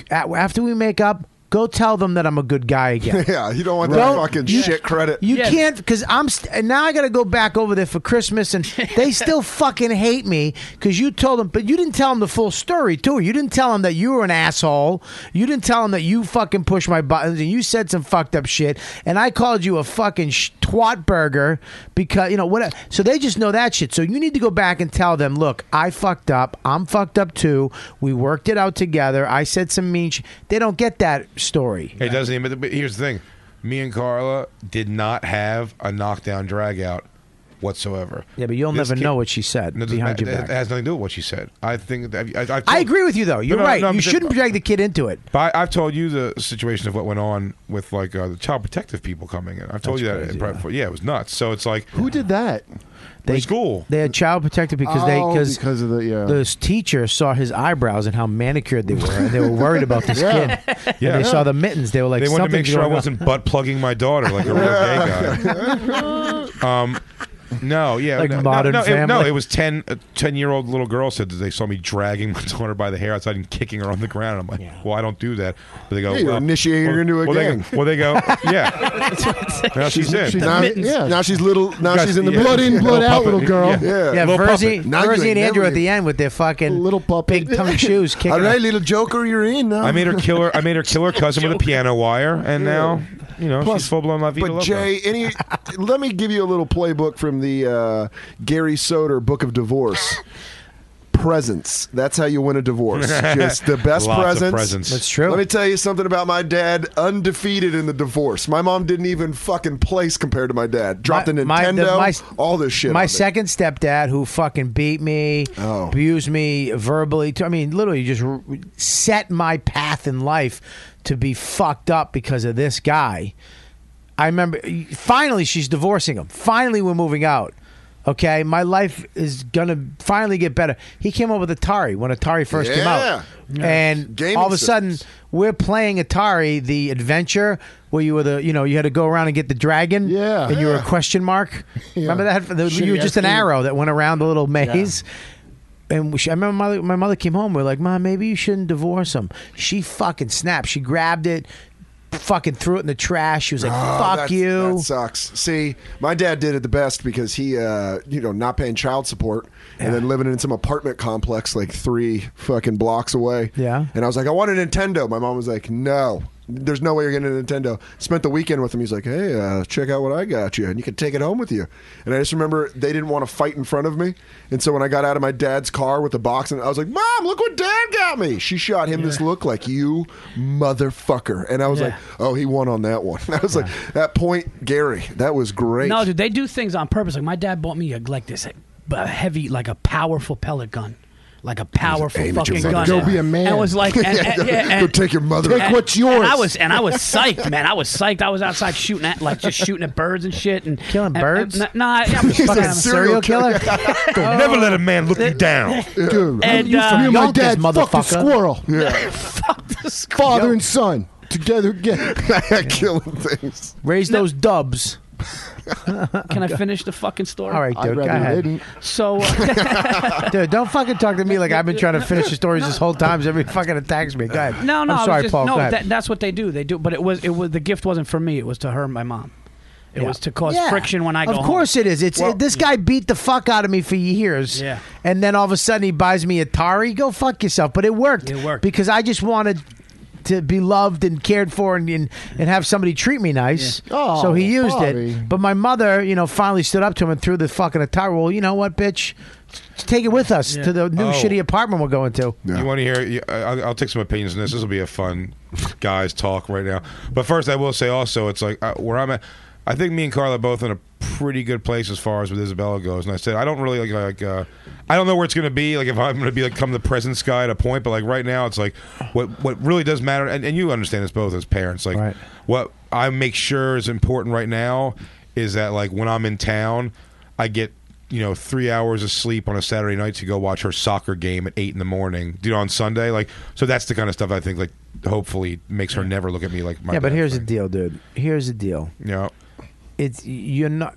Speaker 6: a- after we make up, go tell them that I'm a good guy again.
Speaker 2: Yeah, you don't want that
Speaker 6: Don't-
Speaker 2: fucking
Speaker 6: you-
Speaker 2: shit credit.
Speaker 6: You can't because I'm st- and now I got to go back over there for Christmas and they still fucking hate me because you told them, but you didn't tell them the full story too. You didn't tell them that you were an asshole. You didn't tell them that you fucking pushed my buttons and you said some fucked up shit and I called you a fucking sh- twat burger because you know what? So they just know that shit. So you need to go back and tell them, look, I fucked up. I'm fucked up too. We worked it out together. I said some mean. Sh-. They don't get that story.
Speaker 9: It doesn't even. But here's the thing: me and Carla did not have a knockdown dragout whatsoever.
Speaker 6: Yeah, but you'll
Speaker 9: This
Speaker 6: never
Speaker 9: kid-
Speaker 6: know what she said
Speaker 9: No, it doesn't
Speaker 6: behind
Speaker 9: matter.
Speaker 6: your back.
Speaker 9: It has nothing to do with what she said. I think that I, I've told-
Speaker 6: I agree with you though. You're
Speaker 9: No, no,
Speaker 6: right.
Speaker 9: no,
Speaker 6: you
Speaker 9: but-
Speaker 6: shouldn't drag the kid into it.
Speaker 9: But I, I've told you the situation of what went on with like uh, the child protective people coming in. I've told
Speaker 6: That's
Speaker 9: you that. in
Speaker 6: crazy,
Speaker 9: private for- yeah, it was nuts. So it's like
Speaker 10: who did that?
Speaker 6: They
Speaker 9: school.
Speaker 6: They had child protective because they
Speaker 10: Oh,
Speaker 6: cause
Speaker 10: because of the yeah.
Speaker 6: this teacher saw his eyebrows and how manicured they were, and they were worried about this
Speaker 10: Yeah.
Speaker 6: kid. And
Speaker 9: Yeah.
Speaker 6: they saw the mittens. They were like,
Speaker 9: they wanted to
Speaker 6: "Something's
Speaker 9: make sure I
Speaker 6: going on."
Speaker 9: wasn't butt plugging my daughter like a real gay guy. Um, no, yeah,
Speaker 6: Like
Speaker 9: no,
Speaker 6: Modern
Speaker 9: no, no, It, no,
Speaker 6: Family.
Speaker 9: it was 10 year old little girl said that they saw me dragging my daughter by the hair outside and kicking her on the ground. I'm like, well, I don't do that. But they go,
Speaker 2: Yeah, you're
Speaker 9: well,
Speaker 2: initiating
Speaker 9: well,
Speaker 2: her into a
Speaker 9: well,
Speaker 2: gang.
Speaker 9: They go, well, they go, yeah. now she's, in.
Speaker 2: now, yeah, now she's little. Now
Speaker 9: Guys,
Speaker 2: she's in the
Speaker 9: yeah.
Speaker 2: middle.
Speaker 9: Blood in, blood out, little girl.
Speaker 2: Yeah,
Speaker 9: Yeah.
Speaker 6: Yeah,
Speaker 9: Little
Speaker 6: Verzi,
Speaker 9: puppet. Now you
Speaker 6: Verzi
Speaker 9: ain't
Speaker 6: and
Speaker 9: never
Speaker 6: Andrew at
Speaker 9: in-
Speaker 6: the end with their fucking little big tongue shoes. Kicking
Speaker 2: All right,
Speaker 6: up.
Speaker 2: little Joker, you're in now.
Speaker 9: I made her kill her. I made her kill her cousin with a piano wire, and now you know she's full blown La Vida
Speaker 2: But
Speaker 9: Loca.
Speaker 2: Jay, any, let me give you a little playbook from the uh, Gary Soder Book of Divorce. presents. That's how you win a divorce. Just the best
Speaker 9: Lots of
Speaker 2: presents.
Speaker 9: presents. That's
Speaker 6: true.
Speaker 2: Let me tell you something about my dad. Undefeated in the divorce. My mom didn't even fucking place compared to my dad. Dropped a
Speaker 6: my- the-
Speaker 2: Nintendo.
Speaker 6: my-
Speaker 2: all this shit.
Speaker 6: My
Speaker 2: on it. Oh.
Speaker 6: second stepdad, who fucking beat me, abused me verbally. To, I mean, literally, just r- set my path in life to be fucked up because of this guy. I remember. Finally, she's divorcing him. Finally, we're moving out. Okay, my life is gonna finally get better. He came up with Atari when Atari first came out,
Speaker 2: Yeah.
Speaker 6: and
Speaker 2: Gaming
Speaker 6: all of a
Speaker 2: systems.
Speaker 6: sudden we're playing Atari, the adventure where you were the, you know, you had to go around and get the dragon. Yeah. And you were a question mark. Remember that? The-
Speaker 12: Shitty
Speaker 6: you were just an
Speaker 12: arcade.
Speaker 6: arrow that went around the little maze. and we- she, I remember my mother, my mother came home. We are like, Mom, maybe you shouldn't divorce him. She fucking snapped. She grabbed it, fucking threw it in the trash. She was like,
Speaker 2: Oh,
Speaker 6: "Fuck
Speaker 2: that's-
Speaker 6: you."
Speaker 2: That sucks. See, my dad did it the best because he, uh, you know, not paying child support and then living in some apartment complex like three fucking blocks away. Yeah. And I was like, I want a Nintendo. My mom was like, No. There's no way you're getting a Nintendo. Spent the weekend with him. He's like, "Hey, uh, check out what I got you, and you can take it home with you." And I just remember they didn't want to fight in front of me, and so when I got out of my dad's car with the box, and I was like, "Mom, look what Dad got me!" She shot him this look like, "You motherfucker," and I was
Speaker 12: Yeah.
Speaker 2: like, Oh, he won on that one. I was like, that point, Gary, that was great.
Speaker 12: No, dude, they do things on purpose. Like my dad bought me a, like this a heavy, like a powerful pellet gun, like a powerful
Speaker 10: aim at your
Speaker 12: fucking gun.
Speaker 10: motherfucker. Go be a man.
Speaker 12: And it was like, and,
Speaker 10: Yeah,
Speaker 12: and-
Speaker 10: go-
Speaker 12: yeah,
Speaker 10: go
Speaker 12: and-
Speaker 10: take your mother- Take
Speaker 12: and-
Speaker 10: what's
Speaker 12: And I
Speaker 10: yours.
Speaker 12: was and I was psyched, man. I was psyched. I was outside shooting at like just shooting at birds and shit and killing
Speaker 6: birds?
Speaker 12: And, and, nah, yeah, I'm
Speaker 6: He's
Speaker 12: fucking
Speaker 6: a
Speaker 12: I'm
Speaker 6: serial killer.
Speaker 9: Don't never
Speaker 6: Oh.
Speaker 9: let a man look you down.
Speaker 10: Dude,
Speaker 12: And,
Speaker 10: you
Speaker 12: uh,
Speaker 10: from me and my
Speaker 12: Yonkers,
Speaker 10: dad fucked a
Speaker 12: motherfucker.
Speaker 10: squirrel. Father and son together again.
Speaker 2: Killing things.
Speaker 6: Raise those dubs.
Speaker 12: Can I finish the fucking story?
Speaker 6: All right, dude. Go ahead.
Speaker 12: So, uh,
Speaker 6: dude, don't fucking talk to me like I've been trying to finish the stories this whole time. Everybody fucking attacks me. Go ahead.
Speaker 12: No, no, I
Speaker 6: I'm
Speaker 12: was
Speaker 6: sorry,
Speaker 12: just-
Speaker 6: Paul.
Speaker 12: No,
Speaker 6: go ahead.
Speaker 12: that, that's what they do. They do, but it was it was the gift wasn't for me. It was to her, and my mom. It
Speaker 6: Yeah.
Speaker 12: was to cause
Speaker 6: Yeah.
Speaker 12: friction when I go.
Speaker 6: Of course
Speaker 12: home.
Speaker 6: it is. It's
Speaker 12: Well-
Speaker 6: it, this guy beat the fuck out of me for years.
Speaker 12: Yeah.
Speaker 6: And then all of a sudden he buys me Atari. Go fuck yourself. But it worked. It worked because I just wanted to be loved and cared for and and, and have somebody treat me nice.
Speaker 10: Yeah. Oh,
Speaker 6: so he used
Speaker 10: Bobby.
Speaker 6: it. But my mother, you know, finally stood up to him and threw the fucking Atari. Well, you know what, bitch. Take it with us to the new
Speaker 9: Oh.
Speaker 6: shitty apartment we're going to.
Speaker 9: You want to hear? you- I- I'll, I'll take some opinions on this. This will be a fun guys talk right now. But first, I will say also, it's like uh, where I'm at. I think me and Carla are both in a pretty good place as far as with Isabella goes. And I said I don't really like. like uh, I don't know where it's going to be. Like if I'm going to be like come the presence guy at a point, but like right now, it's like what what really does matter. And, and you understand this both as parents. Like what I make sure is important right now is that like when I'm in town, I get you know three hours of sleep on a Saturday night to go watch her soccer game at eight in the morning. You know, on Sunday, like so that's the kind of stuff I think like hopefully makes her never look at me like my
Speaker 6: yeah, but here's the deal, dude. Here's the deal.
Speaker 9: Yeah.
Speaker 6: It's you're not.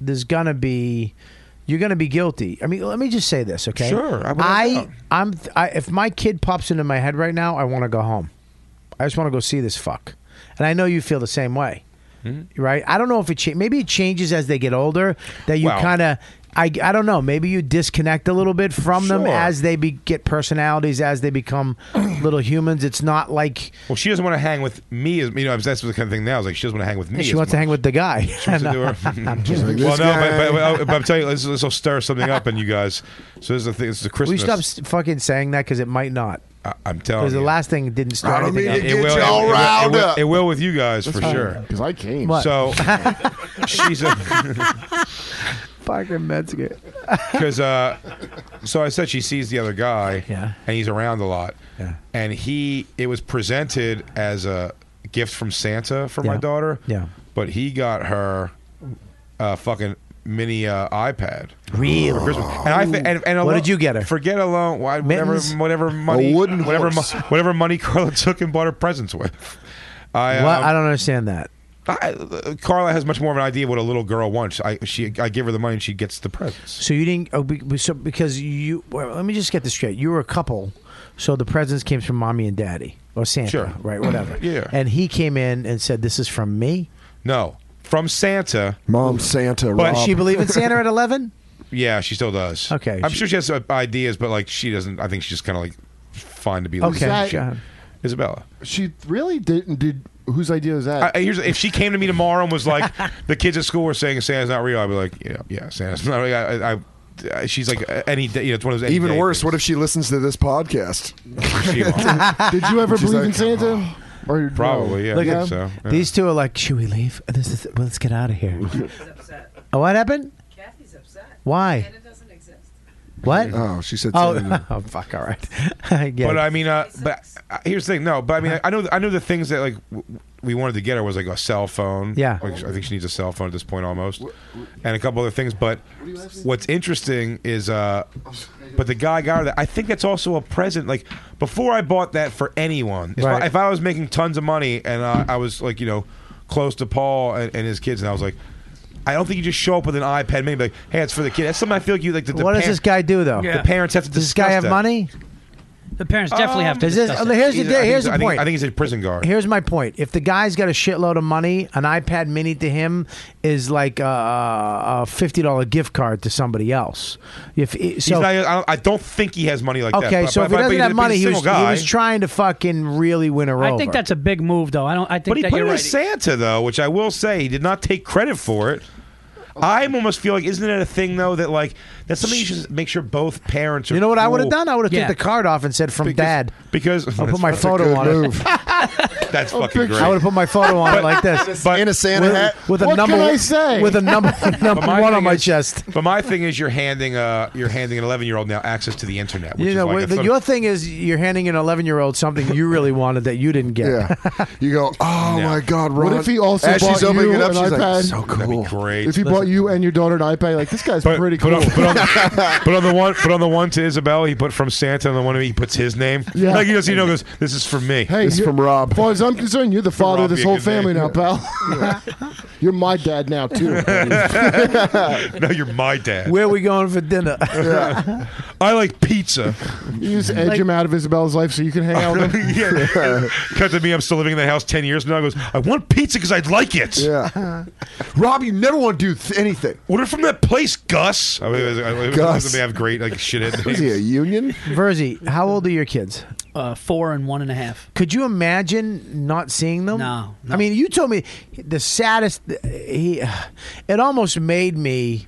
Speaker 6: There's gonna be. You're gonna be guilty. I mean, let me just say this, okay?
Speaker 9: Sure, I wouldn't
Speaker 6: I,
Speaker 9: doubt.
Speaker 6: I am I, if my kid pops into my head right now, I want to go home. I just want to go see this fuck, and I know you feel the same way,
Speaker 9: Hmm?
Speaker 6: right? I don't know if it cha- maybe it changes as they get older that you
Speaker 12: Well-
Speaker 6: kind of. I, I don't know. Maybe you disconnect a little bit from them
Speaker 9: Sure.
Speaker 6: as they be, get personalities, as they become little humans. It's not like
Speaker 9: Well, she doesn't want to hang with me. As, you know, that's the kind of thing now. Is like she doesn't want to hang with me.
Speaker 6: she
Speaker 9: as
Speaker 6: wants to hang with the guy.
Speaker 9: to do her.
Speaker 6: I'm kidding.
Speaker 9: well, no, but, but, but, but I'm telling you, this, this will stir something up in you guys. So this is the thing. This is the
Speaker 6: Will you
Speaker 9: Christmas.
Speaker 6: stop s- fucking saying that? Because it might not.
Speaker 9: I'm telling
Speaker 6: Because the
Speaker 9: you.
Speaker 6: last thing didn't start anything.
Speaker 9: it,
Speaker 6: else.
Speaker 9: it will, it, it, will, it will with you guys
Speaker 10: That's
Speaker 9: for
Speaker 10: fine,
Speaker 9: sure.
Speaker 10: 'cause I came. What?
Speaker 9: So she's a.
Speaker 6: Fucking Mexican.
Speaker 9: because uh, so I said she sees the other guy, and he's around a lot, and he it was presented as a gift from Santa for my
Speaker 6: Yeah.
Speaker 9: daughter,
Speaker 6: Yeah.
Speaker 9: but he got her a fucking mini uh, iPad,
Speaker 6: Really?
Speaker 9: for Christmas. And I thi- and, and
Speaker 6: What
Speaker 9: alo-
Speaker 6: did you get her?
Speaker 9: Forget alone, why- whatever
Speaker 6: Mittens?
Speaker 9: whatever money,
Speaker 6: wooden
Speaker 9: whatever
Speaker 6: horse.
Speaker 9: mo- whatever money Carla took and bought her presents with. I,
Speaker 6: What?
Speaker 9: um,
Speaker 6: I don't understand that.
Speaker 9: I, Carla has much more of an idea what a little girl wants. I she I give her the money and she gets the presents.
Speaker 6: So you didn't. Oh, be- be- so because you. Well, let me just get this straight. You were a couple, so the presents came from mommy and daddy or Santa,
Speaker 9: Sure.
Speaker 6: right? Whatever.
Speaker 9: Yeah.
Speaker 6: And he came in and said, "This is from me."
Speaker 9: No, from Santa.
Speaker 2: Mom, Santa.
Speaker 9: But-
Speaker 6: Does she believe in Santa at eleven?
Speaker 9: Yeah, she still does.
Speaker 6: Okay.
Speaker 9: I'm sure she has uh, ideas, but like she doesn't. I think she's just kind of like fine to be.
Speaker 10: Okay,
Speaker 9: loose.
Speaker 10: That- sure.
Speaker 9: Isabella.
Speaker 10: She really didn't. Did whose idea is
Speaker 9: I,
Speaker 10: that?
Speaker 9: I- here's if she came to me tomorrow and was like, the kids at school were saying Santa's not real. I'd be like, yeah, yeah, Santa's not real. I, I, I, she's like uh, any day. You know, it's one of those any
Speaker 2: Even
Speaker 9: day
Speaker 2: worse, what if she listens to this podcast?
Speaker 9: She won't.
Speaker 10: did you ever
Speaker 2: She's
Speaker 10: believe in
Speaker 2: like,
Speaker 6: oh.
Speaker 10: Santa? Or no?
Speaker 9: Probably, yeah.
Speaker 6: Look
Speaker 9: I
Speaker 6: at
Speaker 9: think so. yeah.
Speaker 6: These two are like, should we leave? This is, well, let's get out of here. oh, what happened?
Speaker 14: Kathy's upset.
Speaker 6: Why?
Speaker 14: Santa doesn't exist.
Speaker 6: What?
Speaker 2: Oh, she said
Speaker 6: Oh,
Speaker 2: Santa.
Speaker 6: oh fuck! All right. I get
Speaker 9: but
Speaker 6: it.
Speaker 9: I mean, uh, but uh, here's the thing. No, but I mean,
Speaker 6: Uh-huh.
Speaker 9: I, I know, I know the things that like w- w- we wanted to get her was like a cell phone.
Speaker 6: Yeah.
Speaker 9: like, I think she needs a cell phone at this point almost, and a couple other things. But what's interesting is, uh, but the guy got her that. I think that's also a present. Like before, I bought that for anyone. If,
Speaker 6: Right.
Speaker 9: I, if I was making tons of money and uh, I was like, you know, close to Paul and, and his kids, and I was like. I don't think you just show up with an iPad. Maybe like, hey, it's for the kid. That's something I feel like you like. The, the
Speaker 6: What does
Speaker 9: par-
Speaker 6: this guy do, though? Yeah.
Speaker 9: The parents have to.
Speaker 6: Does this guy
Speaker 9: discuss
Speaker 6: have
Speaker 9: that.
Speaker 6: money?
Speaker 12: The parents definitely have to.
Speaker 6: Does Um, this-
Speaker 12: discuss it.
Speaker 6: here's the
Speaker 9: He's- I think
Speaker 6: here's
Speaker 9: he's-
Speaker 6: the
Speaker 9: I think-
Speaker 6: point.
Speaker 9: I think he's a prison guard.
Speaker 6: Here's my point. If the guy's got a shitload of money, an iPad Mini to him is like a, a fifty dollar gift card to somebody else. If it-
Speaker 9: He's
Speaker 6: so,
Speaker 9: not- I, don't, I don't think he has money like that.
Speaker 6: okay,
Speaker 9: but-
Speaker 6: so
Speaker 9: but-
Speaker 6: if he
Speaker 9: but- but
Speaker 6: doesn't
Speaker 9: he's
Speaker 6: have
Speaker 9: a
Speaker 6: money, he
Speaker 9: single
Speaker 6: was, he
Speaker 9: guy.
Speaker 6: was trying to fucking really win her over.
Speaker 12: I think that's a big move, though. I don't. I think
Speaker 9: But he
Speaker 12: that
Speaker 9: put
Speaker 12: you're
Speaker 9: it
Speaker 12: right.
Speaker 9: as Santa though, which I will say he did not take credit for it. I almost feel like isn't it a thing though that like that's something you should make sure both parents. Are
Speaker 6: You know what I would have
Speaker 9: cool.
Speaker 6: done? I would have took the card off and said, "From Dad."
Speaker 9: because
Speaker 6: I put my
Speaker 9: That's a
Speaker 6: photo
Speaker 9: good
Speaker 6: on it.
Speaker 9: move. That's fucking great.
Speaker 6: I would have put my photo on it like this,
Speaker 9: But-
Speaker 6: with, with a number. With a number, number
Speaker 9: But my
Speaker 6: one on
Speaker 9: thing
Speaker 6: my
Speaker 9: is-
Speaker 6: chest.
Speaker 9: But my thing is, you're handing uh, you're handing an 11 year old now access to the internet. Which
Speaker 6: You know,
Speaker 9: is like
Speaker 6: wait,
Speaker 9: a
Speaker 6: the,
Speaker 9: thumb-
Speaker 6: your thing is you're handing an 11 year old something you really wanted that you didn't get. Yeah.
Speaker 2: You go, oh
Speaker 10: my
Speaker 2: God,
Speaker 10: What if he also
Speaker 2: As
Speaker 10: bought
Speaker 2: she's opening
Speaker 10: you
Speaker 2: it up,
Speaker 10: an
Speaker 2: she's like,
Speaker 10: iPad?
Speaker 6: Oh,
Speaker 2: so
Speaker 9: That'd be great.
Speaker 10: If he bought you and your daughter an iPad, like this guy's pretty cool.
Speaker 9: But on, but, on, but on the one, but on the one to Isabel, he put from Santa, and the one he puts his name.
Speaker 10: Yeah.
Speaker 9: like he goes, you know, goes, this is for me.
Speaker 10: Hey, you're- As far as I'm concerned, you're the father
Speaker 9: Rob
Speaker 10: of this
Speaker 9: be a
Speaker 10: whole
Speaker 9: good
Speaker 10: family
Speaker 9: name.
Speaker 10: now, pal. you're my dad now too.
Speaker 9: no, you're my dad.
Speaker 6: Where are we going for dinner?
Speaker 9: I like pizza.
Speaker 10: You just edge him out of Isabella's life so you can hang out with him.
Speaker 9: Yeah. Cut to me, I'm still living in the house ten years from now. I goes, I want pizza because I'd like it.
Speaker 2: Yeah. Rob, you never want to do th- anything.
Speaker 9: Order from that place, Gus. I mean, I- I- I-
Speaker 2: Gus.
Speaker 9: They have great like shit. at-
Speaker 2: Is he a union?
Speaker 6: Verzi, how old are your kids?
Speaker 12: Uh, four and one and a half.
Speaker 6: Could you imagine not seeing them?
Speaker 12: No,
Speaker 6: I mean, you told me the saddest. He, it almost made me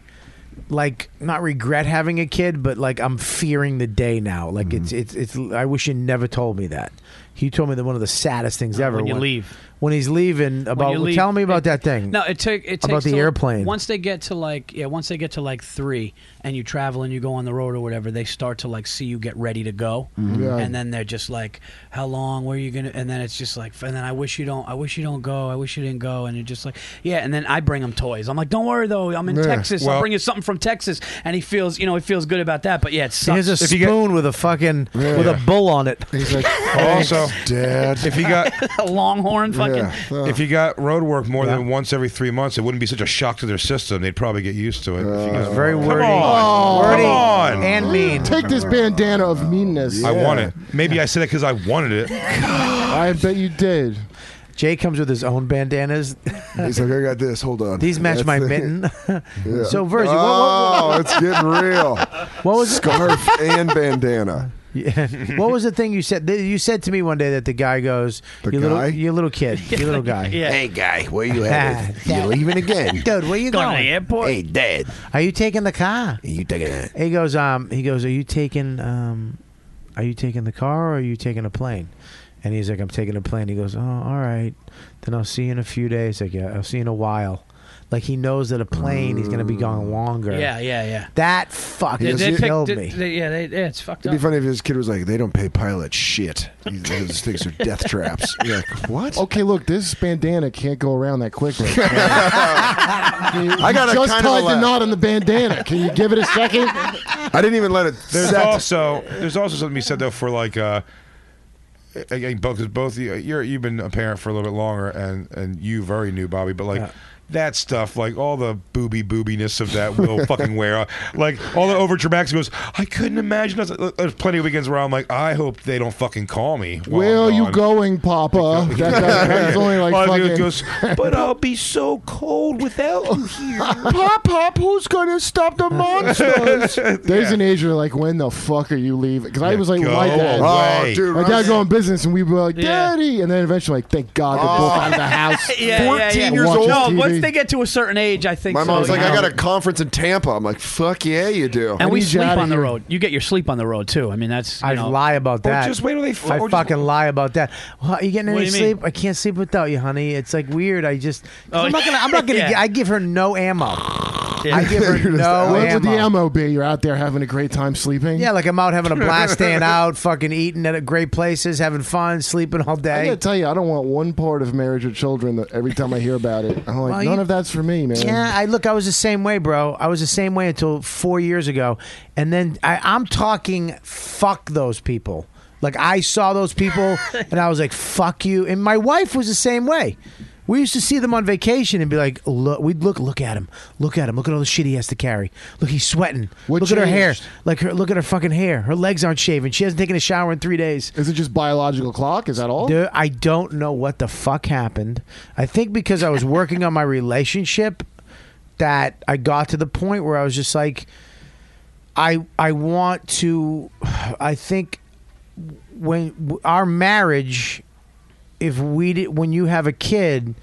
Speaker 6: like not regret having a kid, but like I'm fearing the day now. Like it's it's
Speaker 12: Mm-hmm.
Speaker 6: it's. I wish you never told me that. He told me that one of the saddest things ever.
Speaker 12: Uh, when you leave.
Speaker 6: When he's leaving, about
Speaker 12: you leave-
Speaker 6: tell me about that thing.
Speaker 12: No, it took it takes
Speaker 6: about the
Speaker 12: till-
Speaker 6: airplane.
Speaker 12: Once they get to like yeah, once they get to like three, and you travel and you go on the road or whatever, they start to like see you get ready to go,
Speaker 10: Mm-hmm.
Speaker 11: Mhm. Yeah.
Speaker 12: and then they're just like, "How long? Where are you gonna?" And then it's just like, and then I wish you don't, I wish you don't go, I wish you didn't go, and you're just like, yeah. And then I bring him toys. I'm like, don't worry though, I'm in
Speaker 6: Yeah.
Speaker 12: Texas. I'll
Speaker 6: Well-
Speaker 12: bring you something from Texas, and he feels, you know, he feels good about that. But yeah, it sucks.
Speaker 6: Here's a spoon with a fucking with a bull on it. He's like,
Speaker 9: Also,
Speaker 2: Dad.
Speaker 9: if you got
Speaker 12: longhorn fucking.
Speaker 9: If you got road work more than once every three months, it wouldn't be such a shock to their system. They'd probably get used to it. If you got-
Speaker 6: very
Speaker 9: Come
Speaker 6: wordy.
Speaker 9: on.
Speaker 6: Wordy
Speaker 9: Come on.
Speaker 6: and mean.
Speaker 10: Take this bandana of meanness.
Speaker 9: I want it. Maybe I said it because I wanted it.
Speaker 10: I bet you did.
Speaker 6: Jay comes with his own bandanas.
Speaker 2: He's like, I got this. Hold on.
Speaker 6: These match
Speaker 2: That's
Speaker 6: my
Speaker 2: the-
Speaker 6: mitten.
Speaker 2: Yeah.
Speaker 6: So, Verzi, what, what,
Speaker 2: oh,
Speaker 6: what,
Speaker 2: it's getting real.
Speaker 6: What was it?
Speaker 2: scarf and bandana?
Speaker 6: Yeah. What was the thing you said? th- You said to me one day that the guy goes,
Speaker 2: The
Speaker 6: "You little,
Speaker 2: guy?
Speaker 6: you little kid, you little guy."
Speaker 15: Hey, guy, where you
Speaker 6: Ah,
Speaker 15: at? you leaving again?
Speaker 6: dude, where you
Speaker 15: Going
Speaker 6: going?
Speaker 15: to the
Speaker 6: airport.
Speaker 15: Hey, Dad.
Speaker 6: Are you taking the car?
Speaker 15: You taking a
Speaker 6: He goes, um, he goes, are you taking, um, are you taking the car or are you taking a plane? And he's like, I'm taking a plane. He goes, oh, all right. Then I'll see you in a few days. Like, yeah, I'll see you in a while. Like he knows that a plane, he's gonna be gone longer.
Speaker 12: Mm. Yeah, yeah, yeah.
Speaker 6: That fucking
Speaker 12: They- they picked-
Speaker 6: killed
Speaker 12: they-
Speaker 6: me.
Speaker 12: they- yeah, they, yeah, it's fucked
Speaker 2: It'd be
Speaker 12: up.
Speaker 2: funny if his kid was like, they don't pay pilots shit. These those things are death traps. You're like, what?
Speaker 10: Okay, look, this bandana can't go around that quickly. I
Speaker 2: got a
Speaker 10: just
Speaker 2: kind of a
Speaker 10: tied the
Speaker 2: laugh.
Speaker 10: knot on the bandana. Can you give it a second?
Speaker 2: I didn't even let it.
Speaker 9: There's
Speaker 2: set.
Speaker 9: also there's also something to be said though for like uh, again both 'cause both you- you're you've been a parent for a little bit longer and and you very new Bobby, but like. That stuff, like all the booby boobiness of that will fucking wear, uh, like all the over dramatics goes. I couldn't imagine. us- look, There's plenty of weekends where I'm like, I hope they don't fucking call me. while
Speaker 10: Where
Speaker 9: I'm
Speaker 10: are you
Speaker 9: gone."
Speaker 10: going, Papa? That, that, that's only like
Speaker 9: Well,
Speaker 10: fucking.
Speaker 9: dude, goes, but I'll be so cold without you here.
Speaker 13: Pop, pop, who's gonna stop the monsters?
Speaker 10: There's an age where like, when the fuck are you leaving? Because I was like,
Speaker 9: go
Speaker 10: my dad,
Speaker 9: away. Oh, dude,
Speaker 10: my
Speaker 9: Ross-
Speaker 10: dad going business, and we were like, daddy, and then eventually, like, thank God, they're
Speaker 9: Oh.
Speaker 10: both out of the house.
Speaker 12: yeah, yeah, yeah.
Speaker 10: Watching
Speaker 12: No,
Speaker 10: TV.
Speaker 12: once they get to a certain age, I think
Speaker 2: My
Speaker 12: so,
Speaker 2: mom's like,
Speaker 12: you
Speaker 2: I
Speaker 12: know.
Speaker 2: got a conference in Tampa. I'm like, fuck yeah, you do.
Speaker 12: And we sleep on the road. You get your sleep on the road too. I mean, that's you
Speaker 6: I
Speaker 12: know-
Speaker 6: lie about
Speaker 12: Or
Speaker 6: that.
Speaker 12: just wait till they f-
Speaker 6: I
Speaker 12: or just-
Speaker 6: fucking lie about that. Well, are you getting
Speaker 12: What
Speaker 6: any
Speaker 12: do you mean?
Speaker 6: sleep? I can't sleep without you, honey. It's like weird. I just 'cause
Speaker 12: Oh,
Speaker 6: I'm not gonna. I'm not gonna.
Speaker 12: yeah.
Speaker 6: gi- I give her no ammo.
Speaker 12: Yeah.
Speaker 6: I give her
Speaker 10: You're just out.
Speaker 6: no
Speaker 10: What would
Speaker 6: ammo.
Speaker 10: the ammo be? You're out there having a great time sleeping.
Speaker 6: Yeah, like I'm out having a blast, staying out, fucking eating at great places, having fun, sleeping all
Speaker 10: I
Speaker 6: day.
Speaker 10: gotta tell you, I don't want one part of marriage or children. That every time I hear about it, I'm like,
Speaker 6: Well,
Speaker 10: none
Speaker 6: you-
Speaker 10: of that's for me, man.
Speaker 6: Yeah, I look. I was the same way, bro. I was the same way until four years ago, and then I, I'm talking. Fuck those people. Like I saw those people, and I was like, "Fuck you." And my wife was the same way. We used to see them on vacation and be like, look, we'd look, look at him, look at him, look at all the shit he has to carry. Look, he's sweating. look at her hair,
Speaker 10: changed?
Speaker 6: like her, look at her fucking hair. Her legs aren't shaven. She hasn't taken a shower in three days.
Speaker 10: Is it just biological clock? Is that all?
Speaker 6: Dude, I don't know what the fuck happened. I think because I was working on my relationship, that I got to the point where I was just like, I I want to. I think when w- our marriage, if we did, when you have a kid,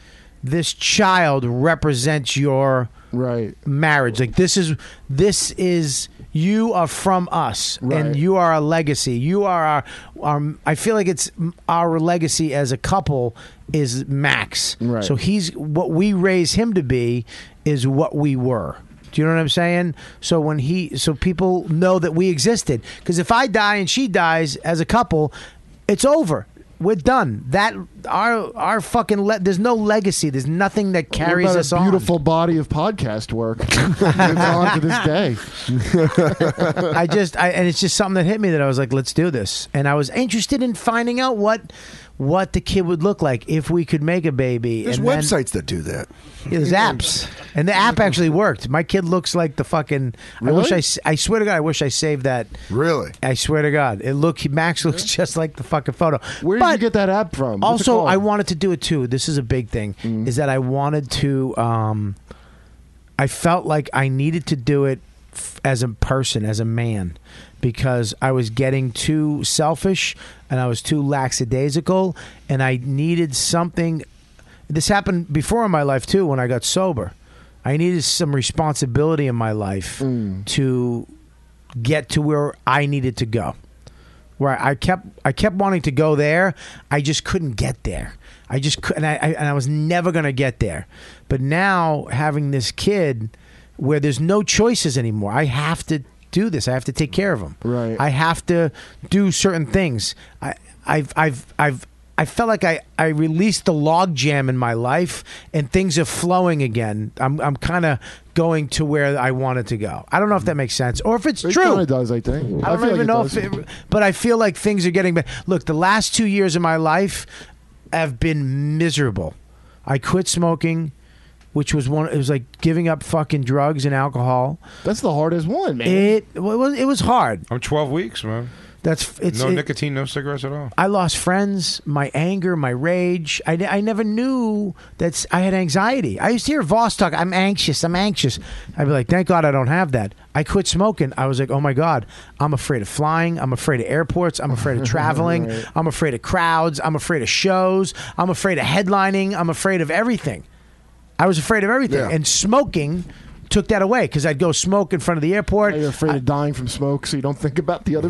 Speaker 6: this child represents your
Speaker 10: right
Speaker 6: marriage. Like this is this is you are from us, and you are our legacy. You are our, our. I feel like it's our legacy as a couple is Max. Right. So he's what we raise him to be is what we were. Do you know what I'm saying? So when he, so people know that we existed. Because if I die and she dies as a couple, it's over. We're done. That our our fucking le- there's no legacy. There's nothing that
Speaker 10: What
Speaker 6: carries
Speaker 10: about
Speaker 6: us
Speaker 10: a
Speaker 6: on.
Speaker 10: beautiful body of podcast work lives on to this day.
Speaker 6: I just I, and it's just something that hit me that I was like, let's do this. And I was interested in finding out what what the kid would look like if we could make a baby.
Speaker 2: There's
Speaker 6: and then-
Speaker 2: websites that do that.
Speaker 6: Yeah, there's apps, and the app actually worked. My kid looks like the fucking. I wish
Speaker 2: Really?
Speaker 6: I. s- I swear to God, I wish I saved that.
Speaker 2: Really?
Speaker 6: I swear to God, it look Max looks just like the fucking photo. Where did you get
Speaker 10: that app from? What's it
Speaker 6: Also,
Speaker 10: called? Mm-hmm.
Speaker 6: I wanted to do it too. This is a big thing. Is that I wanted to. um I felt like I needed to do it f- as a person, as a man, because I was getting too selfish and I was too lackadaisical, and I needed something. This happened before in my life too when I got sober. I needed some responsibility in my life
Speaker 10: Mm.
Speaker 6: to get to where I needed to go. Where I kept, I kept wanting to go there. I just couldn't get there. I just could, and I, I and I was never gonna get there. But now having this kid, where there's no choices anymore, I have to do this. I have to take care of him. Right. I have to do certain things. I, I've, I've, I've. I felt like I, I released the logjam in my life and things are flowing again. I'm, I'm kind of going to where I wanted to go. I don't know if that makes sense or if it's
Speaker 10: It
Speaker 6: true.
Speaker 10: kinda does, I think.
Speaker 6: I don't
Speaker 10: feel like
Speaker 6: even
Speaker 10: it
Speaker 6: know
Speaker 10: does.
Speaker 6: if, it, but I feel like things are getting better. Look, the last two years of my life have been miserable. I quit smoking, which was one. It was like giving up fucking drugs and alcohol.
Speaker 10: That's the hardest one, man.
Speaker 6: It, well, it was it was hard.
Speaker 9: I'm 12 weeks, man.
Speaker 6: That's it's
Speaker 9: no
Speaker 6: it-
Speaker 9: nicotine, no cigarettes at all.
Speaker 6: I lost friends, my anger, my rage. I, I never knew that I had anxiety. I used to hear Voss talk, I'm anxious, I'm anxious. I'd be like, thank God I don't have that. I quit smoking. I was like, oh my God, I'm afraid of flying. I'm afraid of airports. I'm afraid of traveling.
Speaker 10: Right.
Speaker 6: I'm afraid of crowds. I'm afraid of shows. I'm afraid of headlining. I'm afraid of everything. I was afraid of everything.
Speaker 10: Yeah.
Speaker 6: And smoking took that away because I'd go smoke in front of the airport.
Speaker 10: You're afraid of dying from smoke, so you don't think about the other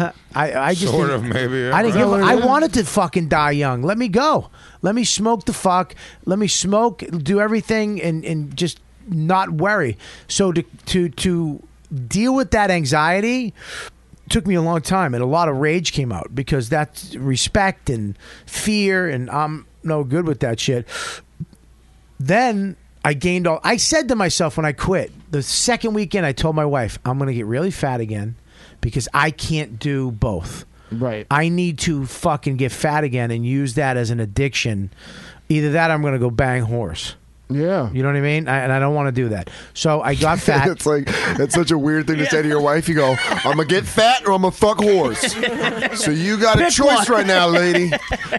Speaker 6: I, I just
Speaker 9: Sort
Speaker 6: didn't-
Speaker 9: of, maybe, yeah,
Speaker 6: I didn't
Speaker 9: right.
Speaker 6: give.
Speaker 9: Is
Speaker 6: A,
Speaker 9: that what
Speaker 6: I
Speaker 9: it is?
Speaker 6: wanted to fucking die young. Let me go. Let me smoke the fuck. Let me smoke. Do everything and and just not worry. So to to to deal with that anxiety took me a long time, and a lot of rage came out because that's respect and fear, and I'm no good with that shit then I gained all. I said to myself when I quit the second weekend, I told my wife, I'm going to get really fat again because I can't do both.
Speaker 10: Right.
Speaker 6: I need to fucking get fat again and use that as an addiction. Either that, or I'm going to go bang horse.
Speaker 10: Yeah.
Speaker 6: You know what I mean? I, and I don't want to do that. So I got fat.
Speaker 2: it's like that's such a weird thing to say to your wife. You go, I'm gonna get fat or I'm gonna fuck horse. So you got a
Speaker 6: Pick
Speaker 2: choice
Speaker 6: one.
Speaker 2: right now, lady.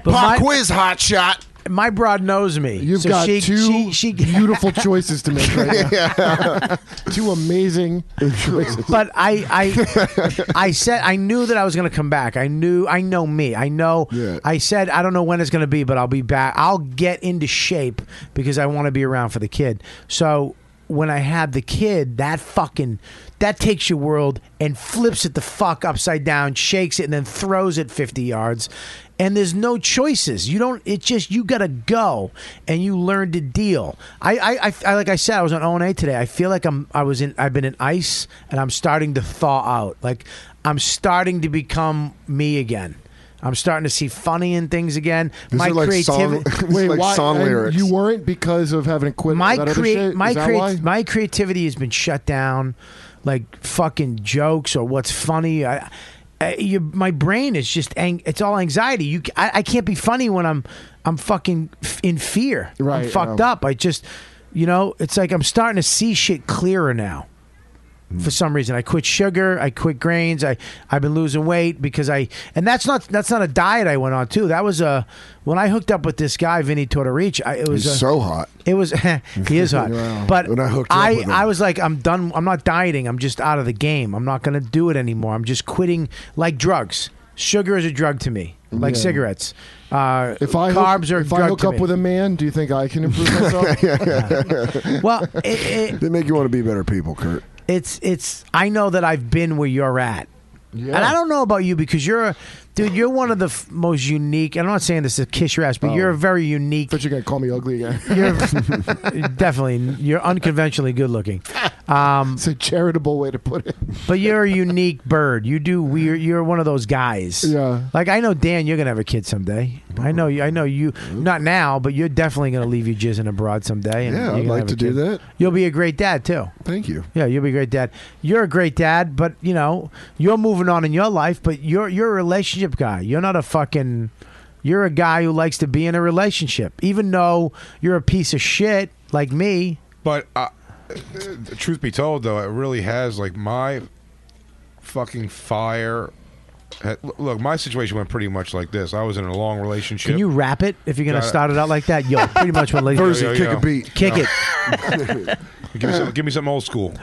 Speaker 2: Pop quiz, hot shot.
Speaker 6: My broad knows me.
Speaker 10: You've
Speaker 6: So
Speaker 10: got
Speaker 6: she-
Speaker 10: two
Speaker 6: she- she-
Speaker 10: beautiful choices to make right now. two amazing choices.
Speaker 6: but I, I, I said I knew that I was going to come back. I knew I know me. I know. I said I don't know when it's going to be, but I'll be back. I'll get into shape because I want to be around for the kid. So when I had the kid, that fucking that takes your world and flips it the fuck upside down, shakes it, and then throws it fifty yards. And there's no choices. You don't. It's just you gotta go, and you learn to deal. I, I, I, I like I said, I was on O and A today. I feel like I'm. I was in. I've been in ice, and I'm starting to thaw out. Like I'm starting to become me again. I'm starting to see funny in things again. my creativity.
Speaker 10: Wait, why? and You weren't because of having to quit.
Speaker 6: my
Speaker 10: that other
Speaker 6: create
Speaker 10: shit?
Speaker 6: my
Speaker 10: Is that why?
Speaker 6: create my creativity has been shut down like fucking jokes or what's funny I, uh, you, my brain is just ang- it's all anxiety. You, c- I, I can't be funny when I'm I'm fucking f- in fear.
Speaker 10: Right,
Speaker 6: I'm fucked
Speaker 10: yeah.
Speaker 6: up. I just, you know, it's like I'm starting to see shit clearer now.
Speaker 10: Hmm.
Speaker 6: For some reason, I quit sugar. I quit grains. I I've been losing weight because I and that's not that's not a diet I went on too. That was a when I hooked up with this guy Vinny Tortorich. I, it was
Speaker 2: He's
Speaker 6: a-
Speaker 2: so hot.
Speaker 6: It was he is hot,
Speaker 2: Wow.
Speaker 6: but
Speaker 2: When I hooked up
Speaker 6: I
Speaker 2: with him.
Speaker 6: I was like, I'm done. I'm not dieting. I'm just out of the game. I'm not going to do it anymore. I'm just quitting like drugs. Sugar is a drug to me, like
Speaker 10: Yeah.
Speaker 6: cigarettes. Uh,
Speaker 10: If I
Speaker 6: carbs
Speaker 10: hook,
Speaker 6: are a
Speaker 10: if
Speaker 6: drug
Speaker 10: I hook
Speaker 6: to
Speaker 10: up
Speaker 6: me.
Speaker 10: with a man, do you think I can improve myself?
Speaker 6: well,
Speaker 2: they make you want to be better people, Kurt.
Speaker 6: it's it's. I know that I've been where you're at,
Speaker 10: Yeah.
Speaker 6: and I don't know about you because you're a dude. You're one of the f- most unique. I'm not saying this to kiss your ass,
Speaker 10: Oh.
Speaker 6: but you're a very unique.
Speaker 10: But you're gonna call me ugly again.
Speaker 6: You're definitely you're unconventionally good looking. Um,
Speaker 10: it's a charitable way to put it.
Speaker 6: But you're a unique bird. You do weird. You're one of those guys. Yeah. Like I know Dan, you're gonna have a kid someday. I know you. I know you. Not now, but you're definitely gonna leave your jizzing abroad someday. And
Speaker 2: Yeah,
Speaker 6: you're
Speaker 2: I'd
Speaker 6: gonna
Speaker 2: like
Speaker 6: have a
Speaker 2: to do
Speaker 6: kid.
Speaker 2: that.
Speaker 6: You'll be a great dad too.
Speaker 2: Thank you.
Speaker 6: Yeah, you'll be a great dad. You're a great dad, but you know you're moving on in your life. But you're you're a relationship guy. You're not a fucking. You're a guy who likes to be in a relationship, even though you're a piece of shit like me.
Speaker 9: But uh, uh, truth be told, though, it really has like my fucking fire. had- Look, my situation went pretty much like this. I was in a long relationship.
Speaker 6: Can you wrap it if you're gonna
Speaker 9: Got it.
Speaker 6: start it out like that? Yo, pretty much what.
Speaker 9: First, you kick a beat.
Speaker 6: Kick
Speaker 9: No.
Speaker 6: it.
Speaker 9: give, me some, give me something old school.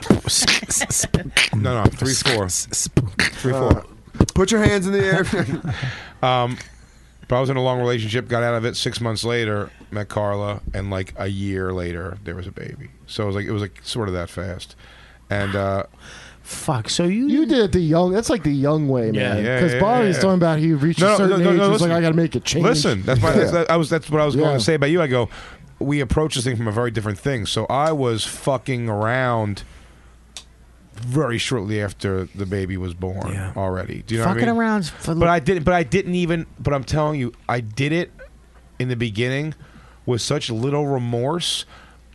Speaker 9: no, no, three four, three four.
Speaker 2: Put your hands in the air.
Speaker 9: um, but I was in a long relationship. Got out of it six months later. Met Carla, and like a year later, there was a baby. So it was like it was like sort of that fast. And uh,
Speaker 6: Fuck. So you
Speaker 10: you did it the young. That's like the young way,
Speaker 9: Yeah.
Speaker 10: man.
Speaker 9: Yeah,
Speaker 10: Because
Speaker 9: yeah,
Speaker 10: Barry's
Speaker 9: yeah.
Speaker 10: talking about he reached a certain age. it's
Speaker 9: listen.
Speaker 10: like I got to make a change.
Speaker 9: Listen, that's my, that's, that, I was that's what I was
Speaker 10: Yeah.
Speaker 9: going to say about you. I go, we approach this thing from a very different thing. So I was fucking around very shortly after the baby was born already. Do you know what I
Speaker 6: Fucking
Speaker 9: mean?
Speaker 6: around for
Speaker 9: but I didn't. But I didn't even. But I'm telling you, I did it in the beginning with such little remorse,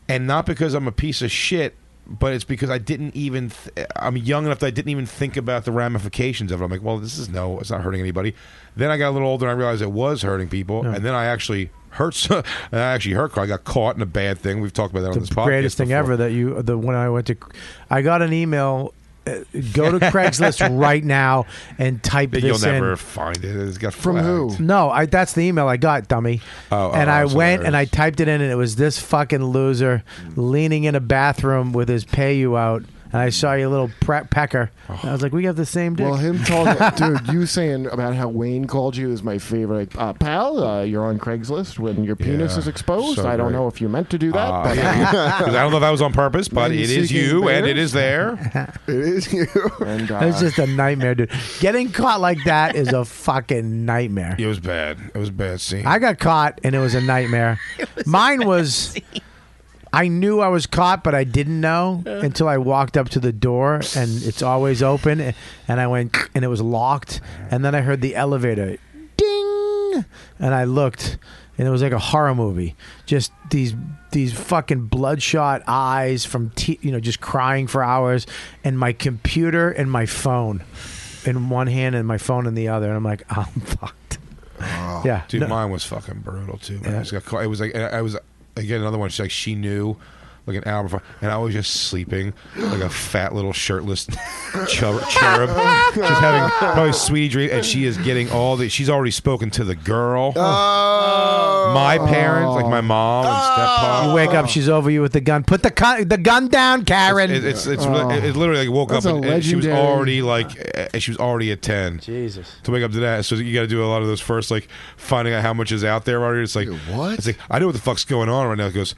Speaker 9: and not because I'm a piece of shit, but it's because I didn't even. Th- I'm young enough that I didn't even think about the ramifications of it. I'm like, well, this is no, it's not hurting anybody. Then I got a little older and I realized it was hurting people, and then I actually hurt. so- and I actually hurt. I got caught in a bad thing. We've talked about that on this podcast.
Speaker 6: greatest thing
Speaker 9: before.
Speaker 6: ever that you the when I went to I got an email uh, go to Craigslist right now and type
Speaker 9: But
Speaker 6: this in.
Speaker 9: You'll never find it. It's got flagged.
Speaker 6: No, I that's the email I got, dummy.
Speaker 9: Oh, oh,
Speaker 6: and I
Speaker 9: I'm sorry.
Speaker 6: went and I typed it in, and it was this fucking loser leaning in a bathroom with his pay you out, and I saw your little pre- pecker.
Speaker 9: Oh.
Speaker 6: And I was like, we have the same dick.
Speaker 10: Well, him talking, dude. You saying about how Wayne called you is my favorite. Uh, pal, uh, you're on Craigslist when your penis
Speaker 9: Yeah,
Speaker 10: is exposed.
Speaker 9: so
Speaker 10: I don't
Speaker 9: great.
Speaker 10: know if you meant to do that.
Speaker 9: Ah,
Speaker 10: but
Speaker 9: yeah. 'Cause I don't know if that was on purpose, but
Speaker 10: Men
Speaker 9: it is
Speaker 10: seeking
Speaker 9: you and it
Speaker 10: bears?
Speaker 9: is there.
Speaker 2: it is you.
Speaker 10: And, uh,
Speaker 6: It was just a nightmare, dude. Getting caught like that is a fucking nightmare.
Speaker 9: It was bad. It was a bad scene.
Speaker 6: I got caught and it was a nightmare. Mine was I knew I was caught, but I didn't know until I walked up to the door and it's always open and I went and it was locked and then I heard the elevator ding and I looked and it was like a horror movie. Just these these fucking bloodshot eyes from te- you know just crying for hours and my computer and my phone in one hand and my phone in the other and I'm like I'm fucked.
Speaker 9: Oh,
Speaker 6: Yeah.
Speaker 9: dude,
Speaker 6: No.
Speaker 9: mine was fucking brutal too. Man. I just got caught. It was like I was again another one. She's like she knew, like an hour before, and I was just sleeping like a fat little shirtless cher- cherub, just having probably sweet dream. And she is getting all the. She's already spoken to the girl.
Speaker 6: Oh.
Speaker 2: Oh.
Speaker 9: My parents, like my mom and stepmom.
Speaker 6: You wake up, she's over you with the gun. Put the cu- the gun down, Karen.
Speaker 9: It- it's it's it, it literally like woke
Speaker 6: That's
Speaker 9: up
Speaker 6: a
Speaker 9: and, and she was
Speaker 6: legendary-
Speaker 9: already like uh, she was already at ten.
Speaker 6: Jesus.
Speaker 9: To wake up to that, so you got to do a lot of those first like finding out how much is out there already. It's like what? It's like I know what the fuck's going on right now. It goes.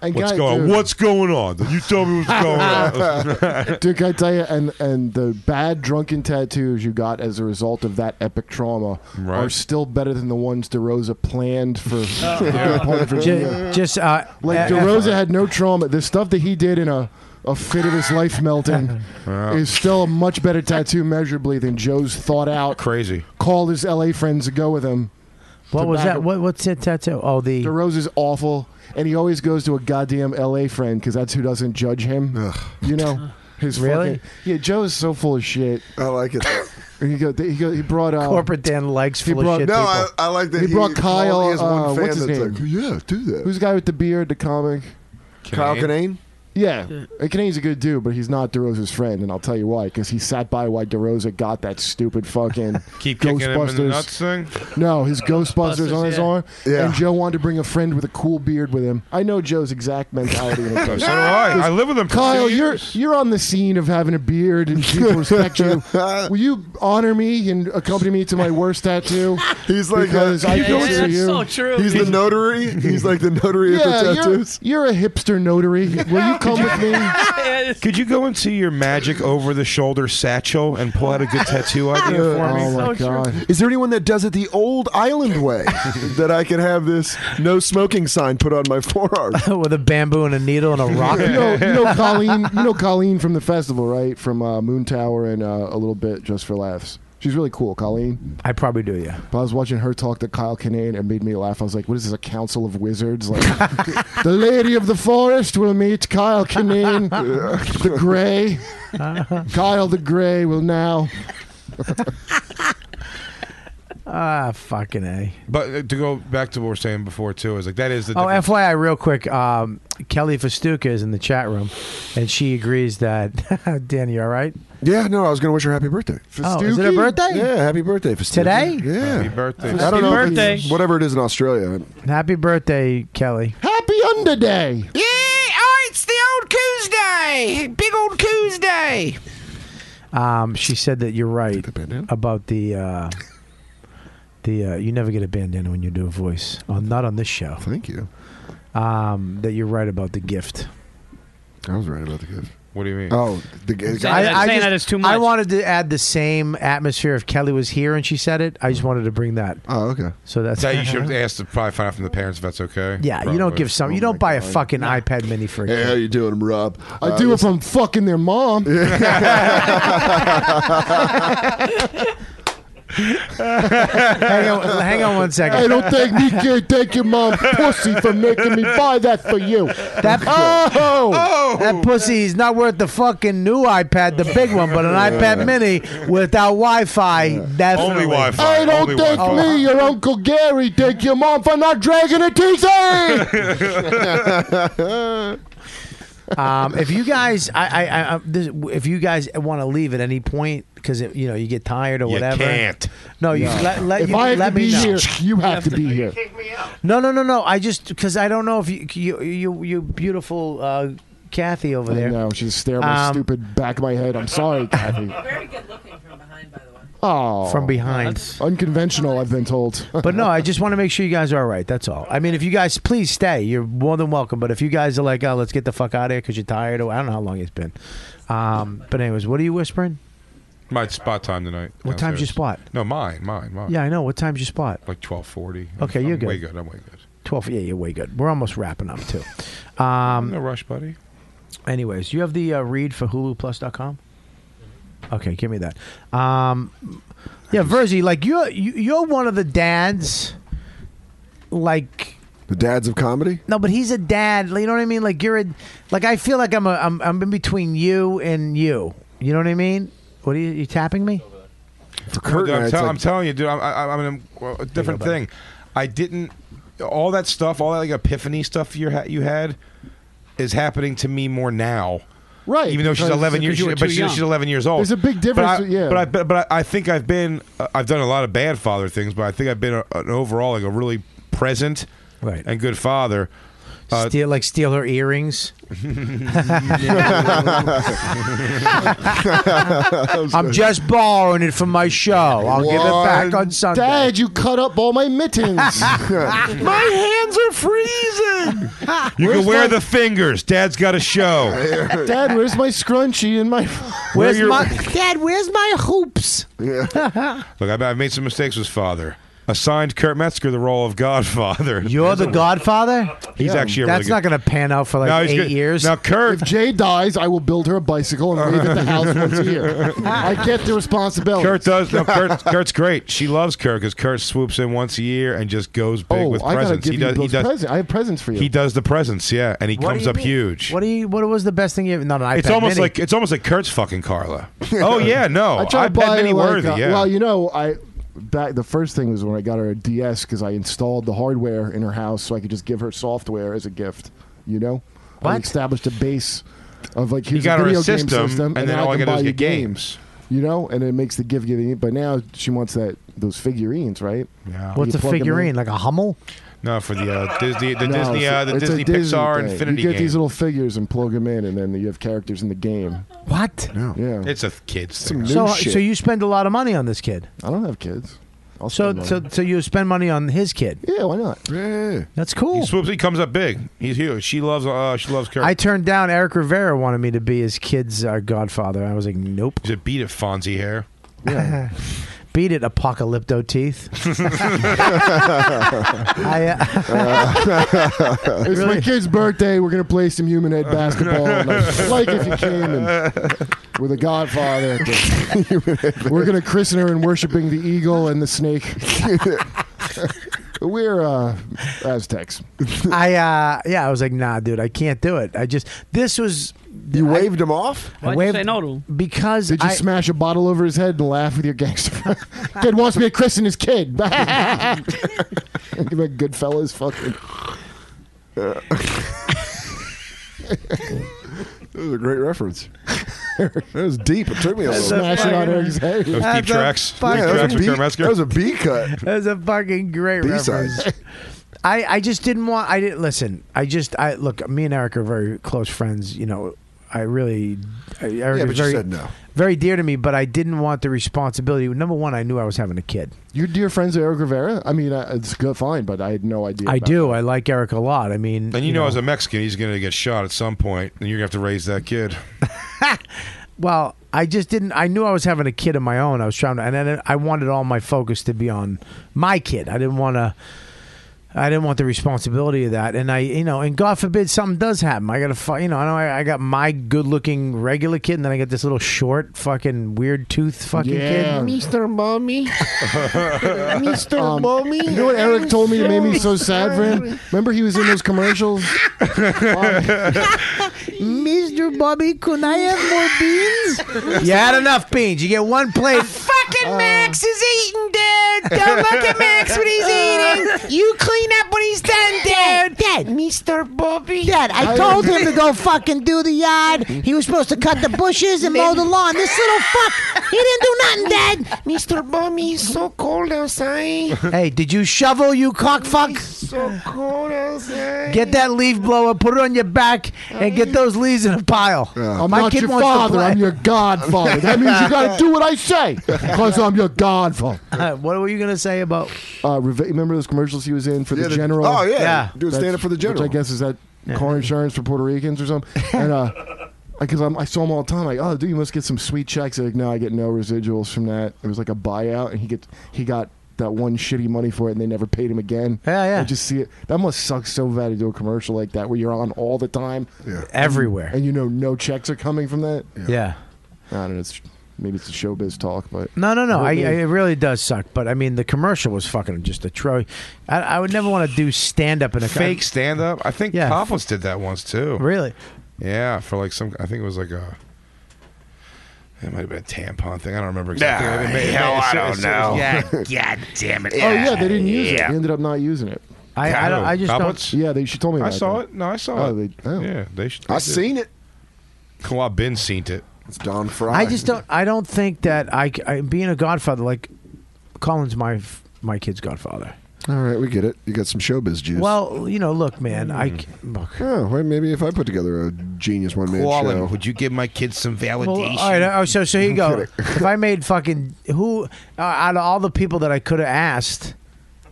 Speaker 10: And
Speaker 9: what's
Speaker 10: guy-
Speaker 9: going?
Speaker 10: dude.
Speaker 9: What's going on? You tell me what's going on.
Speaker 10: Dude, can I tell you? And and the bad drunken tattoos you got as a result of that epic trauma
Speaker 9: Right.
Speaker 10: are still better than the ones DeRosa planned for
Speaker 6: Yeah.
Speaker 10: Home Virginia.
Speaker 6: Ju- just, uh,
Speaker 10: like
Speaker 6: uh,
Speaker 10: DeRosa had no trauma. The stuff that he did in a a fit of his life melting is still a much better tattoo measurably than Joe's thought out.
Speaker 9: Crazy.
Speaker 10: Called his LA friends to go with him.
Speaker 6: What was
Speaker 10: Tobacco-
Speaker 6: that? What, what's that tattoo? Oh, the
Speaker 10: DeRosa's awful, and he always goes to a goddamn LA friend because that's who doesn't judge him. You know, his
Speaker 6: Really?
Speaker 10: fucking- yeah. Joe's so full of shit.
Speaker 2: I like it.
Speaker 10: He got, he got, he brought uh,
Speaker 6: Corporate Dan likes
Speaker 10: he
Speaker 6: full of
Speaker 10: brought,
Speaker 6: shit No, people.
Speaker 2: I- I like that
Speaker 10: He,
Speaker 2: he-
Speaker 10: brought
Speaker 2: all he
Speaker 10: Kyle.
Speaker 2: has one
Speaker 10: uh,
Speaker 2: fan
Speaker 10: what's his
Speaker 2: that's
Speaker 10: name?
Speaker 2: like, yeah, do that.
Speaker 10: Who's the guy with the beard, the comic?
Speaker 2: Kyle Kinane?
Speaker 10: Yeah, and Kinane's a good dude, but he's not DeRosa's friend, and I'll tell you why. Because he sat by while DeRosa got that stupid fucking
Speaker 9: Keep kicking him in the
Speaker 10: Ghostbusters.
Speaker 9: nuts thing.
Speaker 10: No, his Ghostbusters on his
Speaker 9: yeah.
Speaker 10: arm.
Speaker 9: Yeah.
Speaker 10: And Joe wanted to bring a friend with a cool beard with him. I know Joe's exact mentality. when it comes
Speaker 9: So
Speaker 10: to-
Speaker 9: do I. I live with him for
Speaker 10: Kyle,
Speaker 9: two
Speaker 10: you're
Speaker 9: years.
Speaker 10: you're on the scene of having a beard and people respect you. Will you honor me and accompany me to my worst tattoo?
Speaker 2: He's like
Speaker 10: because
Speaker 9: uh,
Speaker 2: a-
Speaker 10: I Oh, go to you.
Speaker 2: He's the notary. He's like the notary of
Speaker 10: Yeah,
Speaker 2: the
Speaker 10: you're,
Speaker 2: tattoos.
Speaker 10: you're a hipster notary. Will you come with me?
Speaker 9: Could you go into your magic over the shoulder satchel and pull out a good tattoo idea
Speaker 2: Uh,
Speaker 9: for me?
Speaker 10: Oh,
Speaker 2: Is there anyone that does it the old island way that I can have this no smoking sign put on my forearm?
Speaker 6: With a bamboo and a needle and a rock.
Speaker 10: you know, you know Colleen. You know Colleen from the festival, right? From uh, Moon Tower and uh, a little bit just for laughs. She's really cool, Colleen.
Speaker 6: I probably do, yeah.
Speaker 10: But I was watching her talk to Kyle Kinane and it made me laugh. I was like, "What is this? A council of wizards? Like the Lady of the Forest will meet Kyle Kinane, the Gray. Kyle the Gray will now."
Speaker 6: Ah, fucking a.
Speaker 9: But uh, to go back to what we were saying before too is like that is the
Speaker 6: Oh,
Speaker 9: difference.
Speaker 6: FYI, real quick, um, Kelly Festuca is in the chat room, and she agrees that Danny, you all right?
Speaker 2: Yeah, no, I was going to wish her happy birthday.
Speaker 6: Oh, is it her
Speaker 2: Festuki?
Speaker 6: birthday?
Speaker 2: Yeah, happy birthday. Festuki.
Speaker 6: Today?
Speaker 2: Yeah.
Speaker 9: Happy birthday.
Speaker 2: I don't
Speaker 6: Happy
Speaker 2: know. if
Speaker 6: birthday.
Speaker 2: it's- whatever it is in Australia.
Speaker 6: Happy birthday, Kelly.
Speaker 10: Happy Under Day.
Speaker 13: Yeah, oh, it's the old coos day. Big old coos day.
Speaker 6: Um, she said that you're right about the uh, the uh, you never get a bandana when you do a voice. Well, not on this show.
Speaker 2: Thank you.
Speaker 6: Um, that you're right about the gift.
Speaker 2: I was right about the gift.
Speaker 9: What do you mean?
Speaker 2: Oh, the, the
Speaker 12: saying that is too much.
Speaker 6: I wanted to add the same atmosphere if Kelly was here and she said it. I just wanted to bring that.
Speaker 2: Oh, okay.
Speaker 6: So that's
Speaker 9: that you should ask to probably find out from the parents if that's okay.
Speaker 6: Yeah, you don't
Speaker 9: Probably.
Speaker 6: give some. You don't buy a fucking iPad Mini for a kid.
Speaker 2: you doing, Rob? Uh,
Speaker 10: I do if I'm fucking their mom.
Speaker 6: hang, on, hang on one second.
Speaker 10: I don't think me can't take your mom's pussy for making me buy that for you.
Speaker 6: That oh, that pussy is not worth the fucking new iPad, the big one, but an iPad Mini without Wi-Fi, definitely.
Speaker 10: I don't think me, your Uncle Gary, take your mom for not dragging a TC.
Speaker 6: um, if you guys, I, I, I- I this, if you guys want to leave at any point because you know you get tired or
Speaker 9: You
Speaker 6: whatever,
Speaker 9: can't.
Speaker 6: No, you
Speaker 10: No.
Speaker 6: let, let
Speaker 10: if
Speaker 6: you,
Speaker 10: I have
Speaker 6: let
Speaker 10: to
Speaker 6: me
Speaker 10: be
Speaker 6: know.
Speaker 10: here, you have to be here.
Speaker 6: No, no, no, no. I just because I don't know if you, you, you, you beautiful uh, Kathy over
Speaker 10: I
Speaker 6: there.
Speaker 10: know she's staring at my
Speaker 6: Um,
Speaker 10: stupid back of my head. I'm sorry, Kathy.
Speaker 14: Very good looking from behind, by the way.
Speaker 10: Oh,
Speaker 6: From behind. That's-
Speaker 10: unconventional. I've been told.
Speaker 6: but no, I just want to make sure you guys are all right. That's all. I mean, if you guys please stay, you're more than welcome. But if you guys are like, oh, let's get the fuck out of here because you're tired, or I don't know how long it's been. Um, but anyways, what are you whispering?
Speaker 9: My spot time tonight.
Speaker 6: What time's your spot?
Speaker 9: No, mine, mine, mine.
Speaker 6: Yeah, I know. What time's your spot?
Speaker 9: Like twelve forty.
Speaker 6: Okay,
Speaker 9: I'm
Speaker 6: you're
Speaker 9: Way
Speaker 6: good.
Speaker 9: good. I'm way good.
Speaker 6: Twelve. Yeah, you're way good. We're almost wrapping up too. Um,
Speaker 9: No rush, buddy.
Speaker 6: Anyways, you have the uh, read for HuluPlus.com. Okay, give me that. Um, yeah, Verzi, like you're you, you're one of the dads, like
Speaker 2: the dads of comedy.
Speaker 6: No, but he's a dad. You know what I mean? Like you're a like I feel like I'm a I'm I'm in between you and you. You know what I mean? What are you, you tapping me?
Speaker 2: For
Speaker 9: Dude, I'm,
Speaker 6: it's
Speaker 9: tell-
Speaker 6: like-
Speaker 9: I'm telling you, dude. I'm, I, I'm in a, well, a different
Speaker 6: about it.
Speaker 9: thing. I didn't. All that stuff, all that like epiphany stuff you ha- you had, is happening to me more now.
Speaker 10: Right,
Speaker 9: Even though she's
Speaker 10: because-
Speaker 9: 11 years,
Speaker 10: because you were
Speaker 9: but
Speaker 10: too
Speaker 9: she-
Speaker 10: young.
Speaker 9: she's 11 years old.
Speaker 10: There's a big difference,
Speaker 9: But I,
Speaker 10: yeah.
Speaker 9: But I, but, but I I think I've been. uh, I've done a lot of bad father things, but I think I've been a, an overall like a really present,
Speaker 6: right.
Speaker 9: and good father. Uh,
Speaker 6: steal like steal her earrings. I'm just borrowing it from my show. I'll give it back on Sunday.
Speaker 10: Dad, you cut up all my mittens.
Speaker 13: hands are freezing.
Speaker 9: You
Speaker 10: Where's
Speaker 9: can wear
Speaker 10: my-
Speaker 9: the fingers. Dad's got a show.
Speaker 10: Dad, where's my scrunchie and my?
Speaker 9: Where's your- my-
Speaker 10: Dad? Where's my hoops?
Speaker 9: Look, I've, I've made some mistakes with father. assigned Kurt Metzger the role of Godfather.
Speaker 6: You're the Godfather.
Speaker 9: He's actually a
Speaker 6: that's
Speaker 9: really
Speaker 6: not
Speaker 9: good-
Speaker 6: going to pan out for like
Speaker 9: No, he's
Speaker 6: eight
Speaker 9: good.
Speaker 6: years.
Speaker 9: Now, Kurt,
Speaker 10: If Jay dies, I will build her a bicycle and leave at the house once a year. I get the responsibility.
Speaker 9: Kurt does. No, Kurt, Kurt's great. She loves Kurt because Kurt swoops in once a year and just goes big
Speaker 10: oh,
Speaker 9: with
Speaker 10: I gotta
Speaker 9: presents.
Speaker 10: give
Speaker 9: he
Speaker 10: you
Speaker 9: does. He
Speaker 10: those
Speaker 9: does.
Speaker 10: presents. I have presents for you.
Speaker 9: He does the presents, yeah, and he
Speaker 6: What do
Speaker 9: comes
Speaker 6: you
Speaker 9: up
Speaker 6: mean?
Speaker 9: huge.
Speaker 6: What do you? What was the best thing you? ever Not an iPad.
Speaker 9: It's almost
Speaker 6: Mini.
Speaker 9: like uh, it's almost like Kurt's fucking Carla. oh yeah, no,
Speaker 10: I tried
Speaker 9: iPad
Speaker 10: buying
Speaker 9: Mini
Speaker 10: like,
Speaker 9: worthy.
Speaker 10: uh,
Speaker 9: yeah,
Speaker 10: Well, you know, I back the first thing was when I got her a DS because I installed the hardware in her house so I could just give her software as a gift. You know, I
Speaker 9: What?
Speaker 10: established a base of like here's
Speaker 9: got
Speaker 10: a
Speaker 9: her a
Speaker 10: video game
Speaker 9: system,
Speaker 10: system,
Speaker 9: and then all I gotta
Speaker 10: can
Speaker 9: do
Speaker 10: buy
Speaker 9: is
Speaker 10: you
Speaker 9: get games.
Speaker 10: You know, and it makes the gift giving. But now she wants that those figurines, right? Yeah.
Speaker 6: What's a figurine? Like a Hummel?
Speaker 9: no, for the uh, Disney, the Disney,
Speaker 10: it's a-
Speaker 9: uh, the
Speaker 10: it's a
Speaker 9: Disney
Speaker 10: Disney
Speaker 9: Pixar
Speaker 10: thing.
Speaker 9: Infinity
Speaker 10: You get
Speaker 9: game.
Speaker 10: these little figures and plug them in, and then you have characters in the game.
Speaker 6: What?
Speaker 9: Oh.
Speaker 10: Yeah.
Speaker 9: It's a kids
Speaker 10: Some
Speaker 9: thing.
Speaker 10: new
Speaker 6: So,
Speaker 10: shit.
Speaker 6: so you spend a lot of money on this kid.
Speaker 10: I don't have kids. I'll
Speaker 6: so,
Speaker 10: spend
Speaker 6: so, so you spend money on his kid.
Speaker 10: Yeah, why not?
Speaker 6: That's cool.
Speaker 9: He swoops. He comes up big. He's huge. She loves. Uh, she loves Kurt.
Speaker 6: I turned down Eric Rivera wanted me to be his kid's uh, godfather. I was like, nope.
Speaker 9: Just beat it, Fonzie hair.
Speaker 6: Beat it, apocalypto teeth. I,
Speaker 10: Uh, it's my
Speaker 6: Really?
Speaker 10: kid's birthday. We're gonna play some human head basketball. and I'd like if you came and with a Godfather. We're gonna christen her in worshiping the eagle and the snake. We're uh, Aztecs.
Speaker 6: I uh, yeah, I was like, nah, dude, I can't do it. I just this was you
Speaker 2: waved him off.
Speaker 6: I waved because
Speaker 10: Did you
Speaker 6: I-
Speaker 10: smash a bottle over his head and laugh with your gangster friend? kid wants me to christen his kid. Give a good fella's fucking.
Speaker 2: That was a great reference. that was deep. It took me a
Speaker 10: That's
Speaker 2: little.
Speaker 10: a Smash it on fucking- Eric's head. Those deep
Speaker 2: That's a
Speaker 10: tracks.
Speaker 2: fucking-
Speaker 10: Deep
Speaker 2: Yeah, that was
Speaker 10: tracks
Speaker 2: a B-
Speaker 10: with Kurt Metzger.
Speaker 2: That was a B cut.
Speaker 6: That's a fucking great
Speaker 2: B-sides.
Speaker 6: reference. I, I just didn't want I didn't listen. I just I look. Me and Eric are very close friends. You know, I really I- Eric
Speaker 2: Yeah, but
Speaker 6: is
Speaker 2: you
Speaker 6: very
Speaker 2: said no.
Speaker 6: very dear to me. But I didn't want the responsibility. Number one, I knew I was having a kid.
Speaker 10: You're dear friends of Eric Rivera. I mean, uh, it's good, fine, but I had no idea.
Speaker 6: I
Speaker 10: about
Speaker 6: do. I like Eric a lot. I mean,
Speaker 9: And you, know, as a Mexican, he's going to get shot at some point, and you're going to have to raise that kid.
Speaker 6: Well, I just didn't. I knew I was having a kid of my own. I was trying to, and then I wanted all my focus to be on my kid. I didn't want to. I didn't want the responsibility of that, and I, you know, and God forbid something does happen. I got to, fi- you know, I know I, I got my good-looking regular kid, and then I got this little short, fucking weird tooth, fucking
Speaker 10: Yeah.
Speaker 6: kid.
Speaker 10: Mr. Mommy.
Speaker 6: Mr.
Speaker 10: Mommy. Um, You know what Eric told me that made me so sad for him? Remember he was in those commercials?
Speaker 6: Mr. Bobby, could I have more beans? you had enough beans. You get one plate. Uh.
Speaker 13: Fucking Max is eating, dude. Don't look at Max when he's
Speaker 6: Uh.
Speaker 13: eating. You clean up when he's done, dude. Dad, Mr. Bobby. Dad,
Speaker 16: I told him to go fucking do the yard. He was supposed to cut the bushes and mow the lawn. This little fuck, he didn't do nothing, Dad.
Speaker 13: Mr. Bobby, it's so cold outside.
Speaker 6: hey, did you shovel, you cockfuck?
Speaker 13: so cold outside.
Speaker 6: Get that leaf blower, put it on your back, and get those leaves in a pile. Oh,
Speaker 10: I'm not your father. I'm your godfather. That means you got to do what I say because I'm your godfather.
Speaker 6: Uh, what were you gonna say about?
Speaker 10: Uh, Reve- remember those commercials he was in for
Speaker 2: Yeah,
Speaker 10: the
Speaker 2: the-
Speaker 10: general?
Speaker 2: oh, yeah. Yeah. Doing stand up for the
Speaker 10: That's-
Speaker 2: general.
Speaker 10: Which I guess is that car insurance for Puerto Ricans or something. and uh, because I saw him all the time, like, oh, dude, you must get some sweet checks. Like, no, I get no residuals from that. It was like a buyout, and he get he got that one shitty money for it, and they never paid him again. Yeah, yeah. I just see it. That must suck so bad to do a commercial like that where you're on all the time,
Speaker 2: Yeah.
Speaker 6: everywhere,
Speaker 10: and you know no checks are coming from that.
Speaker 6: Yeah.
Speaker 10: I don't know. It's maybe it's a showbiz talk, but
Speaker 6: No, no, no. I, I,
Speaker 10: Really?
Speaker 6: it really does suck, but I mean, the commercial was fucking just a tro. I, I would never want to do stand up in a
Speaker 9: Fake stand up. I think
Speaker 6: Yeah.
Speaker 9: Topless did that once too.
Speaker 6: Really?
Speaker 9: Yeah, for like some. I think it was like a. It might have been a tampon thing. I don't remember exactly.
Speaker 15: Nah,
Speaker 9: It may-
Speaker 15: hell,
Speaker 9: it's-
Speaker 15: I
Speaker 9: it's-
Speaker 15: don't
Speaker 9: it's-
Speaker 15: know.
Speaker 9: yeah.
Speaker 15: God damn it.
Speaker 10: oh yeah, they didn't use it.
Speaker 15: Yeah.
Speaker 10: They ended up not using it.
Speaker 6: I, I, don't, I just don't.
Speaker 9: Goblets?
Speaker 10: Yeah, they she told me.
Speaker 9: I
Speaker 10: about
Speaker 9: saw
Speaker 10: that.
Speaker 9: it. No, I saw
Speaker 10: Oh,
Speaker 9: it.
Speaker 10: they- oh.
Speaker 9: Yeah, they. sh-
Speaker 10: I
Speaker 9: they
Speaker 10: seen
Speaker 2: it.
Speaker 9: Well, I've been seen it.
Speaker 2: It's Don Fry.
Speaker 6: I just don't. I don't think that I, c- I- being a godfather like Colin's my f- my kid's godfather.
Speaker 2: All right, we get it. You got some showbiz juice.
Speaker 6: Well, you know, look, man, I
Speaker 10: Mm.
Speaker 6: c-
Speaker 2: Oh, well, maybe if I put together a genius one man
Speaker 9: Quality.
Speaker 2: show.
Speaker 9: Would you give my kids some validation?
Speaker 6: Well, all right. Oh, so so here you uh, go. if I made fucking who uh, out of all the people that I could have asked,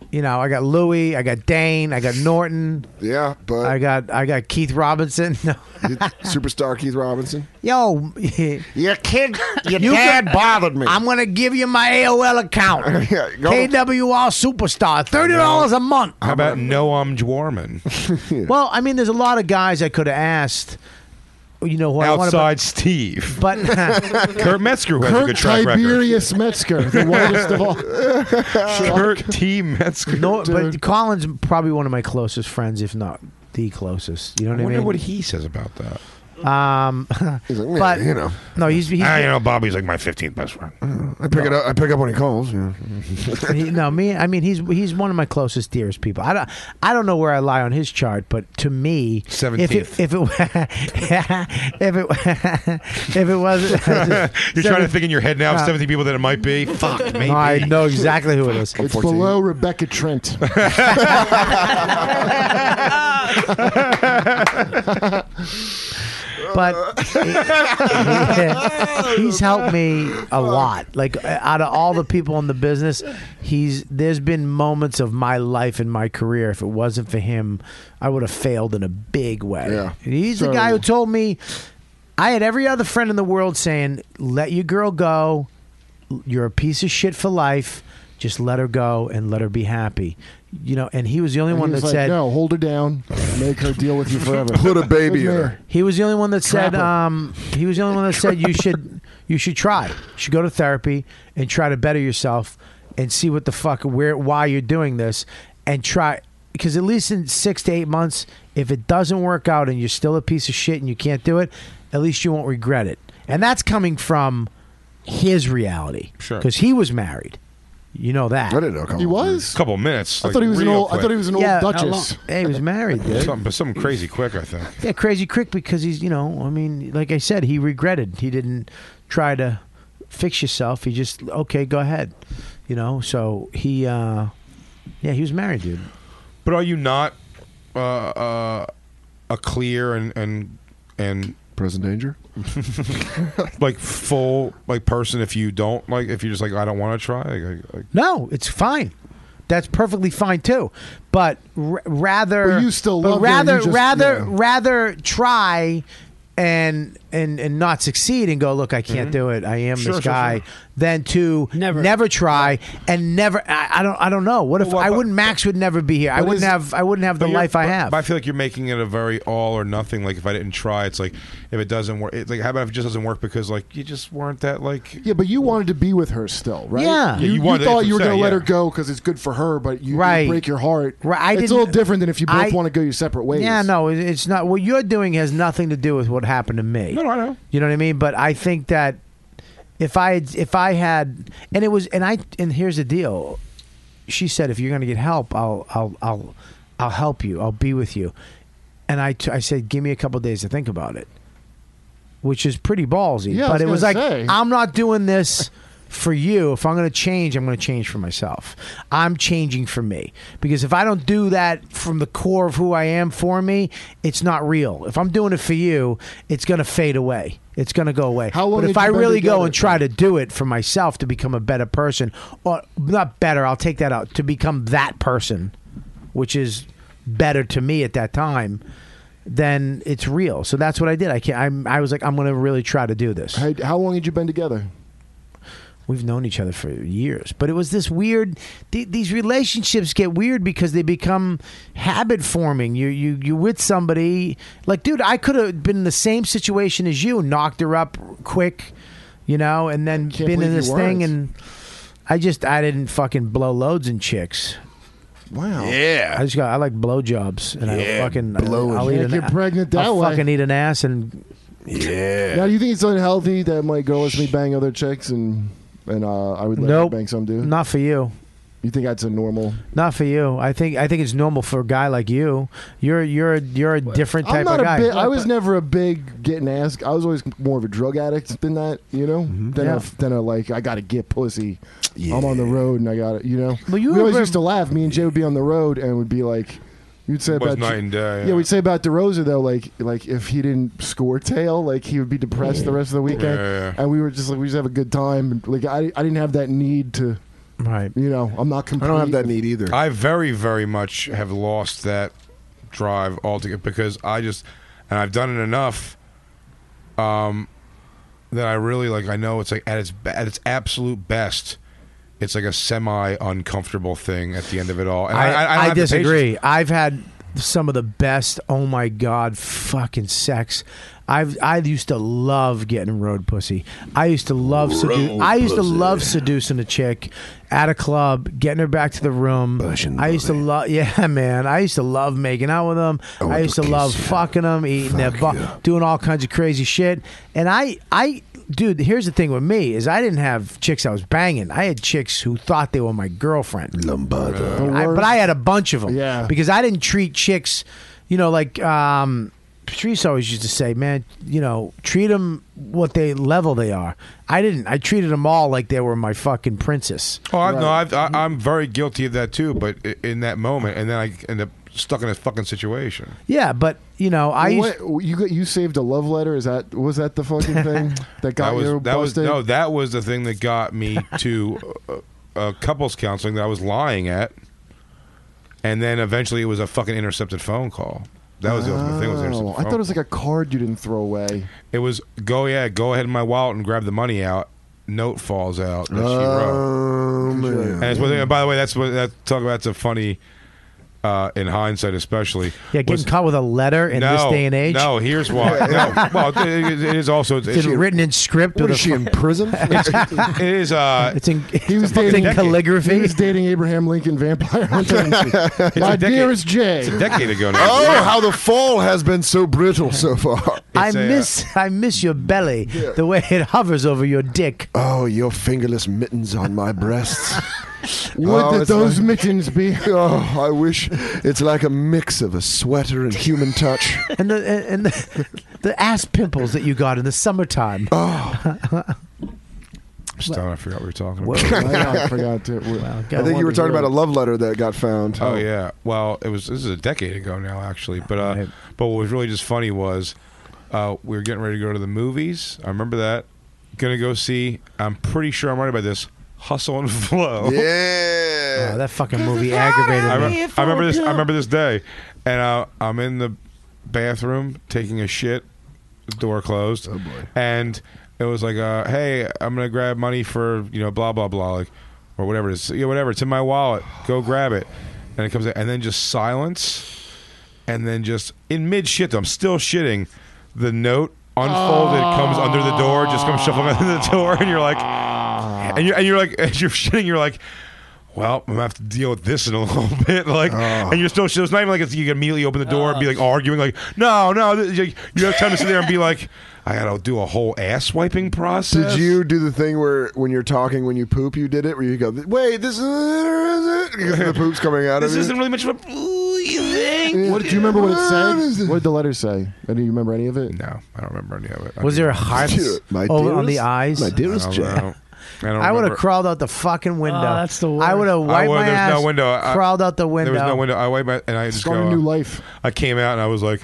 Speaker 6: You know, I got Louis, I got Dane, I got Norton.
Speaker 2: Yeah, but
Speaker 6: I got I got Keith Robinson. No.
Speaker 2: Superstar Keith Robinson.
Speaker 6: Yo, your
Speaker 8: kid,
Speaker 2: your dad bothered me.
Speaker 6: I'm gonna give you my AOL account.
Speaker 2: Yeah, go-
Speaker 6: KWR Superstar, thirty dollars a month.
Speaker 9: How about Noam Dwarman?
Speaker 6: Well, I mean, there's a lot of guys I could have asked. You know who I want
Speaker 9: Outside Steve.
Speaker 6: but
Speaker 9: Kurt Metzger who has a
Speaker 10: Kurt
Speaker 9: good track record.
Speaker 10: Tiberius Metzger, the whitest of all.
Speaker 9: Kurt T. Metzger.
Speaker 6: No, but Colin's probably one of my closest friends, if not the closest. You know
Speaker 9: I
Speaker 6: what I,
Speaker 9: wonder
Speaker 6: mean?
Speaker 9: what he says about that.
Speaker 6: Um,
Speaker 2: "Yeah,
Speaker 6: but
Speaker 2: you know."
Speaker 6: no, he's, he's
Speaker 9: Ah, you know, Bobby's like my 15th best friend.
Speaker 10: Uh,
Speaker 2: I pick it up. I pick up when he calls. Yeah.
Speaker 6: he- no me. I mean, he's he's one of my closest, dearest people. I don't I don't know where I lie on his chart, but to me, if it
Speaker 9: 17th.
Speaker 6: if it if it if it was
Speaker 9: You're trying to think in your head now of
Speaker 6: Uh,
Speaker 9: 70 people that it might be. Fuck, maybe.
Speaker 6: I know exactly who it is.
Speaker 10: It's below Rebecca Trent.
Speaker 6: but he's helped me a lot. Like out of all the people in the business, he's there's been moments of my life and my career. If it wasn't for him, I would have failed in a big way. Yeah. He's the
Speaker 10: So-
Speaker 6: guy who told me I had every other friend in the world saying, "Let your girl go. You're a piece of shit for life. Just let her go and let her be happy." You know, and he was the only
Speaker 10: And
Speaker 6: one
Speaker 10: he
Speaker 6: that
Speaker 10: was like,
Speaker 6: said,
Speaker 10: "No, hold her down, make her deal with you forever.
Speaker 2: Put a baby in her.
Speaker 6: he was the only one that said
Speaker 10: Trapper.
Speaker 6: um, he was the only one that said you should you should try. You should go to therapy and try to better yourself and see what the fuck where why you're doing this and try because at least in 6 to 8 months if it doesn't work out and you're still a piece of shit and you can't do it, at least you won't regret it. And that's coming from his reality.
Speaker 9: Sure.
Speaker 6: Cuz he was married. You know that.
Speaker 2: I didn't know. Colin.
Speaker 10: He was.
Speaker 9: couple minutes.
Speaker 10: I
Speaker 9: like,
Speaker 10: thought he was an
Speaker 9: real
Speaker 10: old. I
Speaker 9: quick.
Speaker 10: thought he was an old
Speaker 6: Yeah, how
Speaker 10: Duchess.
Speaker 6: long- Hey, he was married, dude.
Speaker 9: Something, but something crazy quick, I think.
Speaker 6: Yeah, crazy quick because he's you know I mean like I said he regretted he didn't try to fix yourself he just okay go ahead you know so he uh yeah he was married dude
Speaker 9: But are you not uh, uh, a clear and and and
Speaker 2: present danger?
Speaker 9: like full like person if you don't like if you're just like I don't want to try. Like, like,
Speaker 6: no it's fine that's perfectly fine too but r- rather
Speaker 10: But you still
Speaker 6: but
Speaker 10: love her,
Speaker 6: rather
Speaker 10: you just-
Speaker 6: rather
Speaker 10: yeah.
Speaker 6: rather try and and and not succeed and go look I
Speaker 9: Mm-hmm.
Speaker 6: can't do it I am
Speaker 12: Sure,
Speaker 6: this
Speaker 12: sure,
Speaker 6: guy
Speaker 12: sure.
Speaker 6: than to never never try and never I, I don't I don't know what if I wouldn't Max would never be here I
Speaker 9: But
Speaker 6: wouldn't
Speaker 9: is-
Speaker 6: have I wouldn't have the
Speaker 9: But you're-
Speaker 6: life I
Speaker 9: but-
Speaker 6: have
Speaker 9: But I feel like you're making it a very all or nothing. Like if I didn't try, it's like if it doesn't work. It's like how about if it just doesn't work because like you just weren't that like.
Speaker 10: Yeah, but you wanted to be with her still, right?
Speaker 6: Yeah. Yeah,
Speaker 10: you,
Speaker 9: you
Speaker 10: you
Speaker 9: wanted-
Speaker 10: thought
Speaker 9: that's
Speaker 10: you were
Speaker 9: what I'm
Speaker 10: going
Speaker 9: saying,
Speaker 10: to let her
Speaker 9: yeah.
Speaker 10: go because it's good for her, but you, you
Speaker 6: Right.
Speaker 10: break your heart.
Speaker 6: Right, I
Speaker 10: it's a
Speaker 6: didn't-
Speaker 10: little different than if you both
Speaker 6: I-
Speaker 10: want to go your separate ways.
Speaker 6: yeah no it- it's not what you're doing has nothing to do with what happened to me
Speaker 9: No, no, I know.
Speaker 6: You know what I mean? But I think that if I had, if I had, and it was, and I, and here's the deal. She said, if you're going to get help, I'll, I'll, I'll, I'll help you. I'll be with you. And I, t- I said, give me a couple days to think about it, which is pretty ballsy.
Speaker 10: Yeah, I
Speaker 6: but
Speaker 10: was
Speaker 6: it was like,
Speaker 10: gonna say.
Speaker 6: I'm not doing this for you. If I'm going to change, I'm going to change for myself. I'm changing for me because if I don't do that from the core of who I am for me, it's not real. If I'm doing it for you, it's going to fade away. It's going to go away.
Speaker 10: How long
Speaker 6: but if
Speaker 10: had you
Speaker 6: I
Speaker 10: been
Speaker 6: really go
Speaker 10: together?
Speaker 6: and try to do it for myself to become a better person, or not better, I'll take that out to become that person, which is better to me at that time. Then it's real. So that's what I did. I can I'm, I was like, I'm going to really try to do this.
Speaker 10: How, how long had you been together?
Speaker 6: We've known each other for years, but it was this weird. Th- these relationships get weird because they become habit forming. You you you with somebody like, dude, I could have been in the same situation as you, knocked her up quick, you know, and then
Speaker 10: can't
Speaker 6: been in
Speaker 10: believe you
Speaker 6: this thing,
Speaker 10: weren't.
Speaker 6: and I just I didn't fucking blow loads in chicks.
Speaker 10: Wow.
Speaker 6: I just got I like blowjobs, and I
Speaker 10: Yeah,
Speaker 6: fucking
Speaker 10: blowing.
Speaker 6: I'll eat
Speaker 10: Yeah,
Speaker 6: an,
Speaker 10: get pregnant that
Speaker 6: I'll
Speaker 10: way.
Speaker 6: fucking eat an ass and
Speaker 10: Now, do you think it's unhealthy that my girl lets me bang other chicks and and uh, I would let
Speaker 6: Nope.
Speaker 10: her bang some dude?
Speaker 6: not for you.
Speaker 10: You think that's a normal?
Speaker 6: Not for you. I think I think it's normal for a guy like you. You're you're you're a different type
Speaker 10: I'm not
Speaker 6: of
Speaker 10: a
Speaker 6: guy.
Speaker 10: big. I was never a big getting asked. I was always more of a drug addict than that. You know, than
Speaker 6: Mm-hmm. Yeah.
Speaker 10: a than a like I got to get pussy. I'm on the road and I got to You know,
Speaker 6: Well, you
Speaker 10: we
Speaker 6: were
Speaker 10: always
Speaker 6: very-
Speaker 10: used to laugh. Me and Jay would be on the road and would be like, you'd say
Speaker 9: It was
Speaker 10: about
Speaker 9: night and day,
Speaker 10: Yeah.
Speaker 9: yeah.
Speaker 10: we'd say about DeRosa though, like like if he didn't score tail, like he would be depressed the rest of the weekend.
Speaker 9: Yeah, yeah, yeah.
Speaker 10: And we were just like we just have a good time. Like I I didn't have that need to.
Speaker 6: Right.
Speaker 10: You know, I'm not complete. I don't have that
Speaker 2: need either.
Speaker 9: I very, very much have lost that drive altogether because I just, and I've done it enough, um, that I really like. I know it's like at its at its absolute best, it's like a semi uncomfortable thing at the end of it all. And I, I, I, don't have the patience.
Speaker 6: disagree. I've had some of the best. Oh my god, fucking sex. I've I used to love getting road pussy. I used to love sedu-
Speaker 13: Road
Speaker 6: I used to
Speaker 13: pussy.
Speaker 6: love seducing a chick at a club, getting her back to the room. I used to love yeah, man. I used to love making out with them. I, used to, love fucking them, eating their butt, doing all kinds of crazy shit. And I I dude, here's the thing with me is I didn't have chicks I was banging. I had chicks who thought they were my girlfriend.
Speaker 2: Lombardo.
Speaker 6: I- but I had a bunch of them. Yeah. Because I didn't treat chicks, you know, like um, Patrice always used to say, man, you know, treat them what they level they are. I didn't. I treated them all like they were my fucking princess.
Speaker 9: Oh I, no, I've, I, I'm very guilty of that too. But i- in that moment, and then I end up stuck in a fucking situation.
Speaker 6: Yeah, but you know, I used,
Speaker 10: What- you got you saved a love letter? Is that was that the fucking thing that got
Speaker 9: that was
Speaker 10: you
Speaker 9: that was
Speaker 10: busted?
Speaker 9: no, that was the thing that got me to uh, uh, couples counseling that I was lying at, and then eventually it was a fucking intercepted phone call. That was the ultimate thing. Was the
Speaker 10: Oh,
Speaker 9: intercepted
Speaker 10: I thought
Speaker 9: phone
Speaker 10: it was like a card you didn't throw away.
Speaker 9: It was go yeah, go ahead in my wallet and grab the money out. Note falls out that she wrote.
Speaker 10: Oh,
Speaker 9: And, it's one thing- and by the way, that's what that talk about. That's a funny, uh, in hindsight, especially.
Speaker 6: yeah, getting caught with a letter in
Speaker 9: no,
Speaker 6: this day and age.
Speaker 9: No, here's why. No, well, it- it- it is also
Speaker 6: It's in- written in script. with a fucking-
Speaker 9: It's, it is. Uh,
Speaker 6: it's in.
Speaker 10: He was dating He was dating Abraham Lincoln, Vampire Hunter. My
Speaker 9: decade-
Speaker 10: dearest Jay,
Speaker 9: It's a decade ago now.
Speaker 2: Oh,
Speaker 9: Yeah.
Speaker 2: how the fall has been so brittle so far.
Speaker 6: I miss I miss your belly, the way it hovers over your dick.
Speaker 2: Oh, your fingerless mittens on my breasts.
Speaker 10: Would that
Speaker 2: it's
Speaker 10: those
Speaker 2: like-
Speaker 10: mittens be?
Speaker 2: Oh, I wish it's like a mix of a sweater and human touch.
Speaker 6: and the and the, the ass pimples that you got in the summertime.
Speaker 2: Oh.
Speaker 9: Stone, I forgot what we were talking
Speaker 10: Whoa,
Speaker 9: about.
Speaker 10: I forgot to.
Speaker 6: I
Speaker 2: I think you were talking about a love letter that got found.
Speaker 9: Oh yeah. Well, it was this is a decade ago now actually, but uh, but what was really just funny was uh, we were getting ready to go to the movies. I remember that. Gonna go see. I'm pretty sure I'm right about this. Hustle and Flow.
Speaker 2: Yeah.
Speaker 6: Oh, that fucking movie aggravated
Speaker 9: I,
Speaker 6: me.
Speaker 9: remember, I remember this. I remember this day, and uh, I'm in the bathroom taking a shit. Door closed. Oh boy. And it was like, uh, "Hey, I'm gonna grab money for you know blah blah blah like or whatever it is. Yeah, whatever. It's in my wallet. Go grab it." And it comes out, and then just silence, and then just in mid shit. I'm still shitting. The note unfolded comes under the door, just comes shuffling under the door, and you're like, and you're and you're
Speaker 10: Uh.
Speaker 9: like, as you're shitting, you're like. Well, I'm gonna have to deal with this in a little bit. Like,
Speaker 10: Uh.
Speaker 9: and you're still. It's not even like it's, you can immediately open the door and be like arguing. Like, no, no, th- you you have time to sit there and be like, I gotta do a whole ass wiping process.
Speaker 2: Did you do the thing where when you're talking when you poop you did it where you go wait this is it because the poop's coming out
Speaker 9: This
Speaker 2: of you?
Speaker 9: isn't really much of a thing.
Speaker 10: What do you remember? What it said? What did the letter say? Uh, Do you remember any of it?
Speaker 9: No, I don't remember any of it.
Speaker 6: Was there a heart over on the
Speaker 10: dearest-
Speaker 6: eyes?
Speaker 10: my dearest
Speaker 9: I
Speaker 10: Jay.
Speaker 9: don't, know. I,
Speaker 6: I
Speaker 9: don't
Speaker 6: would have
Speaker 9: remember.
Speaker 6: crawled out the fucking window.
Speaker 9: Oh, that's
Speaker 6: the I would have
Speaker 9: I
Speaker 6: wiped
Speaker 9: would-
Speaker 6: my
Speaker 9: there was
Speaker 6: ass.
Speaker 9: no window. I-
Speaker 6: crawled out the window.
Speaker 9: There was no window. I wiped my and I just
Speaker 10: Start
Speaker 9: go,
Speaker 10: a new
Speaker 9: uh,
Speaker 10: life.
Speaker 9: I came out and I was like,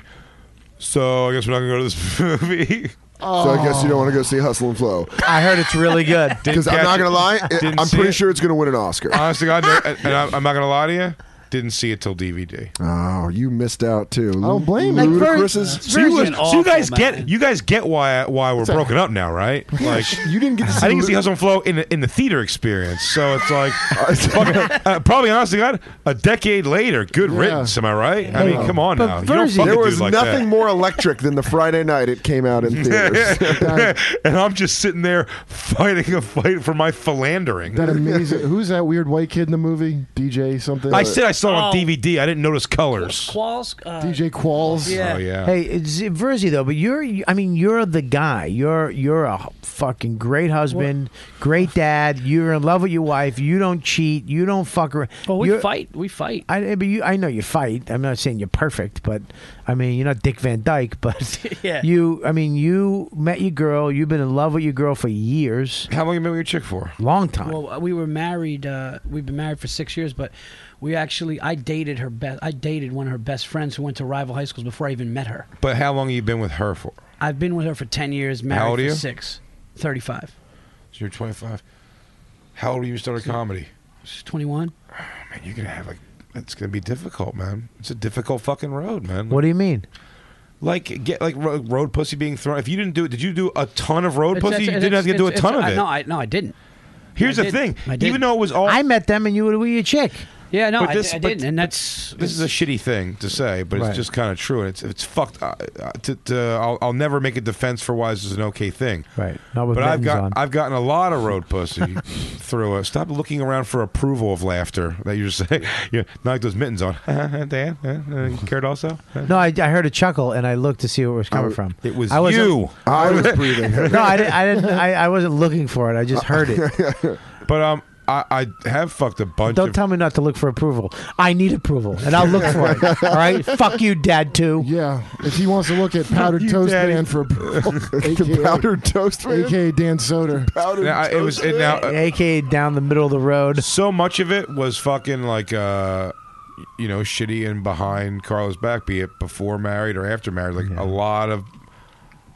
Speaker 9: so I guess we're not gonna go to this movie.
Speaker 2: So I guess you don't want to go see Hustle and Flow
Speaker 6: I heard it's really good.
Speaker 2: because I'm not gonna lie
Speaker 9: Didn't
Speaker 2: I'm
Speaker 9: see
Speaker 2: pretty
Speaker 9: it.
Speaker 2: sure it's gonna win an Oscar.
Speaker 9: Honest to God, no, and and I'm, I'm not gonna lie to you. Didn't see it till DVD.
Speaker 2: Oh, you missed out too. I don't
Speaker 10: blame
Speaker 9: you.
Speaker 2: Ludacris's.
Speaker 9: So you, was- so you guys get you guys get why why we're
Speaker 2: all
Speaker 9: broken up now, right? Like
Speaker 10: you didn't get. To see
Speaker 9: I didn't
Speaker 10: Lu-
Speaker 9: see Hustle and Flow in the, in the theater experience, so it's like fucking- uh, probably honestly, God, a decade later, good riddance. Am I right? I mean, come on now, you don't fuck a
Speaker 2: there
Speaker 9: dude
Speaker 2: was
Speaker 9: like that.
Speaker 2: nothing more electric than the Friday night it came out in theaters.
Speaker 9: and I'm just sitting there fighting a fight for my philandering.
Speaker 10: That amazing. Who's that weird white kid in the movie? DJ something.
Speaker 9: I said I saw it on
Speaker 12: Oh.
Speaker 9: DVD. I didn't notice colors.
Speaker 12: Qualls. Uh,
Speaker 10: DJ Qualls.
Speaker 12: Yeah. Oh,
Speaker 9: yeah.
Speaker 6: Hey, it's Verzi though, but you're I mean you're the guy. You're you're a fucking great husband, great dad. You're in love with your wife. You don't cheat. You don't fuck around.
Speaker 12: Well, we
Speaker 6: You're-
Speaker 12: fight. We fight.
Speaker 6: I but you I know you fight. I'm not saying you're perfect, but I mean you're not Dick Van Dyke, but
Speaker 12: Yeah.
Speaker 6: you I mean you met your girl. You've been in love with your girl for years.
Speaker 9: How long you been with your chick for?
Speaker 6: Long time.
Speaker 12: Well, we were married. Uh, we've been married for six years, but we actually I dated her best. I dated one of her best friends who went to rival high schools before I even met her.
Speaker 9: But how long have you been with her for?
Speaker 12: I've been with her for ten years. Married
Speaker 9: old
Speaker 12: for
Speaker 9: are you?
Speaker 12: six. Thirty-five.
Speaker 9: So you're 25. How old were you started comedy? Oh,
Speaker 12: She's 21.
Speaker 9: Man, you're gonna have like it's gonna be difficult, man. It's a difficult fucking road, man.
Speaker 6: What do you mean?
Speaker 9: Like get like road, road pussy being thrown. If you didn't do it, did you do a ton of road
Speaker 12: It's-
Speaker 9: pussy?
Speaker 12: it's-
Speaker 9: You
Speaker 12: it's-
Speaker 9: didn't have to do a
Speaker 12: it's-
Speaker 9: ton of
Speaker 12: it's-
Speaker 9: it.
Speaker 12: No, I, no, I didn't.
Speaker 9: Here's
Speaker 12: I
Speaker 9: the
Speaker 12: did.
Speaker 9: thing.
Speaker 12: I did.
Speaker 9: Even though it was all,
Speaker 6: I met them and you were a chick.
Speaker 12: Yeah, no,
Speaker 9: But
Speaker 12: I,
Speaker 9: this-
Speaker 12: di- I
Speaker 9: but-
Speaker 12: didn't, and that's
Speaker 9: this is a shitty thing to say, but
Speaker 12: Right.
Speaker 9: it's just kind of true, and it's it's fucked. Uh, uh, to, to, I'll, I'll never make a defense for why this is an okay thing.
Speaker 6: Right. with
Speaker 9: But I've
Speaker 6: mittens
Speaker 9: got
Speaker 6: on.
Speaker 9: I've gotten a lot of road pussy through it. Stop looking around for approval of laughter that you're saying. yeah, not like those mittens on. Dan, uh, uh, you cared also.
Speaker 6: No, I, I heard a chuckle and I looked to see where it was coming
Speaker 9: I-
Speaker 6: from.
Speaker 9: it was
Speaker 6: I wasn't-
Speaker 9: you. I was breathing.
Speaker 6: no, I didn't. I, didn't I, I wasn't looking for it. I just heard it.
Speaker 9: But um, I, I have fucked a bunch.
Speaker 6: Don't
Speaker 9: of,
Speaker 6: tell me not to look for approval. I need approval, and I'll look for it. All right. Fuck you, Dad. Too.
Speaker 10: Yeah. If he wants to look at powdered
Speaker 6: you,
Speaker 10: toast
Speaker 6: Daddy.
Speaker 10: man for approval,
Speaker 2: The powdered toast man?
Speaker 10: aka Dan Soder.
Speaker 2: Powdered
Speaker 9: Now, I- it was-
Speaker 2: toast
Speaker 9: it-
Speaker 2: man?
Speaker 9: now, uh,
Speaker 6: AKA down the middle of the road.
Speaker 9: So much of it was fucking like uh, you know, shitty and behind Carlos back, be it before married or after married. Like a lot of,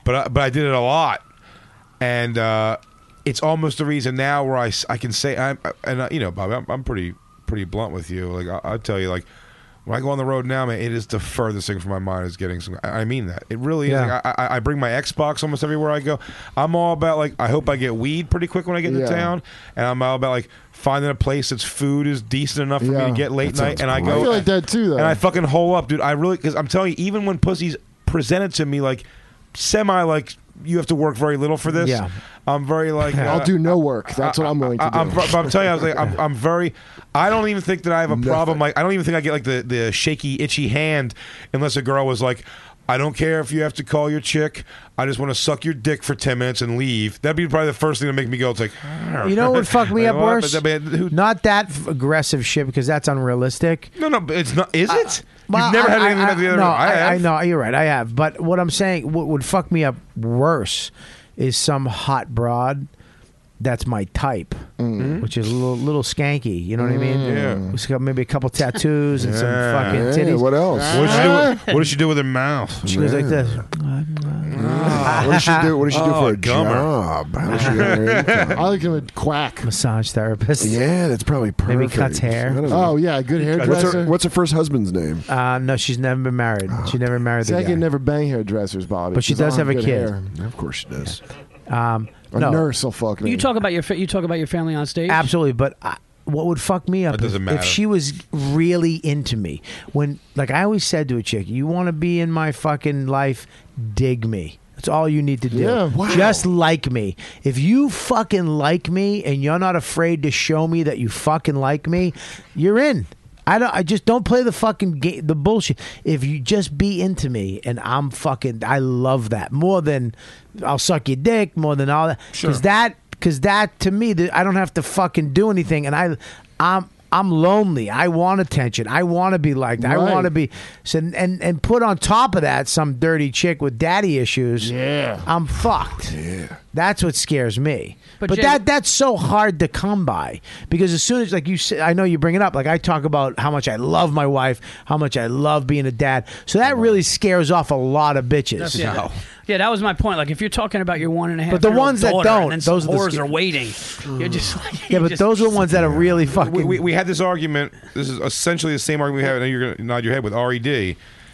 Speaker 9: but I, but I did it a lot, and uh, it's almost the reason now where I, s- I can say I'm and uh, you know Bobby, I'm, I'm pretty pretty blunt with you. Like I, I tell you, like when I go on the road now, man, it is the furthest thing from my mind is getting some. I, I mean that it really is.
Speaker 10: Yeah.
Speaker 9: Like, I, I, I bring my Xbox almost everywhere I go. I'm all about like I hope I get weed pretty quick when I get into
Speaker 10: Yeah.
Speaker 9: town, and I'm all about like finding a place that's food is decent enough for me
Speaker 10: Yeah.
Speaker 9: to get late
Speaker 10: That
Speaker 9: night,
Speaker 10: sounds
Speaker 9: and I
Speaker 10: great.
Speaker 9: go.
Speaker 10: I feel like that too, though.
Speaker 9: And I fucking hole up, dude. I really because I'm telling you, even when pussies presented to me like semi like you have to work very little for this.
Speaker 10: Yeah.
Speaker 9: I'm very like
Speaker 10: I'll
Speaker 9: uh,
Speaker 10: do no work. That's what I'm willing to do.
Speaker 9: I, am but I'm telling you, I was like, I'm, I'm very. I don't even think that I have a problem. Like, I don't even think I get like the the shaky, itchy hand unless a girl was like, I don't care if you have to call your chick. I just want to suck your dick for ten minutes and leave. That'd be probably the first thing to make me go. It's like,
Speaker 6: You know what would fuck me
Speaker 9: Like,
Speaker 6: up
Speaker 9: what?
Speaker 6: worse?
Speaker 9: But- but who-
Speaker 6: Not that f- aggressive shit because that's unrealistic.
Speaker 9: no, no, but it's not. Is it?
Speaker 6: Uh, Well,
Speaker 9: You've never
Speaker 6: I-
Speaker 9: had
Speaker 6: I-
Speaker 9: anything
Speaker 6: I-
Speaker 9: about the other.
Speaker 6: No,
Speaker 9: one. I, have.
Speaker 6: I, I know you're right. I have, but what I'm saying, what would fuck me up worse, is some hot broad that's my type, which is a little, little skanky. You know what I mean?
Speaker 9: Mm-hmm. Yeah.
Speaker 6: She's got maybe a couple tattoos and some
Speaker 9: Yeah.
Speaker 6: fucking
Speaker 9: Yeah,
Speaker 6: titties.
Speaker 9: what else? What does she do with- what does she do with her mouth?
Speaker 6: She goes like this.
Speaker 2: What does she do? What does she do
Speaker 9: Oh,
Speaker 2: for a
Speaker 9: gummer.
Speaker 2: job? How does she earn her income?
Speaker 10: I like him a quack.
Speaker 6: Massage therapist.
Speaker 2: Yeah, that's probably perfect.
Speaker 6: Maybe cuts hair.
Speaker 2: I don't know.
Speaker 10: Oh yeah, good
Speaker 2: What's
Speaker 10: hairdresser.
Speaker 2: her, what's her first husband's name?
Speaker 6: Uh, no, she's never been married. She never married
Speaker 10: See,
Speaker 6: the
Speaker 10: I
Speaker 6: guy.
Speaker 10: can never bang hairdressers, Bobby.
Speaker 6: But she
Speaker 10: 'cause I
Speaker 6: does
Speaker 10: don't
Speaker 6: have a
Speaker 10: good
Speaker 6: kid.
Speaker 10: hair.
Speaker 2: Of course she does.
Speaker 6: Um,
Speaker 10: A
Speaker 6: no.
Speaker 10: nurse will fuck me.
Speaker 12: You talk about your fa- you talk about your family on stage.
Speaker 6: Absolutely, but I, what would fuck me up
Speaker 12: That doesn't
Speaker 6: if-
Speaker 12: matter.
Speaker 6: if she was really into me. When like I always said to a chick, you want to be in my fucking life, dig me. That's all you need to do.
Speaker 10: Yeah. Wow.
Speaker 6: Just like me. If you fucking like me and you're not afraid to show me that you fucking like me, you're in. I don't. I just don't play the fucking game, the bullshit. If you just be into me and I'm fucking, I love that more than I'll suck your dick, more than all that.
Speaker 9: Sure.
Speaker 6: Because that, because that to me, th- I don't have to fucking do anything, and I, I'm. I'm lonely. I want attention. I want to be liked. I
Speaker 10: Right.
Speaker 6: want to be so, and and put on top of that some dirty chick with daddy issues.
Speaker 10: Yeah.
Speaker 6: I'm fucked. Yeah. That's what scares me. But,
Speaker 12: But Jay-
Speaker 6: that that's so hard to come by because as soon as like you say, I know you bring it up like I talk about how much I love my wife, how much I love being a dad. So that really scares off a lot of bitches.
Speaker 12: That's- yeah, that- yeah, that was my point. Like, if you're talking about your one and a half,
Speaker 6: But the
Speaker 12: year old
Speaker 6: ones that
Speaker 12: daughter,
Speaker 6: don't,
Speaker 12: and then some
Speaker 6: those are the
Speaker 12: whores
Speaker 6: sca-
Speaker 12: are waiting. You're just like,
Speaker 6: Yeah, but those are the ones that are really fucking
Speaker 9: we, we, we had this argument. This is essentially the same argument we had. And you're gonna nod your head with Red.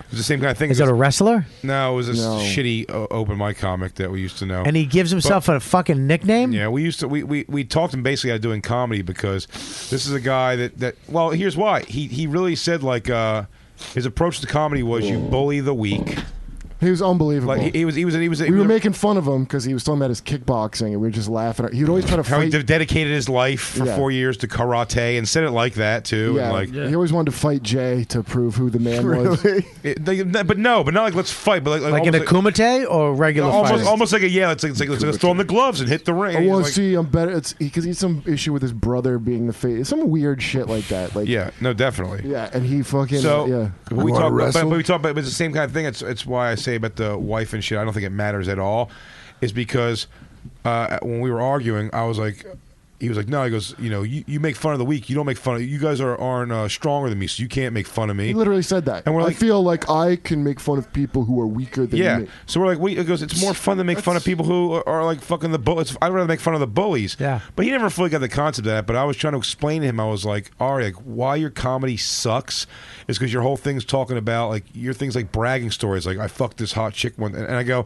Speaker 9: It's the same kind of thing.
Speaker 6: Is that a wrestler?
Speaker 9: No, it was a
Speaker 6: No.
Speaker 9: shitty uh, open mic comic that we used to know.
Speaker 6: And he gives himself a fucking nickname?
Speaker 9: Yeah, we used to we, we, we talked him basically out of doing comedy because this is a guy that, that well, here's why. He he really said like uh his approach to comedy was you bully the weak.
Speaker 10: He was unbelievable.
Speaker 9: Like, he- he was- he was- he was- he
Speaker 10: We were
Speaker 9: was a-
Speaker 10: making fun of him because he was talking about his kickboxing, and we were just laughing. He would always try to
Speaker 9: How he
Speaker 10: fight.
Speaker 9: de- dedicated his life for
Speaker 10: Yeah.
Speaker 9: four years to karate and said it like that too. And
Speaker 10: yeah,
Speaker 9: like
Speaker 10: he always wanted to fight Jay to prove who the man was.
Speaker 9: It- they- but no, but not like let's fight, but like
Speaker 6: Like in a
Speaker 9: almost
Speaker 6: kumite or regular
Speaker 9: almost,
Speaker 6: fighting?
Speaker 9: almost like a yeah. It's like, it's like let's, let's throw him the gloves and hit the ring.
Speaker 10: Oh,
Speaker 9: He's
Speaker 10: well,
Speaker 9: like-
Speaker 10: see, I'm better. It's because he's some issue with his brother being the face, some weird shit like that. Like,
Speaker 9: yeah, no, definitely.
Speaker 10: yeah, and he fucking,
Speaker 9: So
Speaker 10: yeah.
Speaker 9: but we talk, but, but we talk, but it's the same kind of thing. It's it's why I say about the wife and shit. I don't think it matters at all, is because uh, when we were arguing, I was like, he was like, no, he goes, you know, you, you make fun of the weak. You don't make fun of, you guys are, aren't uh, stronger than me, so you can't make fun of me.
Speaker 10: He literally said that.
Speaker 9: And we're
Speaker 10: I
Speaker 9: like-
Speaker 10: feel like I can make fun of people who are weaker than
Speaker 9: yeah.
Speaker 10: me.
Speaker 9: So we're like, wait, it goes, it's more fun to make fun of people who are, are like fucking the bullets. I'd rather make fun of the bullies. Yeah. But he never fully got the concept of that. But I was trying to explain to him, I was like, Ari, like, why your comedy sucks is because your whole thing's talking about like your things like bragging stories. Like, I fucked this hot chick one. And, and I go,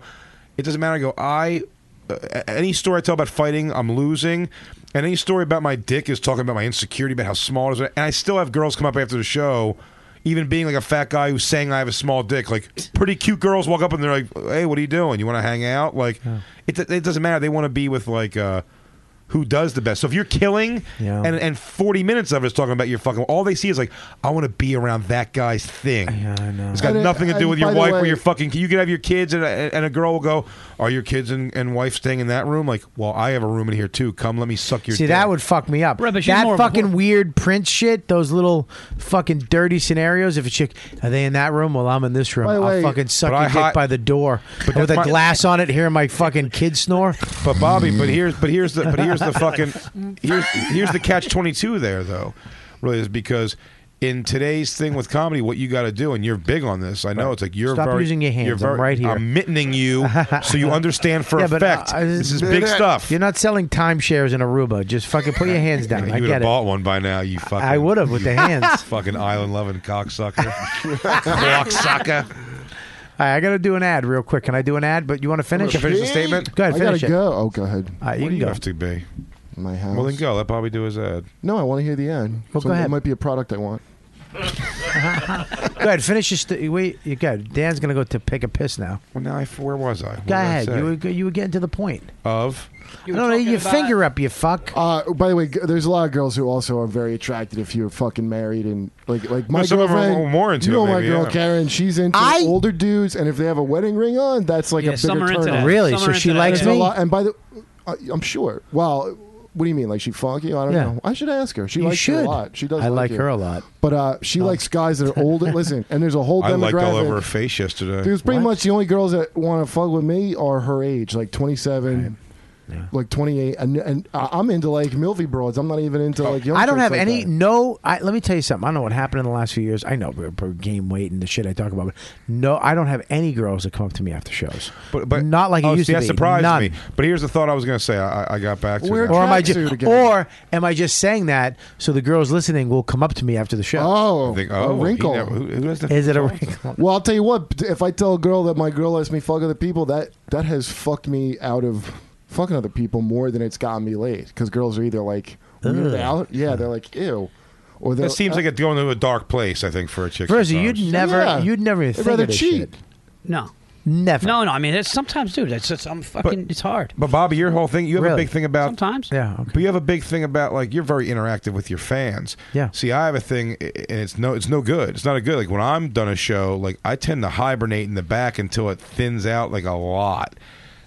Speaker 9: it doesn't matter. I go, I, uh, any story I tell about fighting, I'm losing. And any story about my dick is talking about my insecurity, about how small it is. And I still have girls come up after the show even being like a fat guy who's saying I have a small dick, like pretty cute girls walk up and they're like, "Hey, what are you doing? You want to hang out?" Like, it, it doesn't matter. They want to be with like uh, who does the best. So if you're killing,
Speaker 17: Yeah.
Speaker 9: and and forty minutes of it is talking about your fucking, all they see is like, I want to be around that guy's thing. Yeah, I know. It's got
Speaker 17: And it-
Speaker 9: nothing to do
Speaker 17: and
Speaker 9: with your
Speaker 17: by the
Speaker 9: wife or
Speaker 17: way-
Speaker 9: your fucking. You could have your kids, and a, and a girl will go, "Are your kids and, and wife staying in that room?" Like, well, I have a room in here too. Come, let me suck your.
Speaker 6: See,
Speaker 9: dick.
Speaker 6: that would fuck me up.
Speaker 9: Right, but she's
Speaker 6: that
Speaker 9: more of a
Speaker 6: fucking weird Prince shit, those little fucking dirty scenarios. If a chick, are they in that room? Well, I'm in this room.
Speaker 10: By the way-
Speaker 6: I'll fucking suck
Speaker 9: But
Speaker 6: your
Speaker 9: I
Speaker 6: dick
Speaker 9: hi-
Speaker 6: by the door
Speaker 9: But
Speaker 6: with a
Speaker 9: that's my-
Speaker 6: glass on it, hearing my fucking kid snore.
Speaker 9: But Bobby,
Speaker 6: Mm.
Speaker 9: but here's but here's the but here's the fucking here's here's the catch twenty two there though, really is because in today's thing with comedy, what you got to do, and you're big on this. I know it's like you're
Speaker 6: Stop
Speaker 9: very,
Speaker 6: using your hands.
Speaker 9: You're very,
Speaker 6: I'm right here.
Speaker 9: I'm mittening you so you understand for
Speaker 6: Yeah,
Speaker 9: a
Speaker 6: but,
Speaker 9: fact.
Speaker 6: uh,
Speaker 9: this is big stuff.
Speaker 6: You're not selling timeshares in Aruba. Just fucking put your hands down.
Speaker 9: you
Speaker 6: I
Speaker 9: would
Speaker 6: get
Speaker 9: have
Speaker 6: it.
Speaker 9: bought one by now. You fucking.
Speaker 6: I would've with the
Speaker 9: you
Speaker 6: hands.
Speaker 9: Fucking island loving cocksucker. cocksucker.
Speaker 6: All right, I got to do an ad real quick. Can I do an ad? But you want to finish?
Speaker 9: Can I finish the statement?
Speaker 6: Go ahead,
Speaker 10: I
Speaker 6: finish
Speaker 10: gotta
Speaker 6: it.
Speaker 10: go. Oh, go ahead.
Speaker 6: All right, you
Speaker 9: What do
Speaker 6: can
Speaker 9: you
Speaker 6: go.
Speaker 9: have to be?
Speaker 10: My house.
Speaker 9: Well, then go. Let Bobby do his ad.
Speaker 10: No, I want to hear the ad.
Speaker 6: Well, go ahead.
Speaker 10: It might be a product I want.
Speaker 6: Go ahead, finish your. St- wait, you go. Dan's gonna go to pick a piss now.
Speaker 9: Well, now I, where was I? What did
Speaker 6: Go
Speaker 9: I
Speaker 6: ahead.
Speaker 9: say?
Speaker 6: You were, go- you were getting to the point.
Speaker 9: Of.
Speaker 6: I don't know. Your
Speaker 10: about-
Speaker 6: finger up, you fuck.
Speaker 10: Uh, by the way, g- there's a lot of girls who also are very attracted if you're fucking married and like like my
Speaker 9: No, some of 'em are
Speaker 10: girlfriend.
Speaker 9: more into
Speaker 10: you know
Speaker 9: it,
Speaker 10: my
Speaker 9: maybe,
Speaker 10: girl
Speaker 9: yeah.
Speaker 10: Karen. She's into
Speaker 6: I-
Speaker 10: older dudes, and if they have a wedding ring on, that's like
Speaker 6: Yeah,
Speaker 10: a bigger
Speaker 6: some are into
Speaker 10: turn
Speaker 6: that. Really? Some So are she into that, likes
Speaker 10: There's a
Speaker 6: me?
Speaker 10: lot- and by the, I, I'm sure. Well, what do you mean? Like she funky? I don't
Speaker 6: Yeah.
Speaker 10: know. I should ask her. She
Speaker 6: You
Speaker 10: likes you
Speaker 6: should.
Speaker 10: a lot. She does.
Speaker 6: I
Speaker 10: like
Speaker 6: like her a
Speaker 10: you.
Speaker 6: lot. Oh.
Speaker 10: But uh, she likes guys that are older. Listen, and there's a whole
Speaker 9: I liked all
Speaker 10: demographic.
Speaker 9: over her face yesterday.
Speaker 10: Dude, it's pretty much the only girls that want to fuck with me are her age, like 27, like 28. And, and I- I'm into like milfy broads. I'm not even into
Speaker 9: Oh,
Speaker 10: like young
Speaker 6: I don't
Speaker 10: chicks
Speaker 6: have
Speaker 10: like
Speaker 6: any.
Speaker 10: that.
Speaker 6: No, I, let me tell you something. I don't know what happened in the last few years. I know we're, we're game weight and the shit I talk about. But no, I don't have any girls that come up to me after shows.
Speaker 9: But, but
Speaker 6: not like
Speaker 9: oh,
Speaker 6: it used
Speaker 9: see,
Speaker 6: to
Speaker 9: that
Speaker 6: be.
Speaker 9: surprised
Speaker 6: None.
Speaker 9: me. But here's the thought I was going to say. I, I- I got back to. that.
Speaker 6: or am I just, or am I just saying that so the girls listening will come up to me after the show?
Speaker 10: Oh,
Speaker 9: Think,
Speaker 10: a
Speaker 9: oh, he
Speaker 10: wrinkle.
Speaker 9: never- who- who has the-
Speaker 6: Is it a wrinkle?
Speaker 10: Well, I'll tell you what. If I tell a girl that my girl lets me fuck other people, that that has fucked me out of fucking other people more than it's gotten me laid. Because girls are either like weirded
Speaker 9: Ugh.
Speaker 10: out, yeah, they're like ew, or they're,
Speaker 9: That seems like it's going to a dark place. I think for a chick.
Speaker 6: Verzi,
Speaker 9: sometimes.
Speaker 6: you'd never, you'd never even
Speaker 10: They'd
Speaker 6: think
Speaker 10: rather
Speaker 6: of this
Speaker 10: cheat.
Speaker 6: shit.
Speaker 12: No.
Speaker 6: Never.
Speaker 12: No, no. I mean, it's sometimes, dude. It's just, I'm fucking. it's hard.
Speaker 9: But Bobby, your whole thing. You have a
Speaker 12: Really?
Speaker 9: big thing about
Speaker 12: sometimes.
Speaker 6: Yeah.
Speaker 9: But you have a big thing about like you're very interactive with your fans.
Speaker 6: Yeah.
Speaker 9: See, I have a thing, i- and it's no, it's no good. It's not a good. Like when I'm done a show, like I tend to hibernate in the back until it thins out like a lot.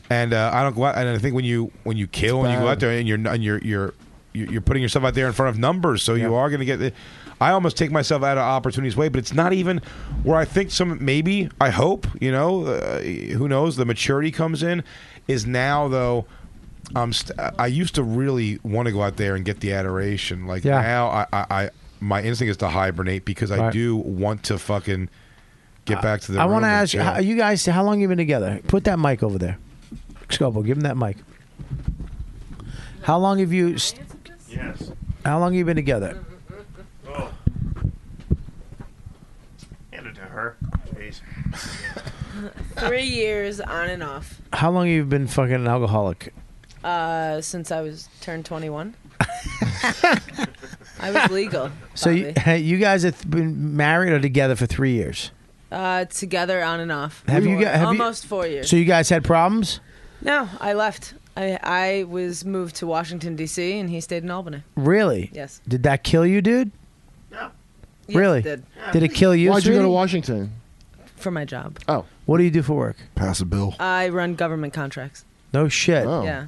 Speaker 9: And uh, I don't go out. And I think when you when you kill and you go
Speaker 17: bad.
Speaker 9: out there and you're and you're you're you're you're putting yourself out there in front of numbers, so you are going to get. The, I almost take myself out of opportunities way, but it's not even where I think some. Maybe I hope you know. Uh, who knows? The maturity comes in. Is now though. I'm st- I used to really want to go out there and get the adoration. Like
Speaker 17: Yeah.
Speaker 9: now, I, I, I my instinct is to hibernate because I
Speaker 6: Right.
Speaker 9: do want to fucking get back to the.
Speaker 6: I
Speaker 9: want to
Speaker 6: ask you, how, you guys, how long you been together? Put that mic over there, Scobo. Give him that mic. How long have you? St-
Speaker 18: Yes.
Speaker 6: How long have you been together?
Speaker 18: Hand it to her. Jeez.
Speaker 14: Three years on and off
Speaker 6: How long have you been fucking an alcoholic?
Speaker 14: uh, since I was turned 21. I was legal.
Speaker 6: So you, you guys have been married or together for three years.
Speaker 14: Uh, together on and off.
Speaker 6: Have you
Speaker 14: Four-
Speaker 6: got have you-
Speaker 14: almost four years?
Speaker 6: So you guys had problems?
Speaker 14: no, I left. I I was moved to Washington D.C. and he stayed in Albany.
Speaker 6: Really?
Speaker 14: Yes.
Speaker 6: Did that kill you, dude?
Speaker 14: Yes,
Speaker 6: really?
Speaker 14: it did.
Speaker 6: it kill you?
Speaker 10: Why'd you go to
Speaker 6: sweetie?
Speaker 10: Washington?
Speaker 14: For my job,
Speaker 10: Oh,
Speaker 6: What do you do for work?
Speaker 2: Pass a bill.
Speaker 14: I run government contracts.
Speaker 10: Oh.
Speaker 6: No shit.
Speaker 14: Yeah.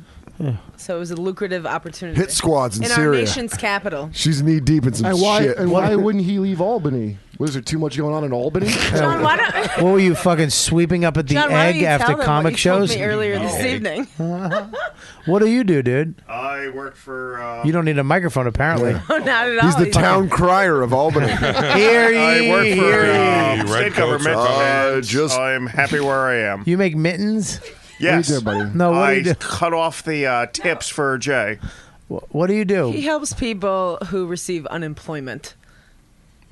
Speaker 14: So it was a lucrative opportunity.
Speaker 2: Hit squads in
Speaker 14: in our
Speaker 2: Syria.
Speaker 14: nation's capital.
Speaker 2: She's knee deep in some
Speaker 10: and why,
Speaker 2: shit.
Speaker 10: And why wouldn't he leave Albany? Was there too much going on in Albany?
Speaker 14: John, why don't
Speaker 6: What were you fucking sweeping up at the
Speaker 14: John, why don't
Speaker 6: egg
Speaker 14: you
Speaker 6: after
Speaker 14: tell them
Speaker 6: comic
Speaker 14: what you told
Speaker 6: shows?
Speaker 14: me earlier this
Speaker 6: Egg.
Speaker 14: evening?
Speaker 6: What do you do, dude?
Speaker 18: I worked for. Uh,
Speaker 6: You don't need a microphone, apparently.
Speaker 14: no, not at all.
Speaker 2: He's the town crier of Albany.
Speaker 6: Here
Speaker 18: I work
Speaker 6: ye,
Speaker 18: for
Speaker 6: here
Speaker 18: uh,
Speaker 6: ye.
Speaker 18: state government, and
Speaker 10: Uh,
Speaker 18: I'm happy where I am.
Speaker 6: You make mittens?
Speaker 18: Yes.
Speaker 6: No, what
Speaker 18: I
Speaker 6: do you do?
Speaker 18: cut off the uh, tips for Jay.
Speaker 6: What do you do?
Speaker 14: He helps people who receive unemployment.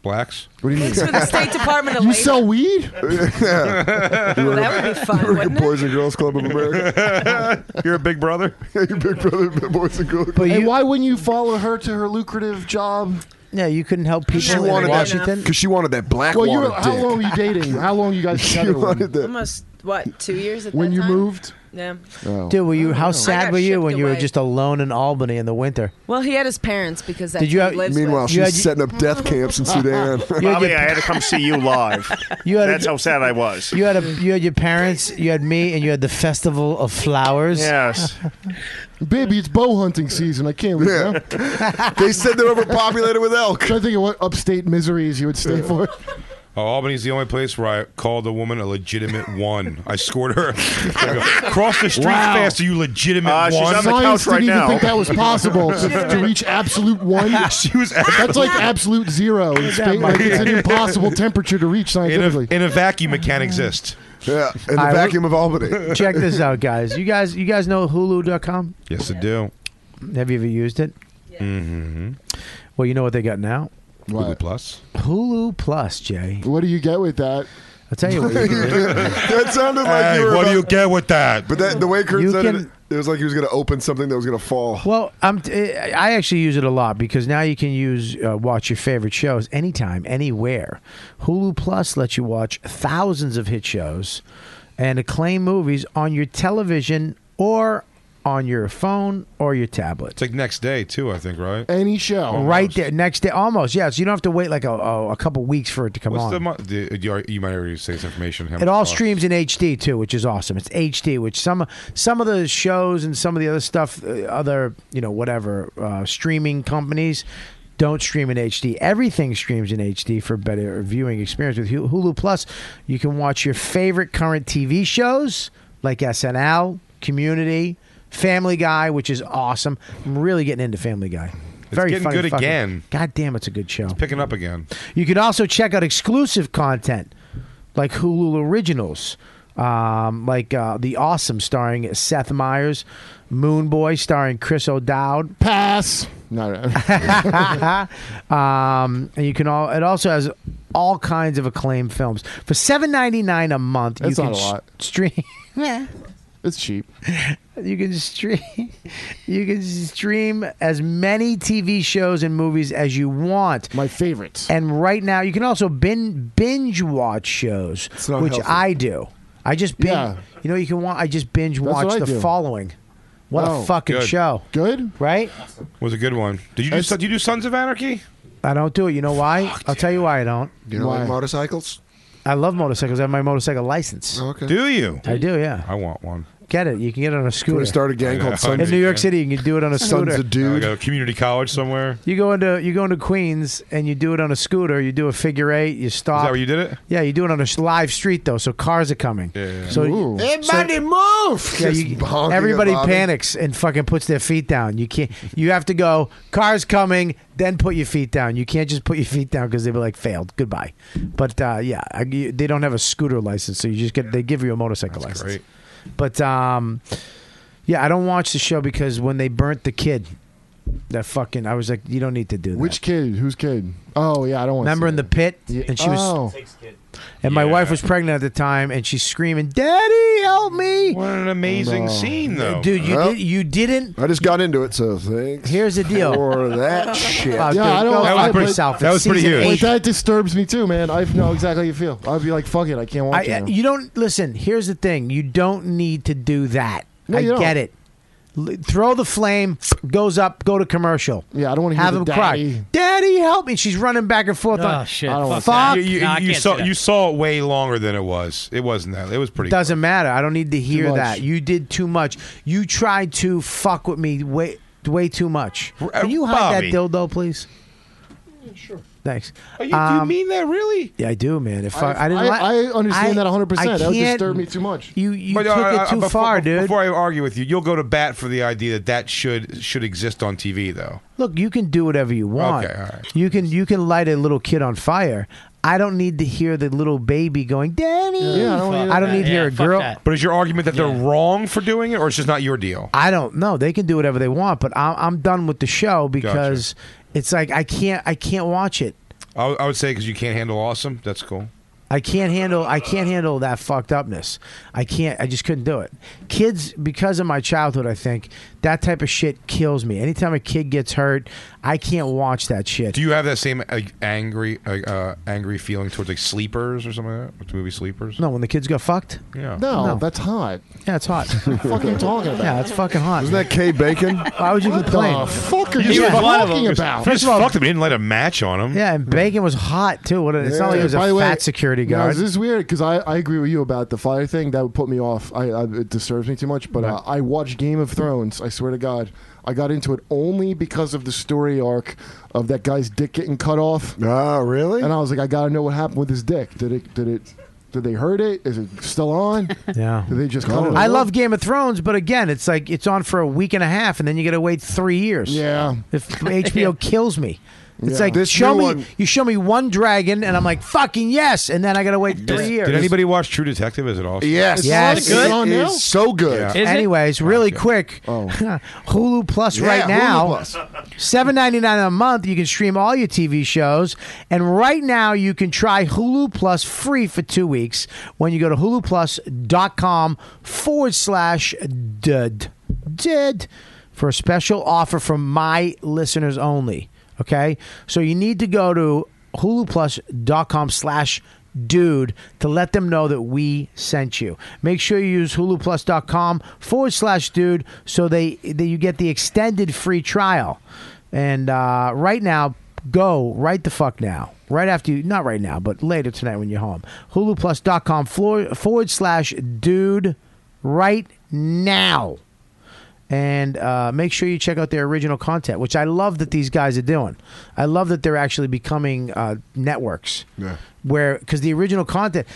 Speaker 9: Blacks.
Speaker 2: What do you
Speaker 14: It's for the State Department of
Speaker 10: You
Speaker 14: Labor.
Speaker 10: sell weed?
Speaker 14: that would be fun.
Speaker 2: You're a Boys and Girls Club of America.
Speaker 18: You're a big brother.
Speaker 2: You're big brother, of the Boys and Girls. Club.
Speaker 10: and why wouldn't you follow her to her lucrative job?
Speaker 6: Yeah, you couldn't help people
Speaker 2: She wanted
Speaker 6: in
Speaker 2: that
Speaker 6: Washington.
Speaker 2: because she wanted that black
Speaker 10: Well, you
Speaker 2: water
Speaker 10: were, how
Speaker 2: dick.
Speaker 10: long were you dating? How long you guys together? when?
Speaker 14: Almost what? Two years at
Speaker 10: When
Speaker 14: that
Speaker 10: you
Speaker 14: time?
Speaker 10: moved?
Speaker 14: Yeah.
Speaker 6: Dude, were you? How
Speaker 14: I
Speaker 6: sad
Speaker 14: got
Speaker 6: were you
Speaker 14: shipped
Speaker 6: when you were
Speaker 14: away.
Speaker 6: just alone in Albany in the winter?
Speaker 14: Well, he had his parents because that's
Speaker 6: Did you
Speaker 14: who he
Speaker 6: have-
Speaker 14: lives
Speaker 2: Meanwhile,
Speaker 14: with.
Speaker 2: she's setting up death camps in Sudan.
Speaker 18: Bobby, I had to come see you live.
Speaker 6: You had a-
Speaker 18: That's how sad I was.
Speaker 6: You had a, you had your parents, you had me, and you had the festival of flowers.
Speaker 18: Yes.
Speaker 10: Baby, it's bow hunting season. I can't leave.
Speaker 2: Yeah.
Speaker 10: now.
Speaker 2: They said they're overpopulated with elk.
Speaker 10: Trying to think of what upstate miseries you would stay for.
Speaker 9: Oh, Albany's the only place where I called a woman a legitimate one. I scored her. I go, Cross the street
Speaker 10: Wow.
Speaker 9: faster, you legitimate
Speaker 18: Uh,
Speaker 9: one.
Speaker 18: she's on the
Speaker 10: Science
Speaker 18: couch right
Speaker 10: didn't even
Speaker 18: now.
Speaker 10: think that was possible to, to reach absolute one.
Speaker 9: she was
Speaker 10: That's like absolute zero. in
Speaker 9: that
Speaker 10: spa- like,
Speaker 9: might-
Speaker 10: it's an impossible temperature to reach
Speaker 9: in, a,
Speaker 10: scientifically.
Speaker 9: in a vacuum, it can't exist.
Speaker 2: Yeah, in
Speaker 6: All right,
Speaker 2: of Albany.
Speaker 6: Check this out, guys. You guys, you guys know Hulu.com?
Speaker 9: Yes, I do.
Speaker 6: Have you ever used it?
Speaker 9: Mm-hmm.
Speaker 6: Well, you know what they got now.
Speaker 9: Google Plus.
Speaker 6: Hulu Plus, Jay.
Speaker 10: What do you get with that?
Speaker 6: I'll tell you what you can do.
Speaker 2: that sounded like
Speaker 9: Hey,
Speaker 2: you were
Speaker 9: what do
Speaker 2: about-
Speaker 9: you get with that?
Speaker 2: But that the way Kurt
Speaker 6: You
Speaker 2: said it,
Speaker 6: can-
Speaker 2: it was like he was going to open something that was going to fall.
Speaker 6: Well, I'm t- I actually use it a lot because now you can use uh, watch your favorite shows anytime, anywhere. Hulu Plus lets you watch thousands of hit shows and acclaimed movies on your television or on your phone or your tablet.
Speaker 9: It's like next day too, I think, right?
Speaker 10: Any show.
Speaker 6: Right there, next day, almost. Yeah, so you don't have to wait like a, a, a couple weeks for it to come
Speaker 9: What's
Speaker 6: on.
Speaker 9: the, mo- the you, you might already say this information. Oh, how
Speaker 6: It
Speaker 9: much
Speaker 6: all
Speaker 9: costs.
Speaker 6: streams in HD too, which is awesome. It's HD, which some some of the shows and some of the other stuff, uh, other you know whatever uh, streaming companies don't stream in HD. Everything streams in HD for better viewing experience. With Hu- Hulu Plus, you can watch your favorite current TV shows like SNL, Community, Family Guy, which is awesome. I'm really getting into Family Guy.
Speaker 9: It's
Speaker 6: Very
Speaker 9: getting
Speaker 6: funny
Speaker 9: good
Speaker 6: fucking-
Speaker 9: again.
Speaker 6: God damn, it's a good show.
Speaker 9: Picking up again.
Speaker 6: You can also check out exclusive content like Hulu Originals, um, like uh, The Awesome starring Seth Meyers, Moon Boy starring Chris O'Dowd.
Speaker 10: Pass. No, no.
Speaker 6: um, and you can all. It also has all kinds of acclaimed films for seven ninety nine a month.
Speaker 10: That's
Speaker 6: you
Speaker 10: not
Speaker 6: can
Speaker 10: a lot.
Speaker 6: s- stream.
Speaker 10: It's cheap.
Speaker 6: You can stream you can stream as many TV shows and movies as you want.
Speaker 10: My favorites.
Speaker 6: And right now you can also bin, binge watch shows,
Speaker 10: not
Speaker 6: which
Speaker 10: healthy.
Speaker 6: I do. I just binge,
Speaker 10: Yeah.
Speaker 6: you know you can want I just binge
Speaker 10: That's what
Speaker 6: watch
Speaker 10: I
Speaker 6: the
Speaker 10: do.
Speaker 6: following. What
Speaker 10: Oh.
Speaker 6: a fucking
Speaker 9: Good.
Speaker 6: show.
Speaker 10: Good?
Speaker 6: Right?
Speaker 9: Was a good one. Did you do? Did you do Sons of Anarchy?
Speaker 6: I don't do it. You know why? I'll tell you why I don't.
Speaker 2: Do you know
Speaker 6: Why?
Speaker 2: like motorcycles?
Speaker 6: I love motorcycles. I have my motorcycle license.
Speaker 2: Okay.
Speaker 9: Do you?
Speaker 6: I do, yeah.
Speaker 9: I want one.
Speaker 6: Get it. You can get it on a
Speaker 2: Can
Speaker 6: scooter.
Speaker 2: we start a gang
Speaker 9: Yeah,
Speaker 2: called Sons?
Speaker 6: in New York City, you can do it on a
Speaker 2: Sons
Speaker 6: scooter.
Speaker 2: of Dude.
Speaker 9: Like a community college somewhere.
Speaker 6: You go into you go into Queens and you do it on a scooter. You do a figure eight. You stop.
Speaker 9: Is that where you did it?
Speaker 6: yeah, you do it on a sh- live street though, so cars are coming.
Speaker 9: Yeah.
Speaker 6: So
Speaker 13: Everybody move!
Speaker 6: yeah, you-
Speaker 2: Just honking
Speaker 6: everybody
Speaker 2: and bobbing.
Speaker 6: panics and fucking puts their feet down. You can't. You have to go. Cars coming. Then put your feet down. You can't just put your feet down because they'd be like failed. Goodbye. But uh, yeah, I, you, they don't have a scooter license, so you just get they give you a motorcycle license.
Speaker 9: great.
Speaker 6: But um, yeah, I don't watch the show because when they burnt the kid, that fucking I was like, you don't need to do that.
Speaker 10: Which kid? Whose kid? Oh yeah, I don't want.
Speaker 6: Remember in the pit, and she was,
Speaker 10: Oh.
Speaker 6: and my wife was pregnant at the time, and she's screaming, "Daddy, help me!"
Speaker 9: What an amazing scene, though.
Speaker 6: Uh, dude. You
Speaker 2: Well.
Speaker 6: did, you didn't.
Speaker 2: I just got into it, so thanks
Speaker 6: Here's the deal.
Speaker 2: for that shit.
Speaker 6: Wow, dude,
Speaker 10: I don't-
Speaker 6: go
Speaker 10: that
Speaker 6: fuck
Speaker 10: was pretty-
Speaker 6: yourself.
Speaker 9: that
Speaker 6: It's
Speaker 9: was pretty
Speaker 6: season
Speaker 9: huge.
Speaker 6: eight.
Speaker 10: Wait, that disturbs me too, man. I know exactly how you feel. I'd be like, fuck it, I can't watch
Speaker 6: I, uh,
Speaker 10: it. now.
Speaker 6: you don't listen. Here's the thing: you don't need to do that.
Speaker 10: No,
Speaker 6: I
Speaker 10: you don't.
Speaker 6: get it. L- throw the flame, goes up, go to commercial.
Speaker 10: yeah, I don't want to hear
Speaker 6: Have
Speaker 10: the
Speaker 6: him
Speaker 10: daddy.
Speaker 6: cry, Daddy, help me?" She's running back and forth. on,
Speaker 9: I don't
Speaker 6: Fuck.
Speaker 9: want You, you- you saw you saw it way longer than it was. It wasn't that. It was pretty.
Speaker 6: Doesn't matter. I don't need to hear
Speaker 9: much.
Speaker 6: that. You did too much. You tried to fuck with me way way too much. Can you hide
Speaker 9: uh, Bobby.
Speaker 6: that dildo, please?
Speaker 9: Sure.
Speaker 6: Thanks.
Speaker 9: Are Oh, you, do you
Speaker 6: Um,
Speaker 9: mean that really?
Speaker 6: Yeah, I do, man. If I,
Speaker 10: I-
Speaker 6: I, didn't,
Speaker 10: I- I understand that 100%. That would disturb me
Speaker 6: too much. You you
Speaker 9: But,
Speaker 6: took
Speaker 9: uh,
Speaker 6: it
Speaker 9: uh,
Speaker 6: too
Speaker 9: before-
Speaker 6: far, dude.
Speaker 9: Before I argue with you, you'll go to bat for the idea that that should should exist on TV, though.
Speaker 6: Look, you can do whatever you want.
Speaker 9: Okay, all right.
Speaker 6: You can you can light a little kid on fire. I don't need to hear the little baby going, "Daddy."
Speaker 9: Yeah, I don't wanna hear
Speaker 6: I don't
Speaker 9: that.
Speaker 6: need to hear a girl.
Speaker 9: But is your argument that they're wrong for doing it, or it's just not your deal?
Speaker 6: I don't know. They can do whatever they want, but I'm, I'm done with the show because it's like I can't I can't watch it.
Speaker 9: I, I would say because you can't handle awesome. That's cool.
Speaker 6: I can't handle I can't handle that fucked upness. I can't I just couldn't do it. Kids because of my childhood, I think, that type of shit kills me. Anytime a kid gets hurt, I can't watch that shit.
Speaker 9: Do you have that same uh, angry uh, uh, angry feeling towards like sleepers or something like that? With the movie Sleepers?
Speaker 6: No, when the kids got fucked?
Speaker 9: Yeah.
Speaker 10: No, that's hot.
Speaker 6: Yeah, it's hot. what
Speaker 10: the fuck are you talking about?
Speaker 6: Yeah, it's fucking hot. Isn't
Speaker 2: that Kay Bacon?
Speaker 6: Why would you
Speaker 10: What
Speaker 6: complain?
Speaker 10: the fuck are
Speaker 9: He
Speaker 10: you
Speaker 9: was one of
Speaker 10: talking
Speaker 9: them.
Speaker 10: about?
Speaker 9: First of all, fucked him. He didn't light a match on him.
Speaker 6: Yeah, and Bacon was hot too. What a, it's not like he was a
Speaker 10: By
Speaker 6: fat
Speaker 10: the way,
Speaker 6: security
Speaker 10: now,
Speaker 6: guard.
Speaker 10: This is weird because I, I agree with you about the fire thing. That would put me off. I, I it disturbs me too much. But uh, I watched Game of Thrones. I swear to God, I got into it only because of the story arc of that guy's dick getting cut off.
Speaker 2: Ah, really?
Speaker 10: And I was like, I gotta know what happened with his dick. Did it? Did it? Did they hurt it? Is it still on?
Speaker 6: yeah.
Speaker 10: Did they just cut it?
Speaker 6: I
Speaker 10: off?
Speaker 6: love Game of Thrones, but again, it's like it's on for a week and a half, and then you got to wait three years.
Speaker 10: Yeah,
Speaker 6: if HBO kills me, it's
Speaker 9: Yeah.
Speaker 6: like
Speaker 9: This
Speaker 6: show
Speaker 9: new
Speaker 6: me
Speaker 9: one-
Speaker 6: you show me one dragon, and I'm like fucking yes, and then I got to wait three
Speaker 9: Did,
Speaker 6: years.
Speaker 9: did anybody watch True Detective? Is it awesome?
Speaker 6: Yes, yes,
Speaker 2: so good.
Speaker 9: Yeah. Is it?
Speaker 6: Anyways, really quick, Hulu Plus
Speaker 2: Oh. Yeah,
Speaker 6: right
Speaker 2: Hulu
Speaker 6: now,
Speaker 2: Plus.
Speaker 6: seven ninety nine a month. You can stream all your TV shows, and right now you can try Hulu Plus free for two weeks when you go to huluplus.com forward slash dud dud for a special offer for my listeners only. Okay, so you need to go to huluplus.com slash dude to let them know that we sent you. Make sure you use huluplus.com forward slash dude so they that you get the extended free trial. And uh, right now, go right the fuck now. Right after you, not right now, but later tonight when you're home. huluplus.com floor, forward slash dude right now and uh, make sure you check out their original content, which I love that these guys are doing. I love that they're actually becoming uh, networks.
Speaker 9: Yeah.
Speaker 6: Where because the original content,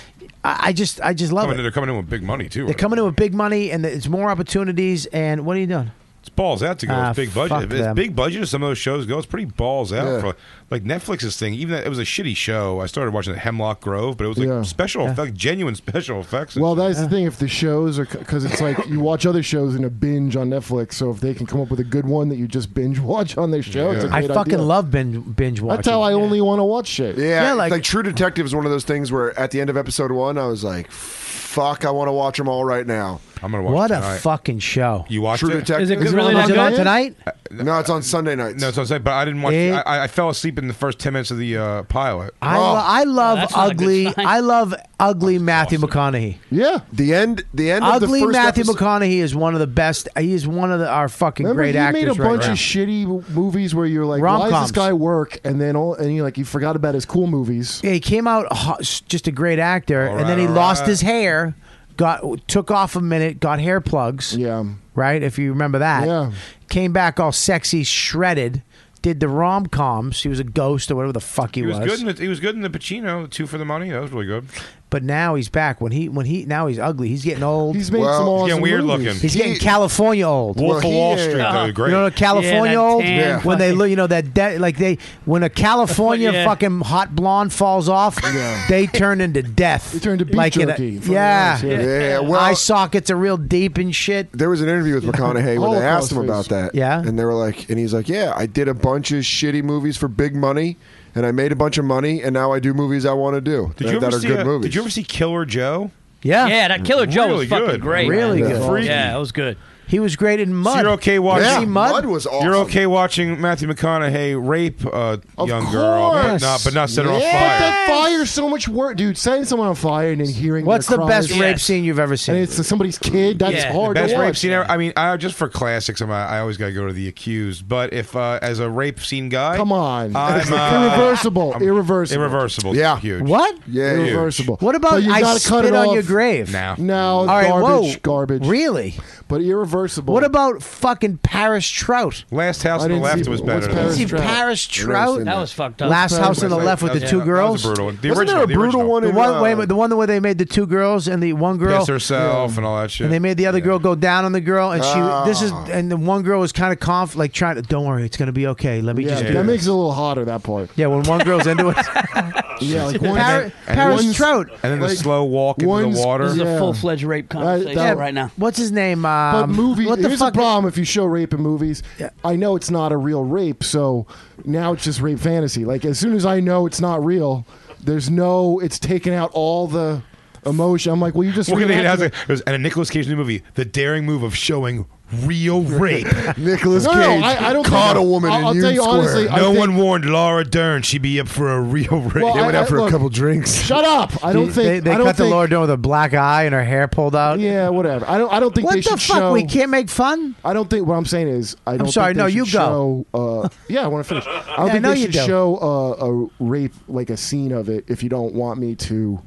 Speaker 6: I, I just I just love
Speaker 9: Coming in-
Speaker 6: it.
Speaker 9: they're coming in with big money too.
Speaker 6: They're
Speaker 9: right?
Speaker 6: coming in with big money and it's more opportunities. And what are you doing?
Speaker 9: It's balls out to go.
Speaker 6: Ah,
Speaker 9: it's big
Speaker 6: fuck
Speaker 9: budget. If It's
Speaker 6: them.
Speaker 9: big budget. as Some of those shows go. It's pretty balls out
Speaker 6: Yeah.
Speaker 9: for like Netflix's thing. Even that it was a shitty show. I started watching the Hemlock Grove, but it was like
Speaker 10: Yeah.
Speaker 9: special effects, genuine special effects.
Speaker 10: Well, that's the thing. If the shows are, because it's like you watch other shows in a binge on Netflix. So if they can come up with a good one that you just binge watch on their show, it's a
Speaker 6: I
Speaker 10: great
Speaker 6: fucking
Speaker 10: idea.
Speaker 6: love binge binge watching.
Speaker 10: That's how I only want to watch shit.
Speaker 2: Yeah, it's like,
Speaker 10: like
Speaker 2: True Detective is one of those things where at the end of episode one, I was like, "Fuck, I want to watch them all right now."
Speaker 9: I'm gonna
Speaker 6: What a fucking show!
Speaker 9: You watched
Speaker 2: True
Speaker 9: it?
Speaker 2: Detective.
Speaker 9: Is it
Speaker 6: really
Speaker 2: on
Speaker 6: that good? tonight?
Speaker 2: No, it's on Sunday nights.
Speaker 9: No, that's what I'm saying. But I didn't watch.
Speaker 2: It-
Speaker 9: I, I fell asleep in the first ten minutes of the uh, pilot.
Speaker 10: Oh.
Speaker 6: I, lo- I love ugly. I love ugly Matthew McConaughey.
Speaker 10: Yeah,
Speaker 2: the end. The end. of the
Speaker 6: Ugly
Speaker 2: first
Speaker 6: Matthew
Speaker 2: episode-
Speaker 6: McConaughey is one of the best. He is one of the, our fucking
Speaker 10: Remember,
Speaker 6: great
Speaker 10: you
Speaker 6: actors.
Speaker 10: made a
Speaker 6: right
Speaker 10: bunch
Speaker 6: now.
Speaker 10: of shitty w- movies where you're like, why does
Speaker 6: Rom-coms.
Speaker 10: this guy work? And then all, and you like, you forgot about his cool movies.
Speaker 6: Yeah, he came out ho- s- just a great actor, and then he
Speaker 10: right, all
Speaker 6: lost
Speaker 10: right.
Speaker 6: his hair, got took off a minute, got hair plugs.
Speaker 10: Yeah,
Speaker 6: right. If you remember that.
Speaker 10: Yeah.
Speaker 6: Came back all sexy, shredded. Did the rom coms. He was a ghost or whatever the fuck he,
Speaker 9: He was good. In the, he was good in the Pacino. Two for the money. That was really good.
Speaker 6: But now he's back. When he when he now he's ugly. He's getting old. He's
Speaker 9: made Well, some he's getting awesome weird movies. looking.
Speaker 6: He's getting
Speaker 9: He-
Speaker 6: California old.
Speaker 9: Wolf of Well, Wall he- Street, though, great.
Speaker 6: Uh, You know California
Speaker 12: Yeah, that
Speaker 6: old
Speaker 12: tan Yeah.
Speaker 6: when they look. You know that de- like they when a California
Speaker 12: Yeah.
Speaker 6: fucking hot blonde falls off, they turn into death. They turn into
Speaker 10: beef
Speaker 6: like in a-
Speaker 10: jerky for
Speaker 6: yeah.
Speaker 10: the eyes, yeah. Yeah,
Speaker 2: well-
Speaker 6: eye sockets are real deep and shit.
Speaker 2: There was an interview with McConaughey when they asked him about that.
Speaker 6: Yeah.
Speaker 2: and they were like, and he's like, "Yeah, I did a bunch of shitty movies for big money, and I made a bunch of money, and now I do movies I want to do
Speaker 9: Did
Speaker 2: that,
Speaker 9: you
Speaker 2: that
Speaker 9: ever
Speaker 2: are
Speaker 9: see?
Speaker 2: good
Speaker 9: uh,
Speaker 2: movies."
Speaker 9: did you ever see Killer Joe?
Speaker 6: Yeah.
Speaker 12: Yeah, that Killer Joe was fucking great.
Speaker 9: Really
Speaker 12: man.
Speaker 9: good.
Speaker 12: Yeah, it was good.
Speaker 6: He was great in Mud.
Speaker 9: So you're okay watching
Speaker 6: Did you see Mud?
Speaker 9: You're okay watching Matthew McConaughey rape a young girl, but
Speaker 10: course.
Speaker 9: not but not set her on
Speaker 10: Yeah,
Speaker 9: fire.
Speaker 10: But that fire is so much work, dude. Setting someone on fire and then hearing
Speaker 6: What's
Speaker 10: their
Speaker 6: the best
Speaker 10: cries.
Speaker 6: rape scene you've ever seen?
Speaker 10: And it's somebody's kid. That's
Speaker 9: Yeah,
Speaker 10: hard.
Speaker 9: The best
Speaker 10: to
Speaker 9: rape
Speaker 10: watch.
Speaker 9: scene ever. I mean, I, just for classics, I'm, I always got to go to the accused. But if uh, as a rape scene guy,
Speaker 10: Come on,
Speaker 9: I'm, uh,
Speaker 10: irreversible, irreversible,
Speaker 9: irreversible.
Speaker 10: Yeah,
Speaker 9: Huge.
Speaker 6: What?
Speaker 9: Yeah. Huge.
Speaker 10: irreversible.
Speaker 9: What about
Speaker 10: But you
Speaker 9: I
Speaker 10: gotta cut
Speaker 9: spit
Speaker 10: it
Speaker 9: on
Speaker 10: off.
Speaker 9: your grave? No.
Speaker 10: no,
Speaker 6: All right,
Speaker 10: garbage,
Speaker 6: whoa.
Speaker 10: garbage.
Speaker 6: Really?
Speaker 10: But irreversible.
Speaker 6: What about fucking Paris Trout?
Speaker 9: Last House
Speaker 10: I
Speaker 9: on the
Speaker 10: didn't
Speaker 9: Left
Speaker 10: see-
Speaker 9: was
Speaker 10: what's
Speaker 9: better. than
Speaker 10: Paris
Speaker 9: this.
Speaker 10: Trout?
Speaker 6: Paris
Speaker 10: I've never
Speaker 6: Trout.
Speaker 10: seen
Speaker 12: That was fucked up.
Speaker 6: Last House on the Left with the
Speaker 9: Yeah,
Speaker 6: two
Speaker 9: that was a
Speaker 6: girls.
Speaker 9: brutal one. The Wasn't there original, a the brutal original. one
Speaker 6: The
Speaker 9: in,
Speaker 6: one,
Speaker 9: uh,
Speaker 6: wait a minute, the one where they made the two girls and the one girl
Speaker 9: Piss herself and all that shit.
Speaker 6: And they made the other girl go down on the girl, and she. This is,
Speaker 10: Ah.
Speaker 6: and the one girl was kind of conf, like trying to. Don't worry, it's gonna be okay. Let me
Speaker 10: Yeah,
Speaker 6: just do
Speaker 10: that
Speaker 6: this."
Speaker 10: makes it a little hotter. That part.
Speaker 6: Yeah, when one girl's into it.
Speaker 10: Yeah, like one,
Speaker 6: Par-
Speaker 10: and
Speaker 6: Paris
Speaker 10: one's-
Speaker 6: Trout.
Speaker 9: And then the
Speaker 10: Like,
Speaker 9: slow walk into the
Speaker 10: one's-
Speaker 9: water.
Speaker 10: This is a Yeah. full-fledged
Speaker 12: Fledged rape
Speaker 17: Uh,
Speaker 10: that-
Speaker 12: conversation
Speaker 10: that-
Speaker 12: right now.
Speaker 6: What's his name?
Speaker 10: But
Speaker 6: Um,
Speaker 10: movie,
Speaker 6: What the
Speaker 10: here's
Speaker 6: fuck?
Speaker 10: the problem if you show rape in movies.
Speaker 6: Yeah.
Speaker 10: I know it's not a real rape, so now it's just rape fantasy. Like as soon as I know it's not real, there's no. It's taken out all the emotion. I'm like, well, you just.
Speaker 9: We're gonna get out
Speaker 10: reenacted
Speaker 9: there. There's- And a Nicolas Cage new movie, the daring move of showing real rape.
Speaker 2: Nicolas
Speaker 10: No, no, Cage I- I don't caught think- a woman I'll- in I'll tell you Union Square. honestly, I
Speaker 9: no
Speaker 10: think-
Speaker 9: one warned Laura Dern she'd be up for a real rape.
Speaker 10: Well, They went I- out I- for a look, couple
Speaker 9: drinks.
Speaker 10: Shut up! I
Speaker 6: They-
Speaker 10: don't think
Speaker 6: they, they
Speaker 10: I don't
Speaker 6: cut
Speaker 10: think,
Speaker 6: the Laura Dern with a black eye and her hair pulled out.
Speaker 10: Yeah, whatever. I don't. I don't think
Speaker 6: What
Speaker 10: they
Speaker 6: the
Speaker 10: should
Speaker 6: fuck?
Speaker 10: show-
Speaker 6: We can't make fun.
Speaker 10: I don't think. What I'm saying is, I don't.
Speaker 6: sorry,
Speaker 10: Think
Speaker 6: no,
Speaker 10: they
Speaker 6: you
Speaker 10: should
Speaker 6: go.
Speaker 10: Show, uh, yeah, I want to finish. I don't
Speaker 6: Yeah, I
Speaker 10: think
Speaker 6: know
Speaker 10: they
Speaker 6: you
Speaker 10: should
Speaker 6: do.
Speaker 10: show uh, a rape like a scene of it if you don't want me to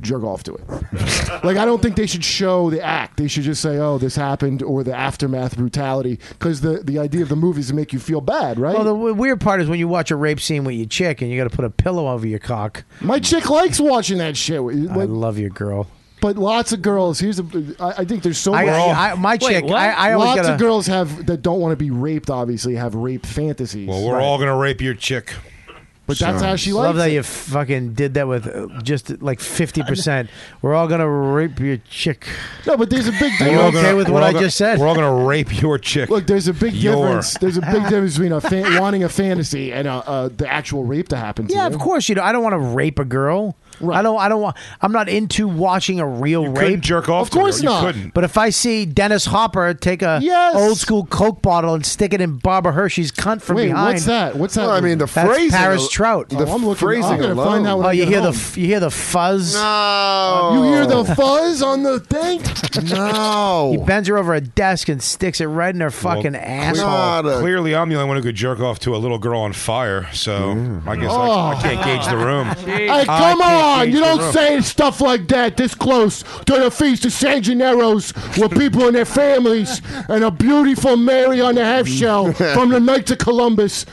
Speaker 10: jerk off to it. like I don't think they should show the act. They should just say, "Oh, this happened," or the aftermath brutality, because the the idea of the movie is to make you feel bad, right?
Speaker 6: Well, the w- weird part is when you watch a rape scene with your chick and you got to put a pillow over your cock.
Speaker 10: My chick likes watching that shit.
Speaker 6: I love your girl.
Speaker 10: But lots of girls. Here's the. I, I think there's so
Speaker 6: I-
Speaker 10: much.
Speaker 6: I- I- my Wait, chick, what? I- I always
Speaker 10: lots
Speaker 6: gotta-
Speaker 10: of girls have that don't want to be raped. Obviously, have rape fantasies.
Speaker 9: Well, we're all gonna rape your chick.
Speaker 10: But that's how she
Speaker 6: Love
Speaker 10: likes
Speaker 6: that
Speaker 10: it.
Speaker 6: you fucking did that with uh, just like fifty percent. We're all gonna rape your chick.
Speaker 10: No, but there's a big.
Speaker 6: Are you
Speaker 9: We're all
Speaker 6: okay
Speaker 9: gonna-
Speaker 6: with
Speaker 9: we're
Speaker 6: what
Speaker 9: all
Speaker 6: I
Speaker 9: gonna-
Speaker 6: just said?
Speaker 9: We're all gonna rape your chick.
Speaker 10: Look, there's a big
Speaker 9: Your.
Speaker 10: difference. There's a big difference between a fan, wanting a fantasy and a, uh, the actual rape to happen. to
Speaker 6: Yeah,
Speaker 10: you.
Speaker 6: of course you. Don't, I don't want to rape a girl. I don't. I don't want. I'm not into watching a real
Speaker 9: couldn't
Speaker 6: rape.
Speaker 9: jerk off Of to a course girl. You not. couldn't.
Speaker 6: But if I see Dennis Hopper take a
Speaker 10: Yes.
Speaker 6: old school Coke bottle and stick it in Barbara Hershey's cunt from
Speaker 10: Wait,
Speaker 6: behind,
Speaker 10: what's that? What's that?
Speaker 2: Well, I mean, the
Speaker 6: That's
Speaker 2: phrasing
Speaker 6: Paris
Speaker 2: al-
Speaker 6: Trout.
Speaker 2: the Oh, I'm looking- phrasing
Speaker 10: I'm gonna find out when
Speaker 6: Oh,
Speaker 10: I
Speaker 6: you
Speaker 10: get
Speaker 6: hear the
Speaker 10: home.
Speaker 6: f- you hear the fuzz.
Speaker 2: No.
Speaker 10: You hear the fuzz on the thing?
Speaker 2: No.
Speaker 6: He bends her over a desk and sticks it right in her fucking asshole.
Speaker 9: Clearly, I'm the only one who could jerk off to a little girl on fire. So I guess
Speaker 10: Oh.
Speaker 9: I, I can't gauge the room.
Speaker 10: Hey, come
Speaker 9: I
Speaker 10: on!
Speaker 9: can't gauge the
Speaker 10: You don't
Speaker 9: room.
Speaker 10: say stuff like that this close to the feast of San Gennaro's, where people and their families and a beautiful Mary on the half shell from the Knights of Columbus.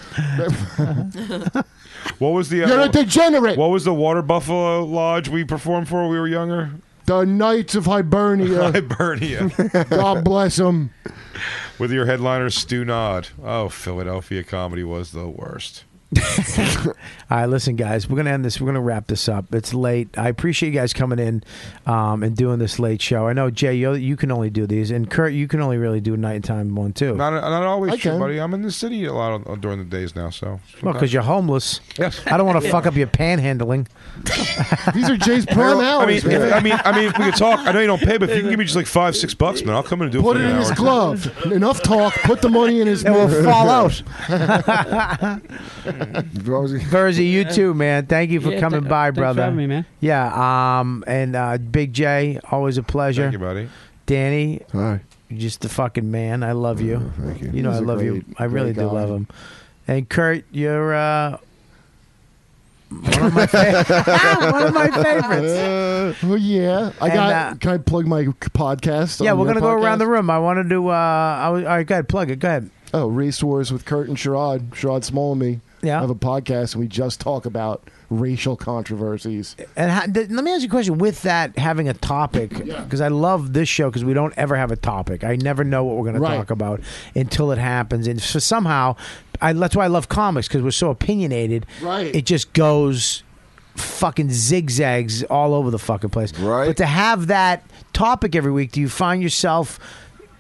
Speaker 9: What was the? uh,
Speaker 10: You're a degenerate.
Speaker 9: What was the Water Buffalo Lodge we performed for? when We were younger.
Speaker 10: The Knights of Hibernia.
Speaker 9: Hibernia.
Speaker 10: God bless them.
Speaker 9: With your headliner Stu Nod. Oh, Philadelphia comedy was the worst.
Speaker 6: All right, listen, guys, we're gonna end this. We're gonna wrap this up. It's late. I appreciate you guys coming in um, and doing this late show. I know Jay, you, you can only do these, and Kurt, you can only really do nighttime one too.
Speaker 9: Not not always
Speaker 10: I
Speaker 9: true,
Speaker 10: can.
Speaker 9: buddy. I'm in the city a lot on, during the days now. So
Speaker 6: Well, because you're homeless.
Speaker 9: Yes.
Speaker 6: I don't want to
Speaker 9: Yeah.
Speaker 6: fuck up your panhandling.
Speaker 10: These are Jay's prime
Speaker 9: I mean,
Speaker 10: hours. man.
Speaker 9: if, I mean, I mean, if we could talk. I know you don't pay, but if you can give me just like five, six bucks, man, I'll come in and do
Speaker 10: Put
Speaker 9: it
Speaker 10: it
Speaker 9: for you
Speaker 10: in
Speaker 9: an
Speaker 10: his
Speaker 9: hour.
Speaker 10: glove. Enough talk. Put the money in his.
Speaker 6: It will
Speaker 10: mouth.
Speaker 6: fall out. Verzi, you too, man. Thank you for
Speaker 12: Yeah,
Speaker 6: coming
Speaker 12: th-
Speaker 6: by,
Speaker 12: thanks for
Speaker 6: brother.
Speaker 12: having me, man.
Speaker 6: Yeah. Um, and uh, Big J, always a pleasure.
Speaker 9: Thank you, buddy.
Speaker 6: Danny,
Speaker 2: Hi. Uh,
Speaker 6: you're just a fucking man. I love you.
Speaker 2: thank you.
Speaker 6: You know
Speaker 2: He's
Speaker 6: I
Speaker 2: a
Speaker 6: love you.
Speaker 2: great-
Speaker 6: I really do
Speaker 2: great guy.
Speaker 6: love him. And Kurt, you're uh, one of my fa- one of my favorites.
Speaker 10: Oh yeah, I
Speaker 6: And,
Speaker 10: got.
Speaker 6: uh,
Speaker 10: can I plug my podcast?
Speaker 6: Yeah,
Speaker 10: on
Speaker 6: we're
Speaker 10: your
Speaker 6: gonna go
Speaker 10: podcast?
Speaker 6: around the room. I wanted to. Uh, I was, all right, go ahead, plug it. Go ahead.
Speaker 10: Oh, Race Wars with Kurt and Sherrod. Sherrod Small and me.
Speaker 6: Yeah.
Speaker 10: Have a podcast and we just talk about racial controversies.
Speaker 6: And how, th- let me ask you a question. With that, having a topic, because I love this show because we don't ever have a topic. I never know what we're going to
Speaker 10: Right.
Speaker 6: talk about until it happens, and so somehow, I, that's why I love comics because we're so opinionated.
Speaker 10: Right.
Speaker 6: It just goes fucking zigzags all over the fucking place. Right. But to have that topic every week, do you find yourself?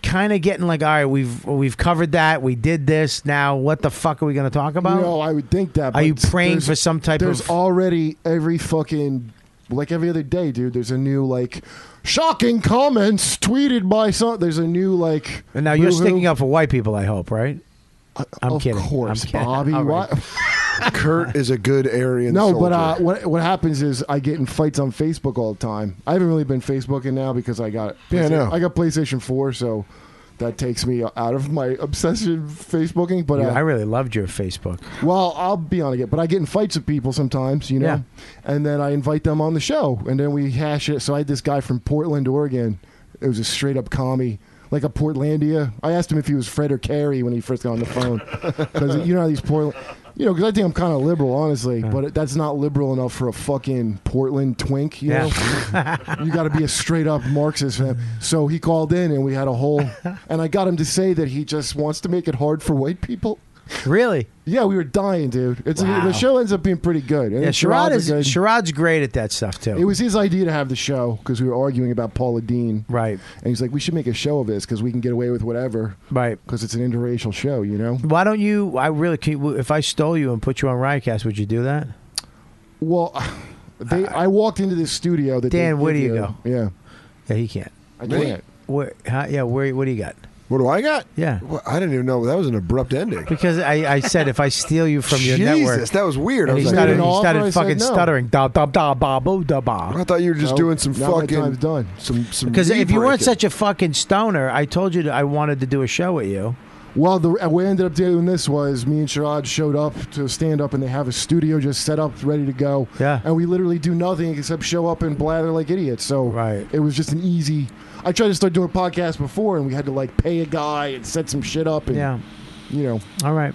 Speaker 6: Kind of getting like, all right, we've we've covered that. We did this. Now, what the fuck are we going to talk about?
Speaker 10: No, I would think that.
Speaker 6: Are you
Speaker 10: but
Speaker 6: praying
Speaker 10: there's-
Speaker 6: for some type
Speaker 10: There's
Speaker 6: of-
Speaker 10: already every fucking like every other day, dude. There's a new like shocking comments tweeted by some. There's a new like.
Speaker 6: And now you're
Speaker 10: boo-hoo.
Speaker 6: sticking up for white people, I hope, right?
Speaker 2: Uh,
Speaker 6: I'm
Speaker 10: of
Speaker 6: kidding.
Speaker 10: course,
Speaker 6: I'm kidding.
Speaker 10: Bobby.
Speaker 6: All
Speaker 10: Why?
Speaker 6: right.
Speaker 2: Kurt is a good Aryan.
Speaker 10: No,
Speaker 2: soldier.
Speaker 10: but uh, what what happens is I get in fights on Facebook all the time. I haven't really been Facebooking now because I got
Speaker 2: Yeah, I know.
Speaker 10: I got PlayStation Four, so that takes me out of my obsession with Facebooking. But
Speaker 6: You-
Speaker 10: uh,
Speaker 6: I really loved your Facebook.
Speaker 10: well, I'll be on again, but I get in fights with people sometimes, you know,
Speaker 6: Yeah.
Speaker 10: and then I invite them on the show, and then we hash it. So I had this guy from Portland, Oregon. It was a straight up commie, like a Portlandia. I asked him if he was Fred or Carey when he first got on the phone, because you know how these Portland, you know, because I think I'm kind of liberal, honestly, but that's not liberal enough for a fucking Portland twink, you
Speaker 6: Yeah.
Speaker 10: know. you got to be a straight up Marxist. Man. So he called in, and we had a whole, and I got him to say that he just wants to make it hard for white people.
Speaker 6: Really?
Speaker 10: Yeah, we were dying, dude. It's
Speaker 6: Wow.
Speaker 10: the show ends up being pretty good. And
Speaker 6: Yeah, Sherrod
Speaker 10: Sherrod's
Speaker 6: is
Speaker 10: a good-
Speaker 6: Sherrod's great at that stuff too.
Speaker 10: It was his idea to have the show because we were arguing about Paula Dean, right? And he's like, "We should make a show of this because we can get away with whatever,
Speaker 6: right?
Speaker 10: Because it's an interracial show, you know."
Speaker 6: Why don't you? I really. Can you, if I stole you and put you on Riotcast, would you do that?
Speaker 10: Well, they, I walked into this studio that
Speaker 6: Uh, Dan,
Speaker 10: they
Speaker 6: where do
Speaker 10: give
Speaker 6: you go?
Speaker 10: Yeah,
Speaker 6: yeah, he can't.
Speaker 10: I can't.
Speaker 6: Where, huh? yeah, where? What do you got?
Speaker 2: What do I got?
Speaker 6: Yeah,
Speaker 2: Well, I didn't even know that was an abrupt ending.
Speaker 6: because I, I said if I steal you from your
Speaker 2: Jesus,
Speaker 6: network,
Speaker 2: that was weird.
Speaker 6: And
Speaker 2: I
Speaker 6: he
Speaker 2: was like-
Speaker 6: started,
Speaker 2: Made an
Speaker 6: he
Speaker 2: offer,
Speaker 6: started
Speaker 2: I said
Speaker 6: fucking
Speaker 2: no.
Speaker 6: stuttering. Da da da ba bo da ba.
Speaker 2: I thought you were just
Speaker 6: No,
Speaker 2: doing some
Speaker 6: now my
Speaker 2: fucking.
Speaker 6: time's
Speaker 10: done.
Speaker 2: Some some.
Speaker 6: Because if you weren't
Speaker 2: knee-breaking.
Speaker 6: such a fucking stoner, I told you that I wanted to do a show with you.
Speaker 10: Well, the uh, we ended up doing this was me and Sherrod showed up to stand up, and they have a studio just set up, ready to go. Yeah, and we literally do nothing except show up and blather like idiots. So right. it was just an easy. I tried to start doing podcasts before, and we had to like pay a guy and set some shit up. And,
Speaker 6: Yeah.
Speaker 10: you know.
Speaker 6: All right,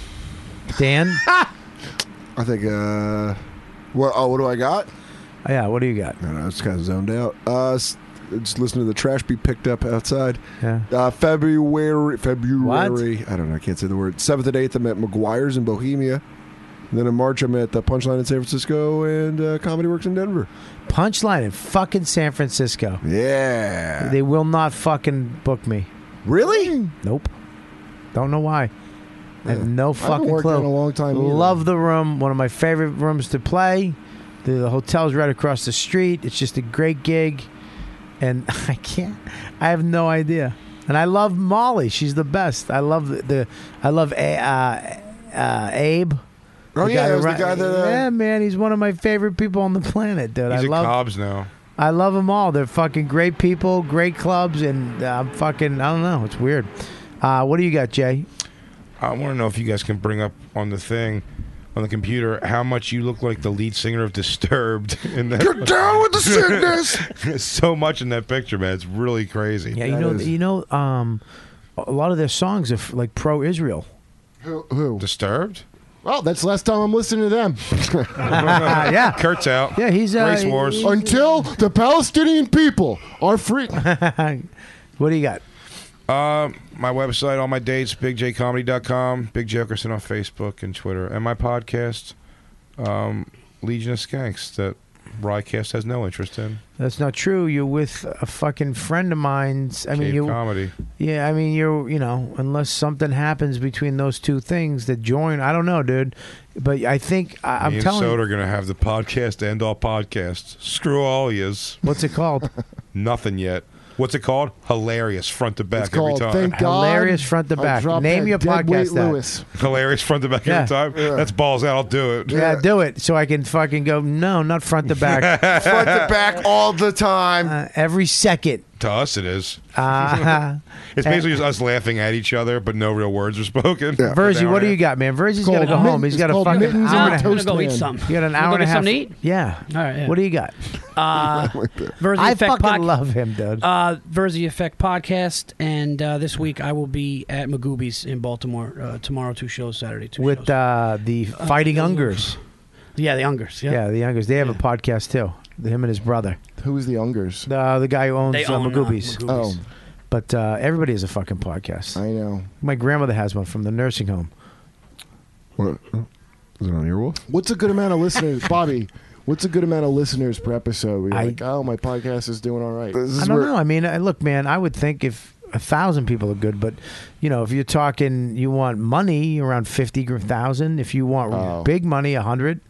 Speaker 6: Oh, Dan.
Speaker 2: I think. uh What? Oh, what do I got?
Speaker 6: Yeah. What do you got?
Speaker 2: I was kind of zoned out. Uh, s- just listen to the trash be picked up outside.
Speaker 6: Yeah.
Speaker 2: Uh, February. February. I don't know. I can't say the word. Seventh and eighth, I'm at McGuire's in Bohemia. And then in March, I'm at the Punchline in San Francisco and uh, Comedy Works in Denver.
Speaker 6: Punchline in fucking San Francisco.
Speaker 2: Yeah.
Speaker 6: They will not fucking book me.
Speaker 2: Really?
Speaker 6: Nope. Don't know why. I have no
Speaker 10: haven't
Speaker 6: fucking
Speaker 10: worked
Speaker 6: clue.
Speaker 10: in a long time either.
Speaker 6: Love the room. One of my favorite rooms to play. The, the hotel's right across the street. It's just a great gig, and I can't. I have no idea. And I love Molly. She's the best. I love the. the I love a, uh, uh, Abe.
Speaker 2: Oh, yeah,
Speaker 6: that
Speaker 2: it was the
Speaker 6: ri-
Speaker 2: guy that, uh,
Speaker 6: yeah, man, he's one of my favorite people on the planet, dude.
Speaker 9: He's
Speaker 6: I
Speaker 9: at
Speaker 6: love
Speaker 9: Cobb's now.
Speaker 6: I love them all. They're fucking great people, great clubs, and uh, I'm fucking. I don't know. It's weird. Uh, what do you got, Jay?
Speaker 9: I want to know if you guys can bring up on the thing, on the computer, how much you look like the lead singer of Disturbed. In that
Speaker 2: Get down with the sickness!
Speaker 9: so much in that picture, man. It's really crazy.
Speaker 6: Yeah, you know, you know, um, a lot of their songs are f- like pro-Israel.
Speaker 10: Who? who?
Speaker 9: Disturbed.
Speaker 10: Well, that's the last time I'm listening to them.
Speaker 6: Ah, yeah.
Speaker 9: Kurt's out.
Speaker 6: Yeah, he's uh,
Speaker 9: race wars.
Speaker 10: Until the Palestinian people are free.
Speaker 6: what do you got?
Speaker 9: Uh, my website, all my dates, bigjcomedy.com, Big Jokerson on Facebook and Twitter, and my podcast, um, Legion of Skanks, that Rycast has no interest in.
Speaker 6: That's not true. You're with a fucking friend of mine's. I mean,
Speaker 9: Cave
Speaker 6: you
Speaker 9: comedy.
Speaker 6: Yeah, I mean, you're you know, unless something happens between those two things that join, I don't know, dude. But I think I, I'm
Speaker 9: Me and
Speaker 6: telling.
Speaker 9: Soda are going to have the podcast to end all podcasts. Screw all yous.
Speaker 6: What's it called?
Speaker 9: Nothing yet. What's it called? Hilarious front to back
Speaker 6: It's called
Speaker 9: every time.
Speaker 6: Thank God Hilarious front to I back. dropped Name that your dead podcast weight that. Lewis.
Speaker 9: Hilarious front to back
Speaker 6: Yeah.
Speaker 9: every time. That's balls out. I'll do it.
Speaker 6: Yeah, do it so I can fucking go. No, not front to back. Uh,
Speaker 9: Front to
Speaker 2: back all the time,
Speaker 10: Uh,
Speaker 6: every second.
Speaker 9: To us, it is.
Speaker 6: Uh,
Speaker 9: It's basically just us laughing at each other, but no real words are spoken.
Speaker 6: Verzi, what do you got, man? Verzi's got to
Speaker 9: called
Speaker 6: go home.
Speaker 9: mitten-
Speaker 6: He's
Speaker 9: it's
Speaker 6: got to
Speaker 9: called
Speaker 6: fucking.
Speaker 9: mittens
Speaker 6: hour
Speaker 9: and
Speaker 6: and a half.
Speaker 9: toast
Speaker 12: I'm gonna go eat
Speaker 6: Man.
Speaker 12: something.
Speaker 6: You got an
Speaker 12: Wanna
Speaker 6: hour
Speaker 12: go
Speaker 6: and a
Speaker 12: get
Speaker 6: half.
Speaker 12: something to eat?
Speaker 6: Yeah.
Speaker 12: All right, yeah.
Speaker 6: What do you got?
Speaker 12: Uh, Verzi
Speaker 6: I
Speaker 12: Effect
Speaker 6: fucking
Speaker 12: Pod-
Speaker 6: love him, dude.
Speaker 12: Uh, Verzi Effect podcast, and uh, this week I will be at Magoobies in Baltimore uh, tomorrow. Two shows Saturday. Two
Speaker 6: With uh, the Fighting Ungers.
Speaker 12: Yeah, the Ungers. Yeah.
Speaker 6: Yeah, the Ungers. They have a podcast too. Him and his brother.
Speaker 10: Who is the Ungers?
Speaker 6: Uh, the guy who owns
Speaker 12: They
Speaker 6: uh,
Speaker 12: own, uh,
Speaker 6: Magoobies.
Speaker 12: Magoobies.
Speaker 6: Oh. But uh, everybody has a fucking podcast.
Speaker 10: Oh, I know.
Speaker 6: My grandmother has one from the nursing home.
Speaker 2: What? Is it on Earwolf?
Speaker 10: What's a good amount of listeners, Bobby? What's a good amount of listeners per episode? We're like, oh, my podcast is doing all right.
Speaker 6: I don't know. I mean, I- look, man, I would think if a thousand people are good, but you know, if you're talking, you want money around fifty thousand. If you want
Speaker 10: Oh.
Speaker 6: big money, a hundred.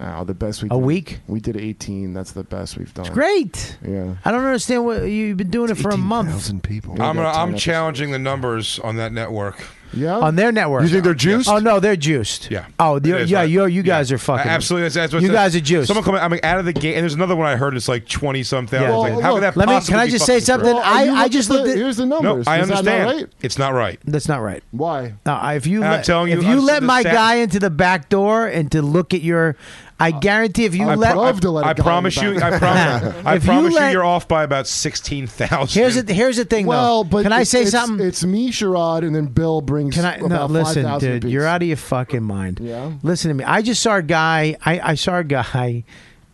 Speaker 10: Oh, the best we
Speaker 6: A
Speaker 10: did.
Speaker 6: week?
Speaker 10: We did 18. That's the best we've done.
Speaker 6: Great.
Speaker 10: Yeah.
Speaker 6: I don't understand what you've been doing it for a month.
Speaker 10: people.
Speaker 9: I'm gonna, I'm challenging the numbers on that network.
Speaker 10: Yeah.
Speaker 6: On their network.
Speaker 9: You think they're juiced?
Speaker 6: Oh no, they're juiced.
Speaker 9: Yeah.
Speaker 6: Oh, you're,
Speaker 9: is,
Speaker 6: yeah,
Speaker 9: right?
Speaker 6: you're, you guys are fucking.
Speaker 9: Absolutely, that's, that's what
Speaker 6: you
Speaker 9: it says.
Speaker 6: guys are juiced.
Speaker 9: Someone coming, I mean, out of the gate, and there's another one I heard. It's like twenty something.
Speaker 6: Yeah.
Speaker 9: Like,
Speaker 6: Well,
Speaker 9: how
Speaker 6: look,
Speaker 9: could that
Speaker 6: let me-
Speaker 9: possibly
Speaker 6: can I
Speaker 9: be
Speaker 6: just say
Speaker 9: fucking
Speaker 6: something?
Speaker 9: true?
Speaker 6: Well, I- you I look just at looked the- at- here's the numbers.
Speaker 9: No, I
Speaker 6: Is that not
Speaker 9: understand.
Speaker 6: right?
Speaker 9: It's not right.
Speaker 6: That's not right. Why? No, I- if you
Speaker 9: And I'm
Speaker 6: let,
Speaker 9: telling you,
Speaker 6: if
Speaker 9: I've
Speaker 6: you
Speaker 9: said
Speaker 6: let
Speaker 9: this
Speaker 6: my
Speaker 9: Sat-
Speaker 6: guy into the back door and to look at your, I guarantee if you let,
Speaker 9: Uh, I promise you. I promise. I
Speaker 6: If you
Speaker 9: promise you,
Speaker 6: let-
Speaker 9: you're off by about sixteen thousand.
Speaker 6: Here's the here's the thing.
Speaker 10: Well,
Speaker 6: though.
Speaker 10: but
Speaker 6: can I
Speaker 10: it's-
Speaker 6: say
Speaker 10: it's-
Speaker 6: something?
Speaker 10: It's me, Sherrod, and then Bill brings.
Speaker 6: Can I no?
Speaker 10: about
Speaker 6: Listen,
Speaker 10: 5,000
Speaker 6: dude,
Speaker 10: apiece.
Speaker 6: you're out of your fucking mind.
Speaker 10: Yeah.
Speaker 6: Listen to me. I just saw a guy. I, I saw a guy,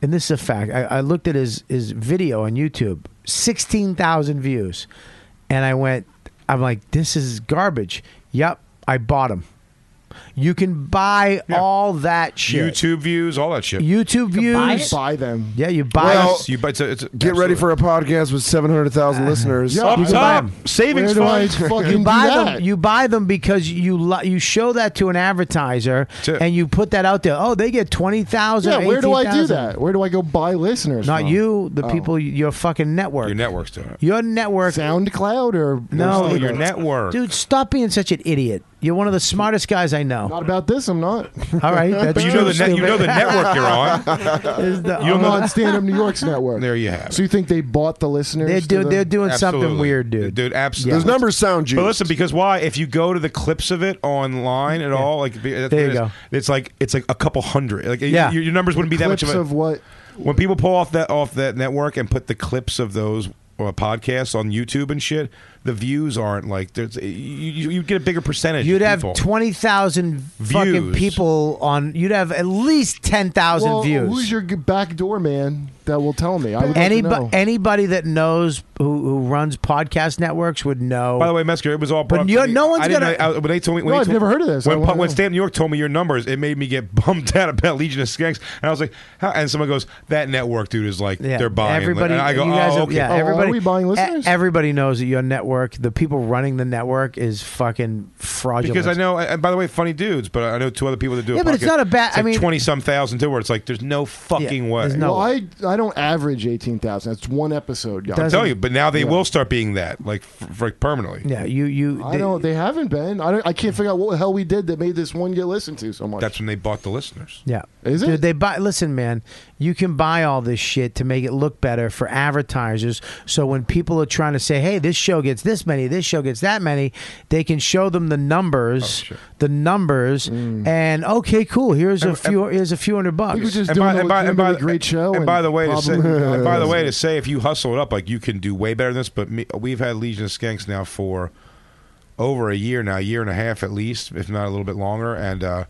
Speaker 6: and this is a fact. I, I looked at his his video on YouTube. Sixteen thousand views, and I went. I'm like, this is garbage. Yep, I bought him. You can buy all that shit.
Speaker 9: YouTube views, all that shit.
Speaker 6: YouTube views.
Speaker 9: buy it?
Speaker 10: Buy them.
Speaker 6: Yeah, you buy.
Speaker 9: Well,
Speaker 6: them.
Speaker 9: you, but it's, a- it's a-
Speaker 2: Get ready for a podcast with 700,000 listeners.
Speaker 6: Yeah, Up you can buy top, 'em.
Speaker 9: savings
Speaker 6: you buy them. You buy them because you li- you show that to an advertiser and you put that out there. Oh, they get twenty thousand.
Speaker 10: Yeah, where do I do that? Where do I go buy listeners?
Speaker 6: Not
Speaker 10: from?
Speaker 6: you, the
Speaker 10: Oh.
Speaker 6: people, your fucking network.
Speaker 9: Your network's doing it.
Speaker 6: Your network.
Speaker 10: SoundCloud or
Speaker 6: no,
Speaker 9: No, your network.
Speaker 6: dude. Stop being such an idiot. You're one of the smartest guys I know. Not
Speaker 10: about this. I'm not.
Speaker 6: All right, that's
Speaker 9: But you know
Speaker 6: true,
Speaker 9: the net- you
Speaker 6: stupid.
Speaker 9: know the network you're on.
Speaker 6: Is the- oh,
Speaker 10: I'm on Stand Up New York's network.
Speaker 9: There you have.
Speaker 10: So you think they bought the listeners?
Speaker 6: They're
Speaker 10: to
Speaker 6: do-
Speaker 10: the-
Speaker 6: they're doing
Speaker 9: Absolutely. Dude, absolutely.
Speaker 10: Those numbers
Speaker 2: sound
Speaker 9: But listen, because why? If you go to the clips of it online at all, like be- that's
Speaker 6: There
Speaker 9: what
Speaker 6: you
Speaker 9: it
Speaker 6: go.
Speaker 9: is. It's like it's like a couple hundred. Like
Speaker 6: Yeah.
Speaker 9: yeah. your, your numbers wouldn't be that much of,
Speaker 10: Clips
Speaker 9: a,
Speaker 10: of what?
Speaker 9: When people pull off that off that network and put the clips of those uh, podcasts on YouTube and shit, the views aren't like there's you you you'd get a bigger percentage.
Speaker 6: You'd
Speaker 9: of
Speaker 6: have
Speaker 9: people.
Speaker 6: twenty thousand fucking
Speaker 9: Views.
Speaker 6: people on. You'd have at least ten thousand
Speaker 10: Well,
Speaker 6: views.
Speaker 10: Who's your g- back door man that will tell me? I would
Speaker 6: anybody,
Speaker 10: like to know.
Speaker 6: anybody that knows who, who runs podcast networks would know.
Speaker 9: By the way, Metzger, it was all. Brought
Speaker 6: But
Speaker 9: up
Speaker 6: you're-
Speaker 9: to me.
Speaker 6: no one's
Speaker 9: I didn't
Speaker 6: gonna-
Speaker 9: know- I- when they told me, when
Speaker 6: No,
Speaker 9: they
Speaker 6: I've
Speaker 9: told-
Speaker 6: never heard of this. I
Speaker 9: When,
Speaker 6: wanna
Speaker 9: when
Speaker 6: know.
Speaker 9: Stan New York told me your numbers, it made me get bummed out about Legion of Skanks, and I was like, How? and someone goes, that network dude is like, they're buying.
Speaker 6: Everybody,
Speaker 9: and I go,
Speaker 6: you guys
Speaker 9: oh,
Speaker 6: are-
Speaker 9: okay.
Speaker 6: yeah, everybody, e-
Speaker 9: listeners?
Speaker 6: everybody knows that your network, the people running the network, is fucking fraudulent.
Speaker 9: Because I know, and by the way, funny dudes, but I know two other people that do.
Speaker 6: Yeah, but it's not a bad- I mean-
Speaker 9: twenty some thousand too, where it's like there's no fucking way.
Speaker 10: well, I I don't average eighteen thousand. That's one episode. Guys.
Speaker 9: I'm telling you, but now they
Speaker 10: Yeah.
Speaker 9: will start being that, like, f- like permanently.
Speaker 6: Yeah, you you.
Speaker 10: I don't. They haven't been. I don't, I can't figure out what the hell we did that made this one get listened to so much.
Speaker 9: That's when they bought the listeners.
Speaker 6: Yeah,
Speaker 10: Is
Speaker 6: Dude, they buy. Listen, man, you can buy all this shit to make it look better for advertisers. So when people are trying to say, "Hey, this show gets this many, this show gets that many," they can show them the
Speaker 9: Oh,
Speaker 6: numbers, the numbers, and okay, cool. Here's a few. Here's a few hundred bucks.
Speaker 10: great show. uh,
Speaker 9: And, by the way, to say,
Speaker 10: problem.
Speaker 9: and by the way, to say if you hustle it up, like you can do way better than this. But me, we've had Legion of Skanks now for over a year now, a year and a half at least, if not a little bit longer, and uh,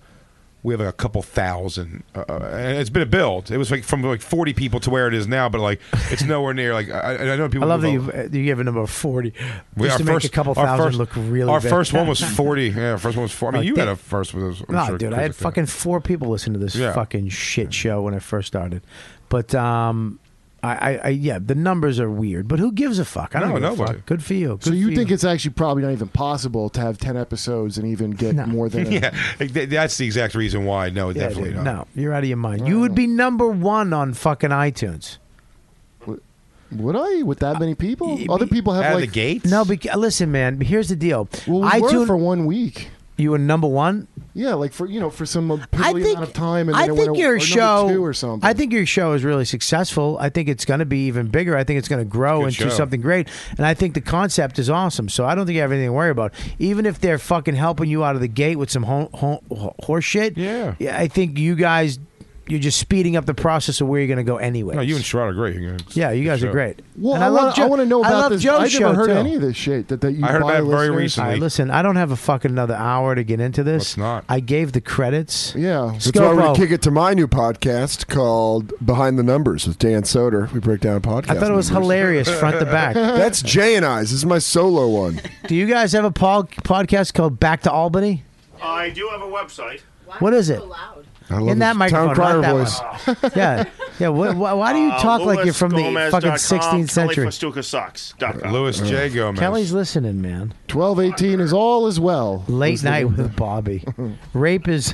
Speaker 9: we have a couple thousand. Uh, and it's been a build. It was like from like forty people to where it is now, but like it's nowhere near. Like I, I know
Speaker 6: I
Speaker 9: people.
Speaker 6: love that
Speaker 9: move
Speaker 6: you
Speaker 9: up.
Speaker 6: uh, you gave a number of forty.
Speaker 9: We-
Speaker 6: just
Speaker 9: our
Speaker 6: to make a
Speaker 9: first-
Speaker 6: couple
Speaker 9: our
Speaker 6: thousand
Speaker 9: first-
Speaker 6: look really.
Speaker 9: Our
Speaker 6: bad.
Speaker 9: first one was forty. Yeah, our first one was four. I mean,
Speaker 6: Oh,
Speaker 9: you
Speaker 6: damn.
Speaker 9: had a first with those. I'm
Speaker 6: no,
Speaker 9: sure,
Speaker 6: dude,
Speaker 9: kids
Speaker 6: I had
Speaker 9: like that.
Speaker 6: fucking four people listen to this
Speaker 9: Yeah.
Speaker 6: fucking shit show when I first started. But um, I, I, I yeah, the numbers are weird. But who gives a fuck? I don't
Speaker 10: No,
Speaker 6: give a
Speaker 10: nobody.
Speaker 6: fuck. Good for you. Good
Speaker 10: So you
Speaker 6: for
Speaker 10: think it's actually probably not even possible to have ten episodes and even get more than
Speaker 9: yeah, like, th- that's the exact reason why. No,
Speaker 6: Yeah,
Speaker 9: definitely
Speaker 6: dude,
Speaker 9: not.
Speaker 6: No, you're out of your mind. You would be number one on fucking iTunes.
Speaker 10: Would I with that many people? Other people have like
Speaker 6: No, because listen, man. Here's the deal.
Speaker 10: Well, we were
Speaker 6: iTunes
Speaker 10: for one week.
Speaker 6: You were number one.
Speaker 10: Yeah, like for you know for some uh,
Speaker 6: I
Speaker 10: piddly
Speaker 6: think
Speaker 10: amount of time. And
Speaker 6: I
Speaker 10: then it
Speaker 6: think
Speaker 10: went,
Speaker 6: your
Speaker 10: or number
Speaker 6: show
Speaker 10: two or something.
Speaker 6: I think your show is really successful. I think it's going to be even bigger. I think it's going to grow
Speaker 10: Good
Speaker 6: into
Speaker 10: show.
Speaker 6: something great. And I think the concept is awesome. So I don't think you have anything to worry about. Even if they're fucking helping you out of the gate with some ho- ho- ho- horse shit, yeah. I think you guys you're just speeding up the process of where you're going to go anyway.
Speaker 9: No, Oh, you and Sherrod are great. You're gonna-
Speaker 6: yeah, you guys
Speaker 9: show.
Speaker 6: are great.
Speaker 10: Well,
Speaker 6: And
Speaker 10: I,
Speaker 6: love
Speaker 10: want,
Speaker 6: Joe-
Speaker 10: I want to know
Speaker 6: I
Speaker 10: about
Speaker 6: love
Speaker 10: this.
Speaker 6: Joe's
Speaker 10: I
Speaker 6: show,
Speaker 10: never heard
Speaker 6: too.
Speaker 10: any of this shit that, that you
Speaker 9: I heard
Speaker 10: buy
Speaker 9: about it very
Speaker 10: listeners?
Speaker 9: recently.
Speaker 6: All right, listen, I don't have a fucking another hour to get into this.
Speaker 9: not.
Speaker 6: I gave the credits.
Speaker 10: Yeah.
Speaker 2: That's why we kick it to my new podcast called Behind the Numbers with Dan Soder. We break down podcast.
Speaker 6: I thought it was
Speaker 2: numbers.
Speaker 6: hilarious front to back.
Speaker 2: That's Jay and I's. This is my solo one.
Speaker 6: Do you guys have a pol- podcast called Back to Albany?
Speaker 18: I do have a website.
Speaker 6: What is it?
Speaker 2: I love
Speaker 6: In that
Speaker 2: his
Speaker 6: microphone,
Speaker 2: town crier
Speaker 6: not that
Speaker 2: voice.
Speaker 6: one. yeah, yeah. Why, why, why do you
Speaker 18: Uh,
Speaker 9: Uh,
Speaker 6: talk like you're from the fucking 16th century?
Speaker 9: Louis J. Gomez.
Speaker 6: Kelly's listening, man.
Speaker 10: Twelve eighteen is all as well.
Speaker 6: Late
Speaker 10: was the
Speaker 6: night
Speaker 10: number.
Speaker 6: with Bobby. Rape is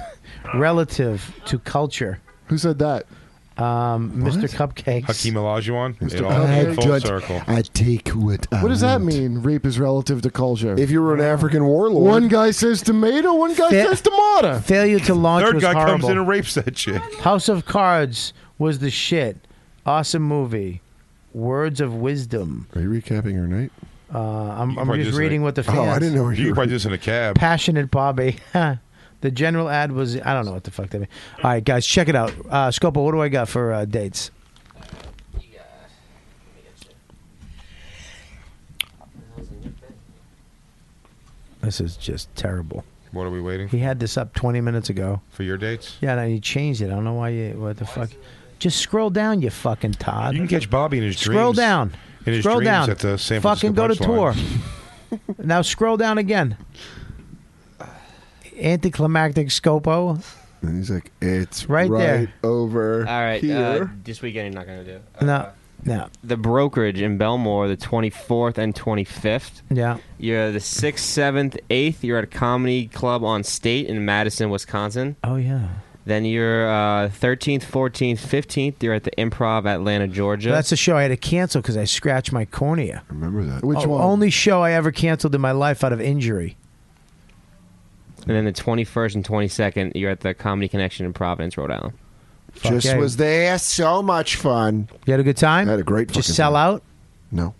Speaker 6: relative to culture.
Speaker 10: Who said that?
Speaker 6: Um, Mr. Cupcakes.
Speaker 9: Hakeem Olajuwon. It
Speaker 10: Mr.
Speaker 9: all came
Speaker 10: Cupcake.
Speaker 9: full
Speaker 10: Judge,
Speaker 9: circle.
Speaker 10: I take what. I what does that mean? Rape is relative to culture.
Speaker 2: If you were an African warlord,
Speaker 10: one guy says tomato, one guy
Speaker 6: Fa-
Speaker 10: says tomato.
Speaker 6: Failure to launch
Speaker 9: Third
Speaker 6: was
Speaker 9: guy
Speaker 6: horrible.
Speaker 9: comes in and rapes that chick.
Speaker 6: House of Cards was the shit. Awesome movie. Words of Wisdom.
Speaker 2: Are you recapping your night?
Speaker 6: Uh, I'm,
Speaker 9: You
Speaker 6: I'm just
Speaker 9: probably do this in
Speaker 6: reading
Speaker 9: a-
Speaker 6: what the fans.
Speaker 9: You could probably do this in a cab.
Speaker 6: Passionate Bobby. the general ad was I don't know what the fuck that means. All right, guys, check it out. Uh, Scopo, what do I got for uh, dates? This is just terrible.
Speaker 9: What are we waiting
Speaker 6: He had this up 20 minutes ago.
Speaker 9: for your dates?
Speaker 6: Yeah, and he changed it. I don't know why you. What the fuck? Just scroll down, you fucking Todd.
Speaker 9: You can catch Bobby in his
Speaker 6: Scroll
Speaker 9: dreams.
Speaker 6: down.
Speaker 9: In his
Speaker 6: scroll
Speaker 9: dreams
Speaker 6: down.
Speaker 9: at the San Francisco
Speaker 6: fucking go to tour.
Speaker 9: Punchline.
Speaker 6: now scroll down again. Anticlimactic Scopo.
Speaker 2: And he's like, it's
Speaker 6: Right there.
Speaker 2: over.
Speaker 17: All right, uh,
Speaker 2: here.
Speaker 17: this weekend you're not gonna do.
Speaker 6: No, no.
Speaker 17: The brokerage in Belmore, the 24th and 25th.
Speaker 6: Yeah.
Speaker 17: You're the sixth, seventh, eighth. You're at a comedy club on State in Madison, Wisconsin.
Speaker 6: Oh yeah.
Speaker 17: Then you're uh, 13th, 14th, 15th. You're at the Improv Atlanta, Georgia.
Speaker 6: That's a show I had to cancel because I scratched my cornea.
Speaker 2: Remember
Speaker 6: Oh,
Speaker 2: that?
Speaker 17: Which one?
Speaker 6: Only show I ever canceled in my life out of injury.
Speaker 17: and then the 21st and 22nd. You're at the Comedy Connection in Providence, Rhode Island.
Speaker 2: Just
Speaker 6: yeah.
Speaker 2: was there. So much fun.
Speaker 6: You had a good time. I
Speaker 2: had a great.
Speaker 6: Just sell out.
Speaker 2: No.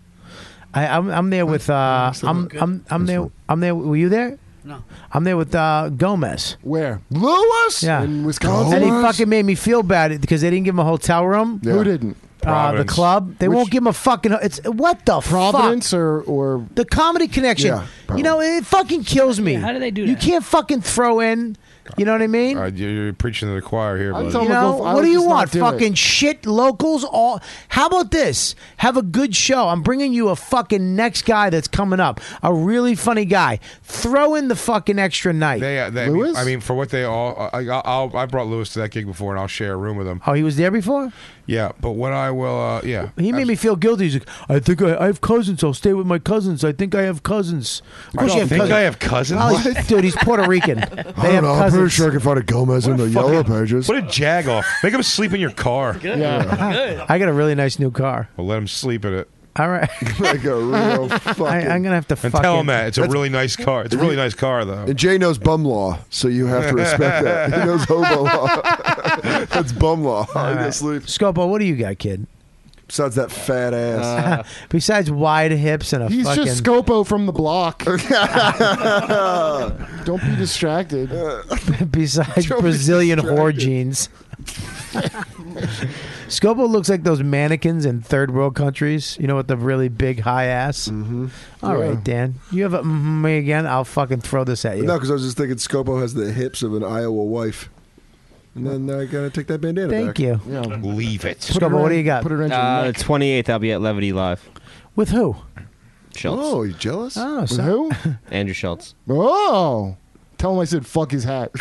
Speaker 6: I, I'm, I'm there with. Uh, I'm, I'm, I'm there. I'm there. Were you there?
Speaker 12: No.
Speaker 6: I'm there with uh, Gomez.
Speaker 10: Where?
Speaker 2: Lewis?
Speaker 6: Yeah.
Speaker 10: In Wisconsin?
Speaker 6: And he
Speaker 10: Gomez?
Speaker 6: fucking made me feel bad because they didn't give him a hotel room.
Speaker 10: Who didn't?
Speaker 6: Uh, the
Speaker 10: Providence.
Speaker 6: club. They won't give him a fucking. It's what the
Speaker 10: Providence
Speaker 6: fuck?
Speaker 10: or or
Speaker 6: the comedy connection.
Speaker 10: Yeah,
Speaker 6: you know, it fucking kills me. how do they do that? You can't fucking throw in. You know what I mean?
Speaker 9: All right, you're you're preaching to the choir here, buddy.
Speaker 6: You know, what do you want? fucking shit locals? All how about this? Have a good show. I'm bringing you a fucking next guy that's coming up, a really funny guy. Throw in the fucking extra night.
Speaker 9: They, uh, they, I mean, I mean, for what they all, I, I, I'll, I brought Lewis to that gig before, and I'll share a room with him.
Speaker 6: oh, he was there before.
Speaker 9: Yeah, but what I will, uh, yeah,
Speaker 6: He made me feel guilty. He's like, I think I, I have cousins. I'll stay with my cousins. I think I have cousins. Of
Speaker 9: I
Speaker 6: course you
Speaker 9: think I have cousins?
Speaker 6: Oh, he's- dude, he's Puerto Rican. They
Speaker 2: I
Speaker 6: have
Speaker 2: don't know. I'm
Speaker 6: cousins.
Speaker 2: pretty sure I can find a Gomez in the Yellow Pages.
Speaker 9: What a jag off. Make him sleep in your car.
Speaker 6: Good. Yeah. Good. I got a really nice new car.
Speaker 9: Well, let him sleep in it.
Speaker 6: All right.
Speaker 2: like a real fucking.
Speaker 6: I, am gonna have to
Speaker 9: And
Speaker 6: fucking
Speaker 9: tell him that. It's a
Speaker 2: That's-
Speaker 9: really nice car. It's a really nice car, though.
Speaker 2: And Jay knows bum law, so you have to respect that. He knows hobo law. That's bum law.
Speaker 6: All
Speaker 2: I
Speaker 6: right.
Speaker 2: guess sleep.
Speaker 6: Scopo, what do you got, kid?
Speaker 2: Besides that fat ass.
Speaker 6: Besides wide hips and a
Speaker 10: He's
Speaker 6: fucking.
Speaker 10: just Scopo from the block. Don't be distracted.
Speaker 6: besides Brazilian whore jeans. Scopo looks like those mannequins in third world countries. You know, with the really big high ass. Mm-hmm.
Speaker 2: Yeah.
Speaker 6: right, Dan. You have a mm me again. I'll fucking throw this at you.
Speaker 2: No, because I was just thinking Scopo has the hips of an Iowa wife. And then I gotta take that bandana
Speaker 6: Thank
Speaker 2: back.
Speaker 6: you.
Speaker 9: Leave it.
Speaker 6: Scopo, what do you got?
Speaker 17: Uh, the 28th, I'll be at Levity Live.
Speaker 6: With who?
Speaker 17: Schultz.
Speaker 2: Oh, you jealous?
Speaker 6: Oh,
Speaker 10: With who?
Speaker 17: Andrew Schultz.
Speaker 10: Oh, tell him I said fuck his hat.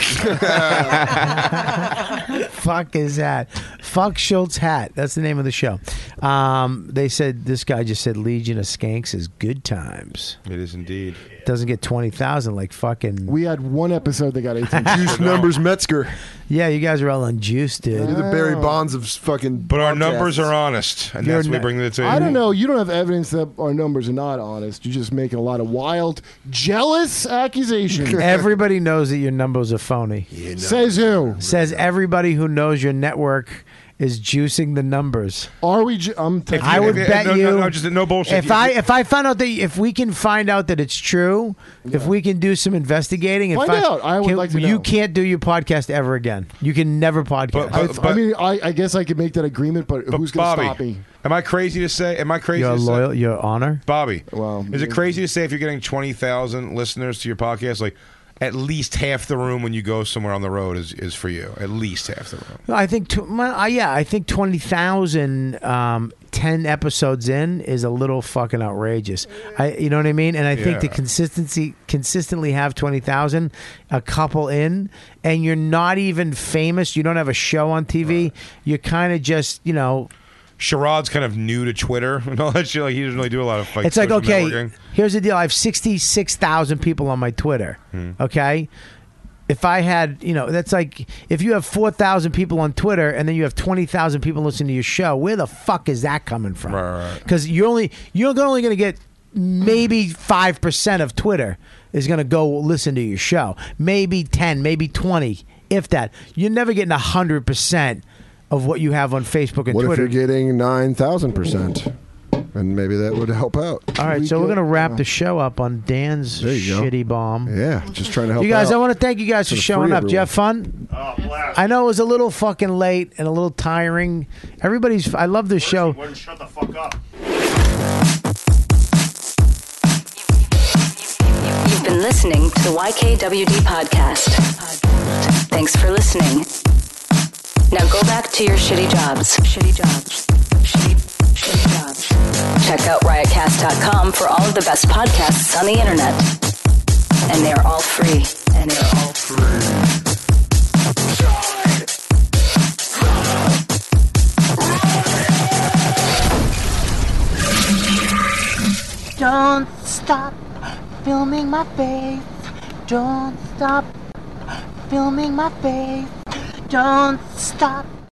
Speaker 6: fuck is that? Fuck Schultz hat. That's the name of the show. Um, they said this guy just said Legion of Skanks is good times.
Speaker 9: It is indeed.
Speaker 6: Doesn't get twenty thousand like fucking.
Speaker 10: we had one episode that got 18.
Speaker 2: Juice numbers Metzger.
Speaker 6: Yeah, you guys are all on juice, dude.
Speaker 2: You're the Barry Bonds of fucking.
Speaker 9: But our numbers are honest, and
Speaker 6: You're
Speaker 9: that's what we
Speaker 6: not-
Speaker 9: bring to the table.
Speaker 10: I don't know. You don't have evidence that our numbers are not honest. You're just making a lot of wild, jealous accusations.
Speaker 6: Everybody knows that your numbers are phony.
Speaker 10: Says who?
Speaker 6: Says everybody who knows your network is juicing the numbers.
Speaker 10: Are we? Ju- I'm. T-
Speaker 6: I would bet
Speaker 9: no,
Speaker 6: you.
Speaker 9: No, no, just no bullshit.
Speaker 6: If I if I found out that if we can find out that it's true, if we can do some investigating, if
Speaker 10: Find
Speaker 6: I,
Speaker 10: out. I would
Speaker 6: can-
Speaker 10: like to
Speaker 6: You
Speaker 10: know.
Speaker 6: can't do your podcast ever again. You can never podcast.
Speaker 10: I, I mean, I, I guess I could make that agreement, but, who's going to
Speaker 9: Bobby,
Speaker 10: stop me?
Speaker 9: am I crazy to say? Am I crazy?
Speaker 6: your
Speaker 9: to say-
Speaker 6: loyal, your honor.
Speaker 9: Bobby,
Speaker 10: Wow.
Speaker 9: is it crazy to say if you're getting 20,000 listeners to your podcast, like at least half the room when you go somewhere on the road is, is for you? At least half the room.
Speaker 6: I think, tw- my, uh, yeah, I think 20,000, um, 10 episodes in is a little fucking outrageous. I, you know what I mean? And I think to
Speaker 9: Yeah.
Speaker 6: consistency, consistently have 20,000, a couple in, and you're not even famous. You don't have a show on TV. You're kind of just, you know,
Speaker 9: Sharad's kind of new to Twitter and all that shit. Like, he doesn't really do a lot of like,
Speaker 6: it's like,
Speaker 9: social
Speaker 6: okay,
Speaker 9: networking. Hmm.
Speaker 6: here's the deal. I have 66,000 people on my Twitter. Okay. if I had, you know, that's like if you have 4,000 people on Twitter and then you have 20,000 people listening to your show, where the fuck is that coming from? Because you're only, you're only going to get maybe 5% of Twitter is going to go listen to your show. Maybe 10, maybe 20, if that. You're never getting 100% of what you have on Facebook and
Speaker 2: What if
Speaker 6: Twitter.
Speaker 2: you're getting nine thousand percent? And maybe that would help out.
Speaker 6: All right, so we're going to wrap the show up on Dan's shitty bomb.
Speaker 2: Yeah, just trying to help.
Speaker 6: you guys,
Speaker 2: out.
Speaker 6: I want to thank you guys for
Speaker 2: Sort of
Speaker 6: showing
Speaker 2: free
Speaker 6: up. Did you have
Speaker 2: everyone.
Speaker 6: fun? I know it was a little fucking late and a little tiring. Everybody's. I love this show.
Speaker 9: Shut the fuck up.
Speaker 10: You've been listening to the YKWD podcast. Thanks for listening. Now go back to your shitty jobs. Shitty jobs. Shitty, shitty jobs. Check out riotcast.com for all of the best podcasts on the internet. And they are all free. And they are all free.
Speaker 19: Don't stop filming my face. Don't stop filming my face. Don't stop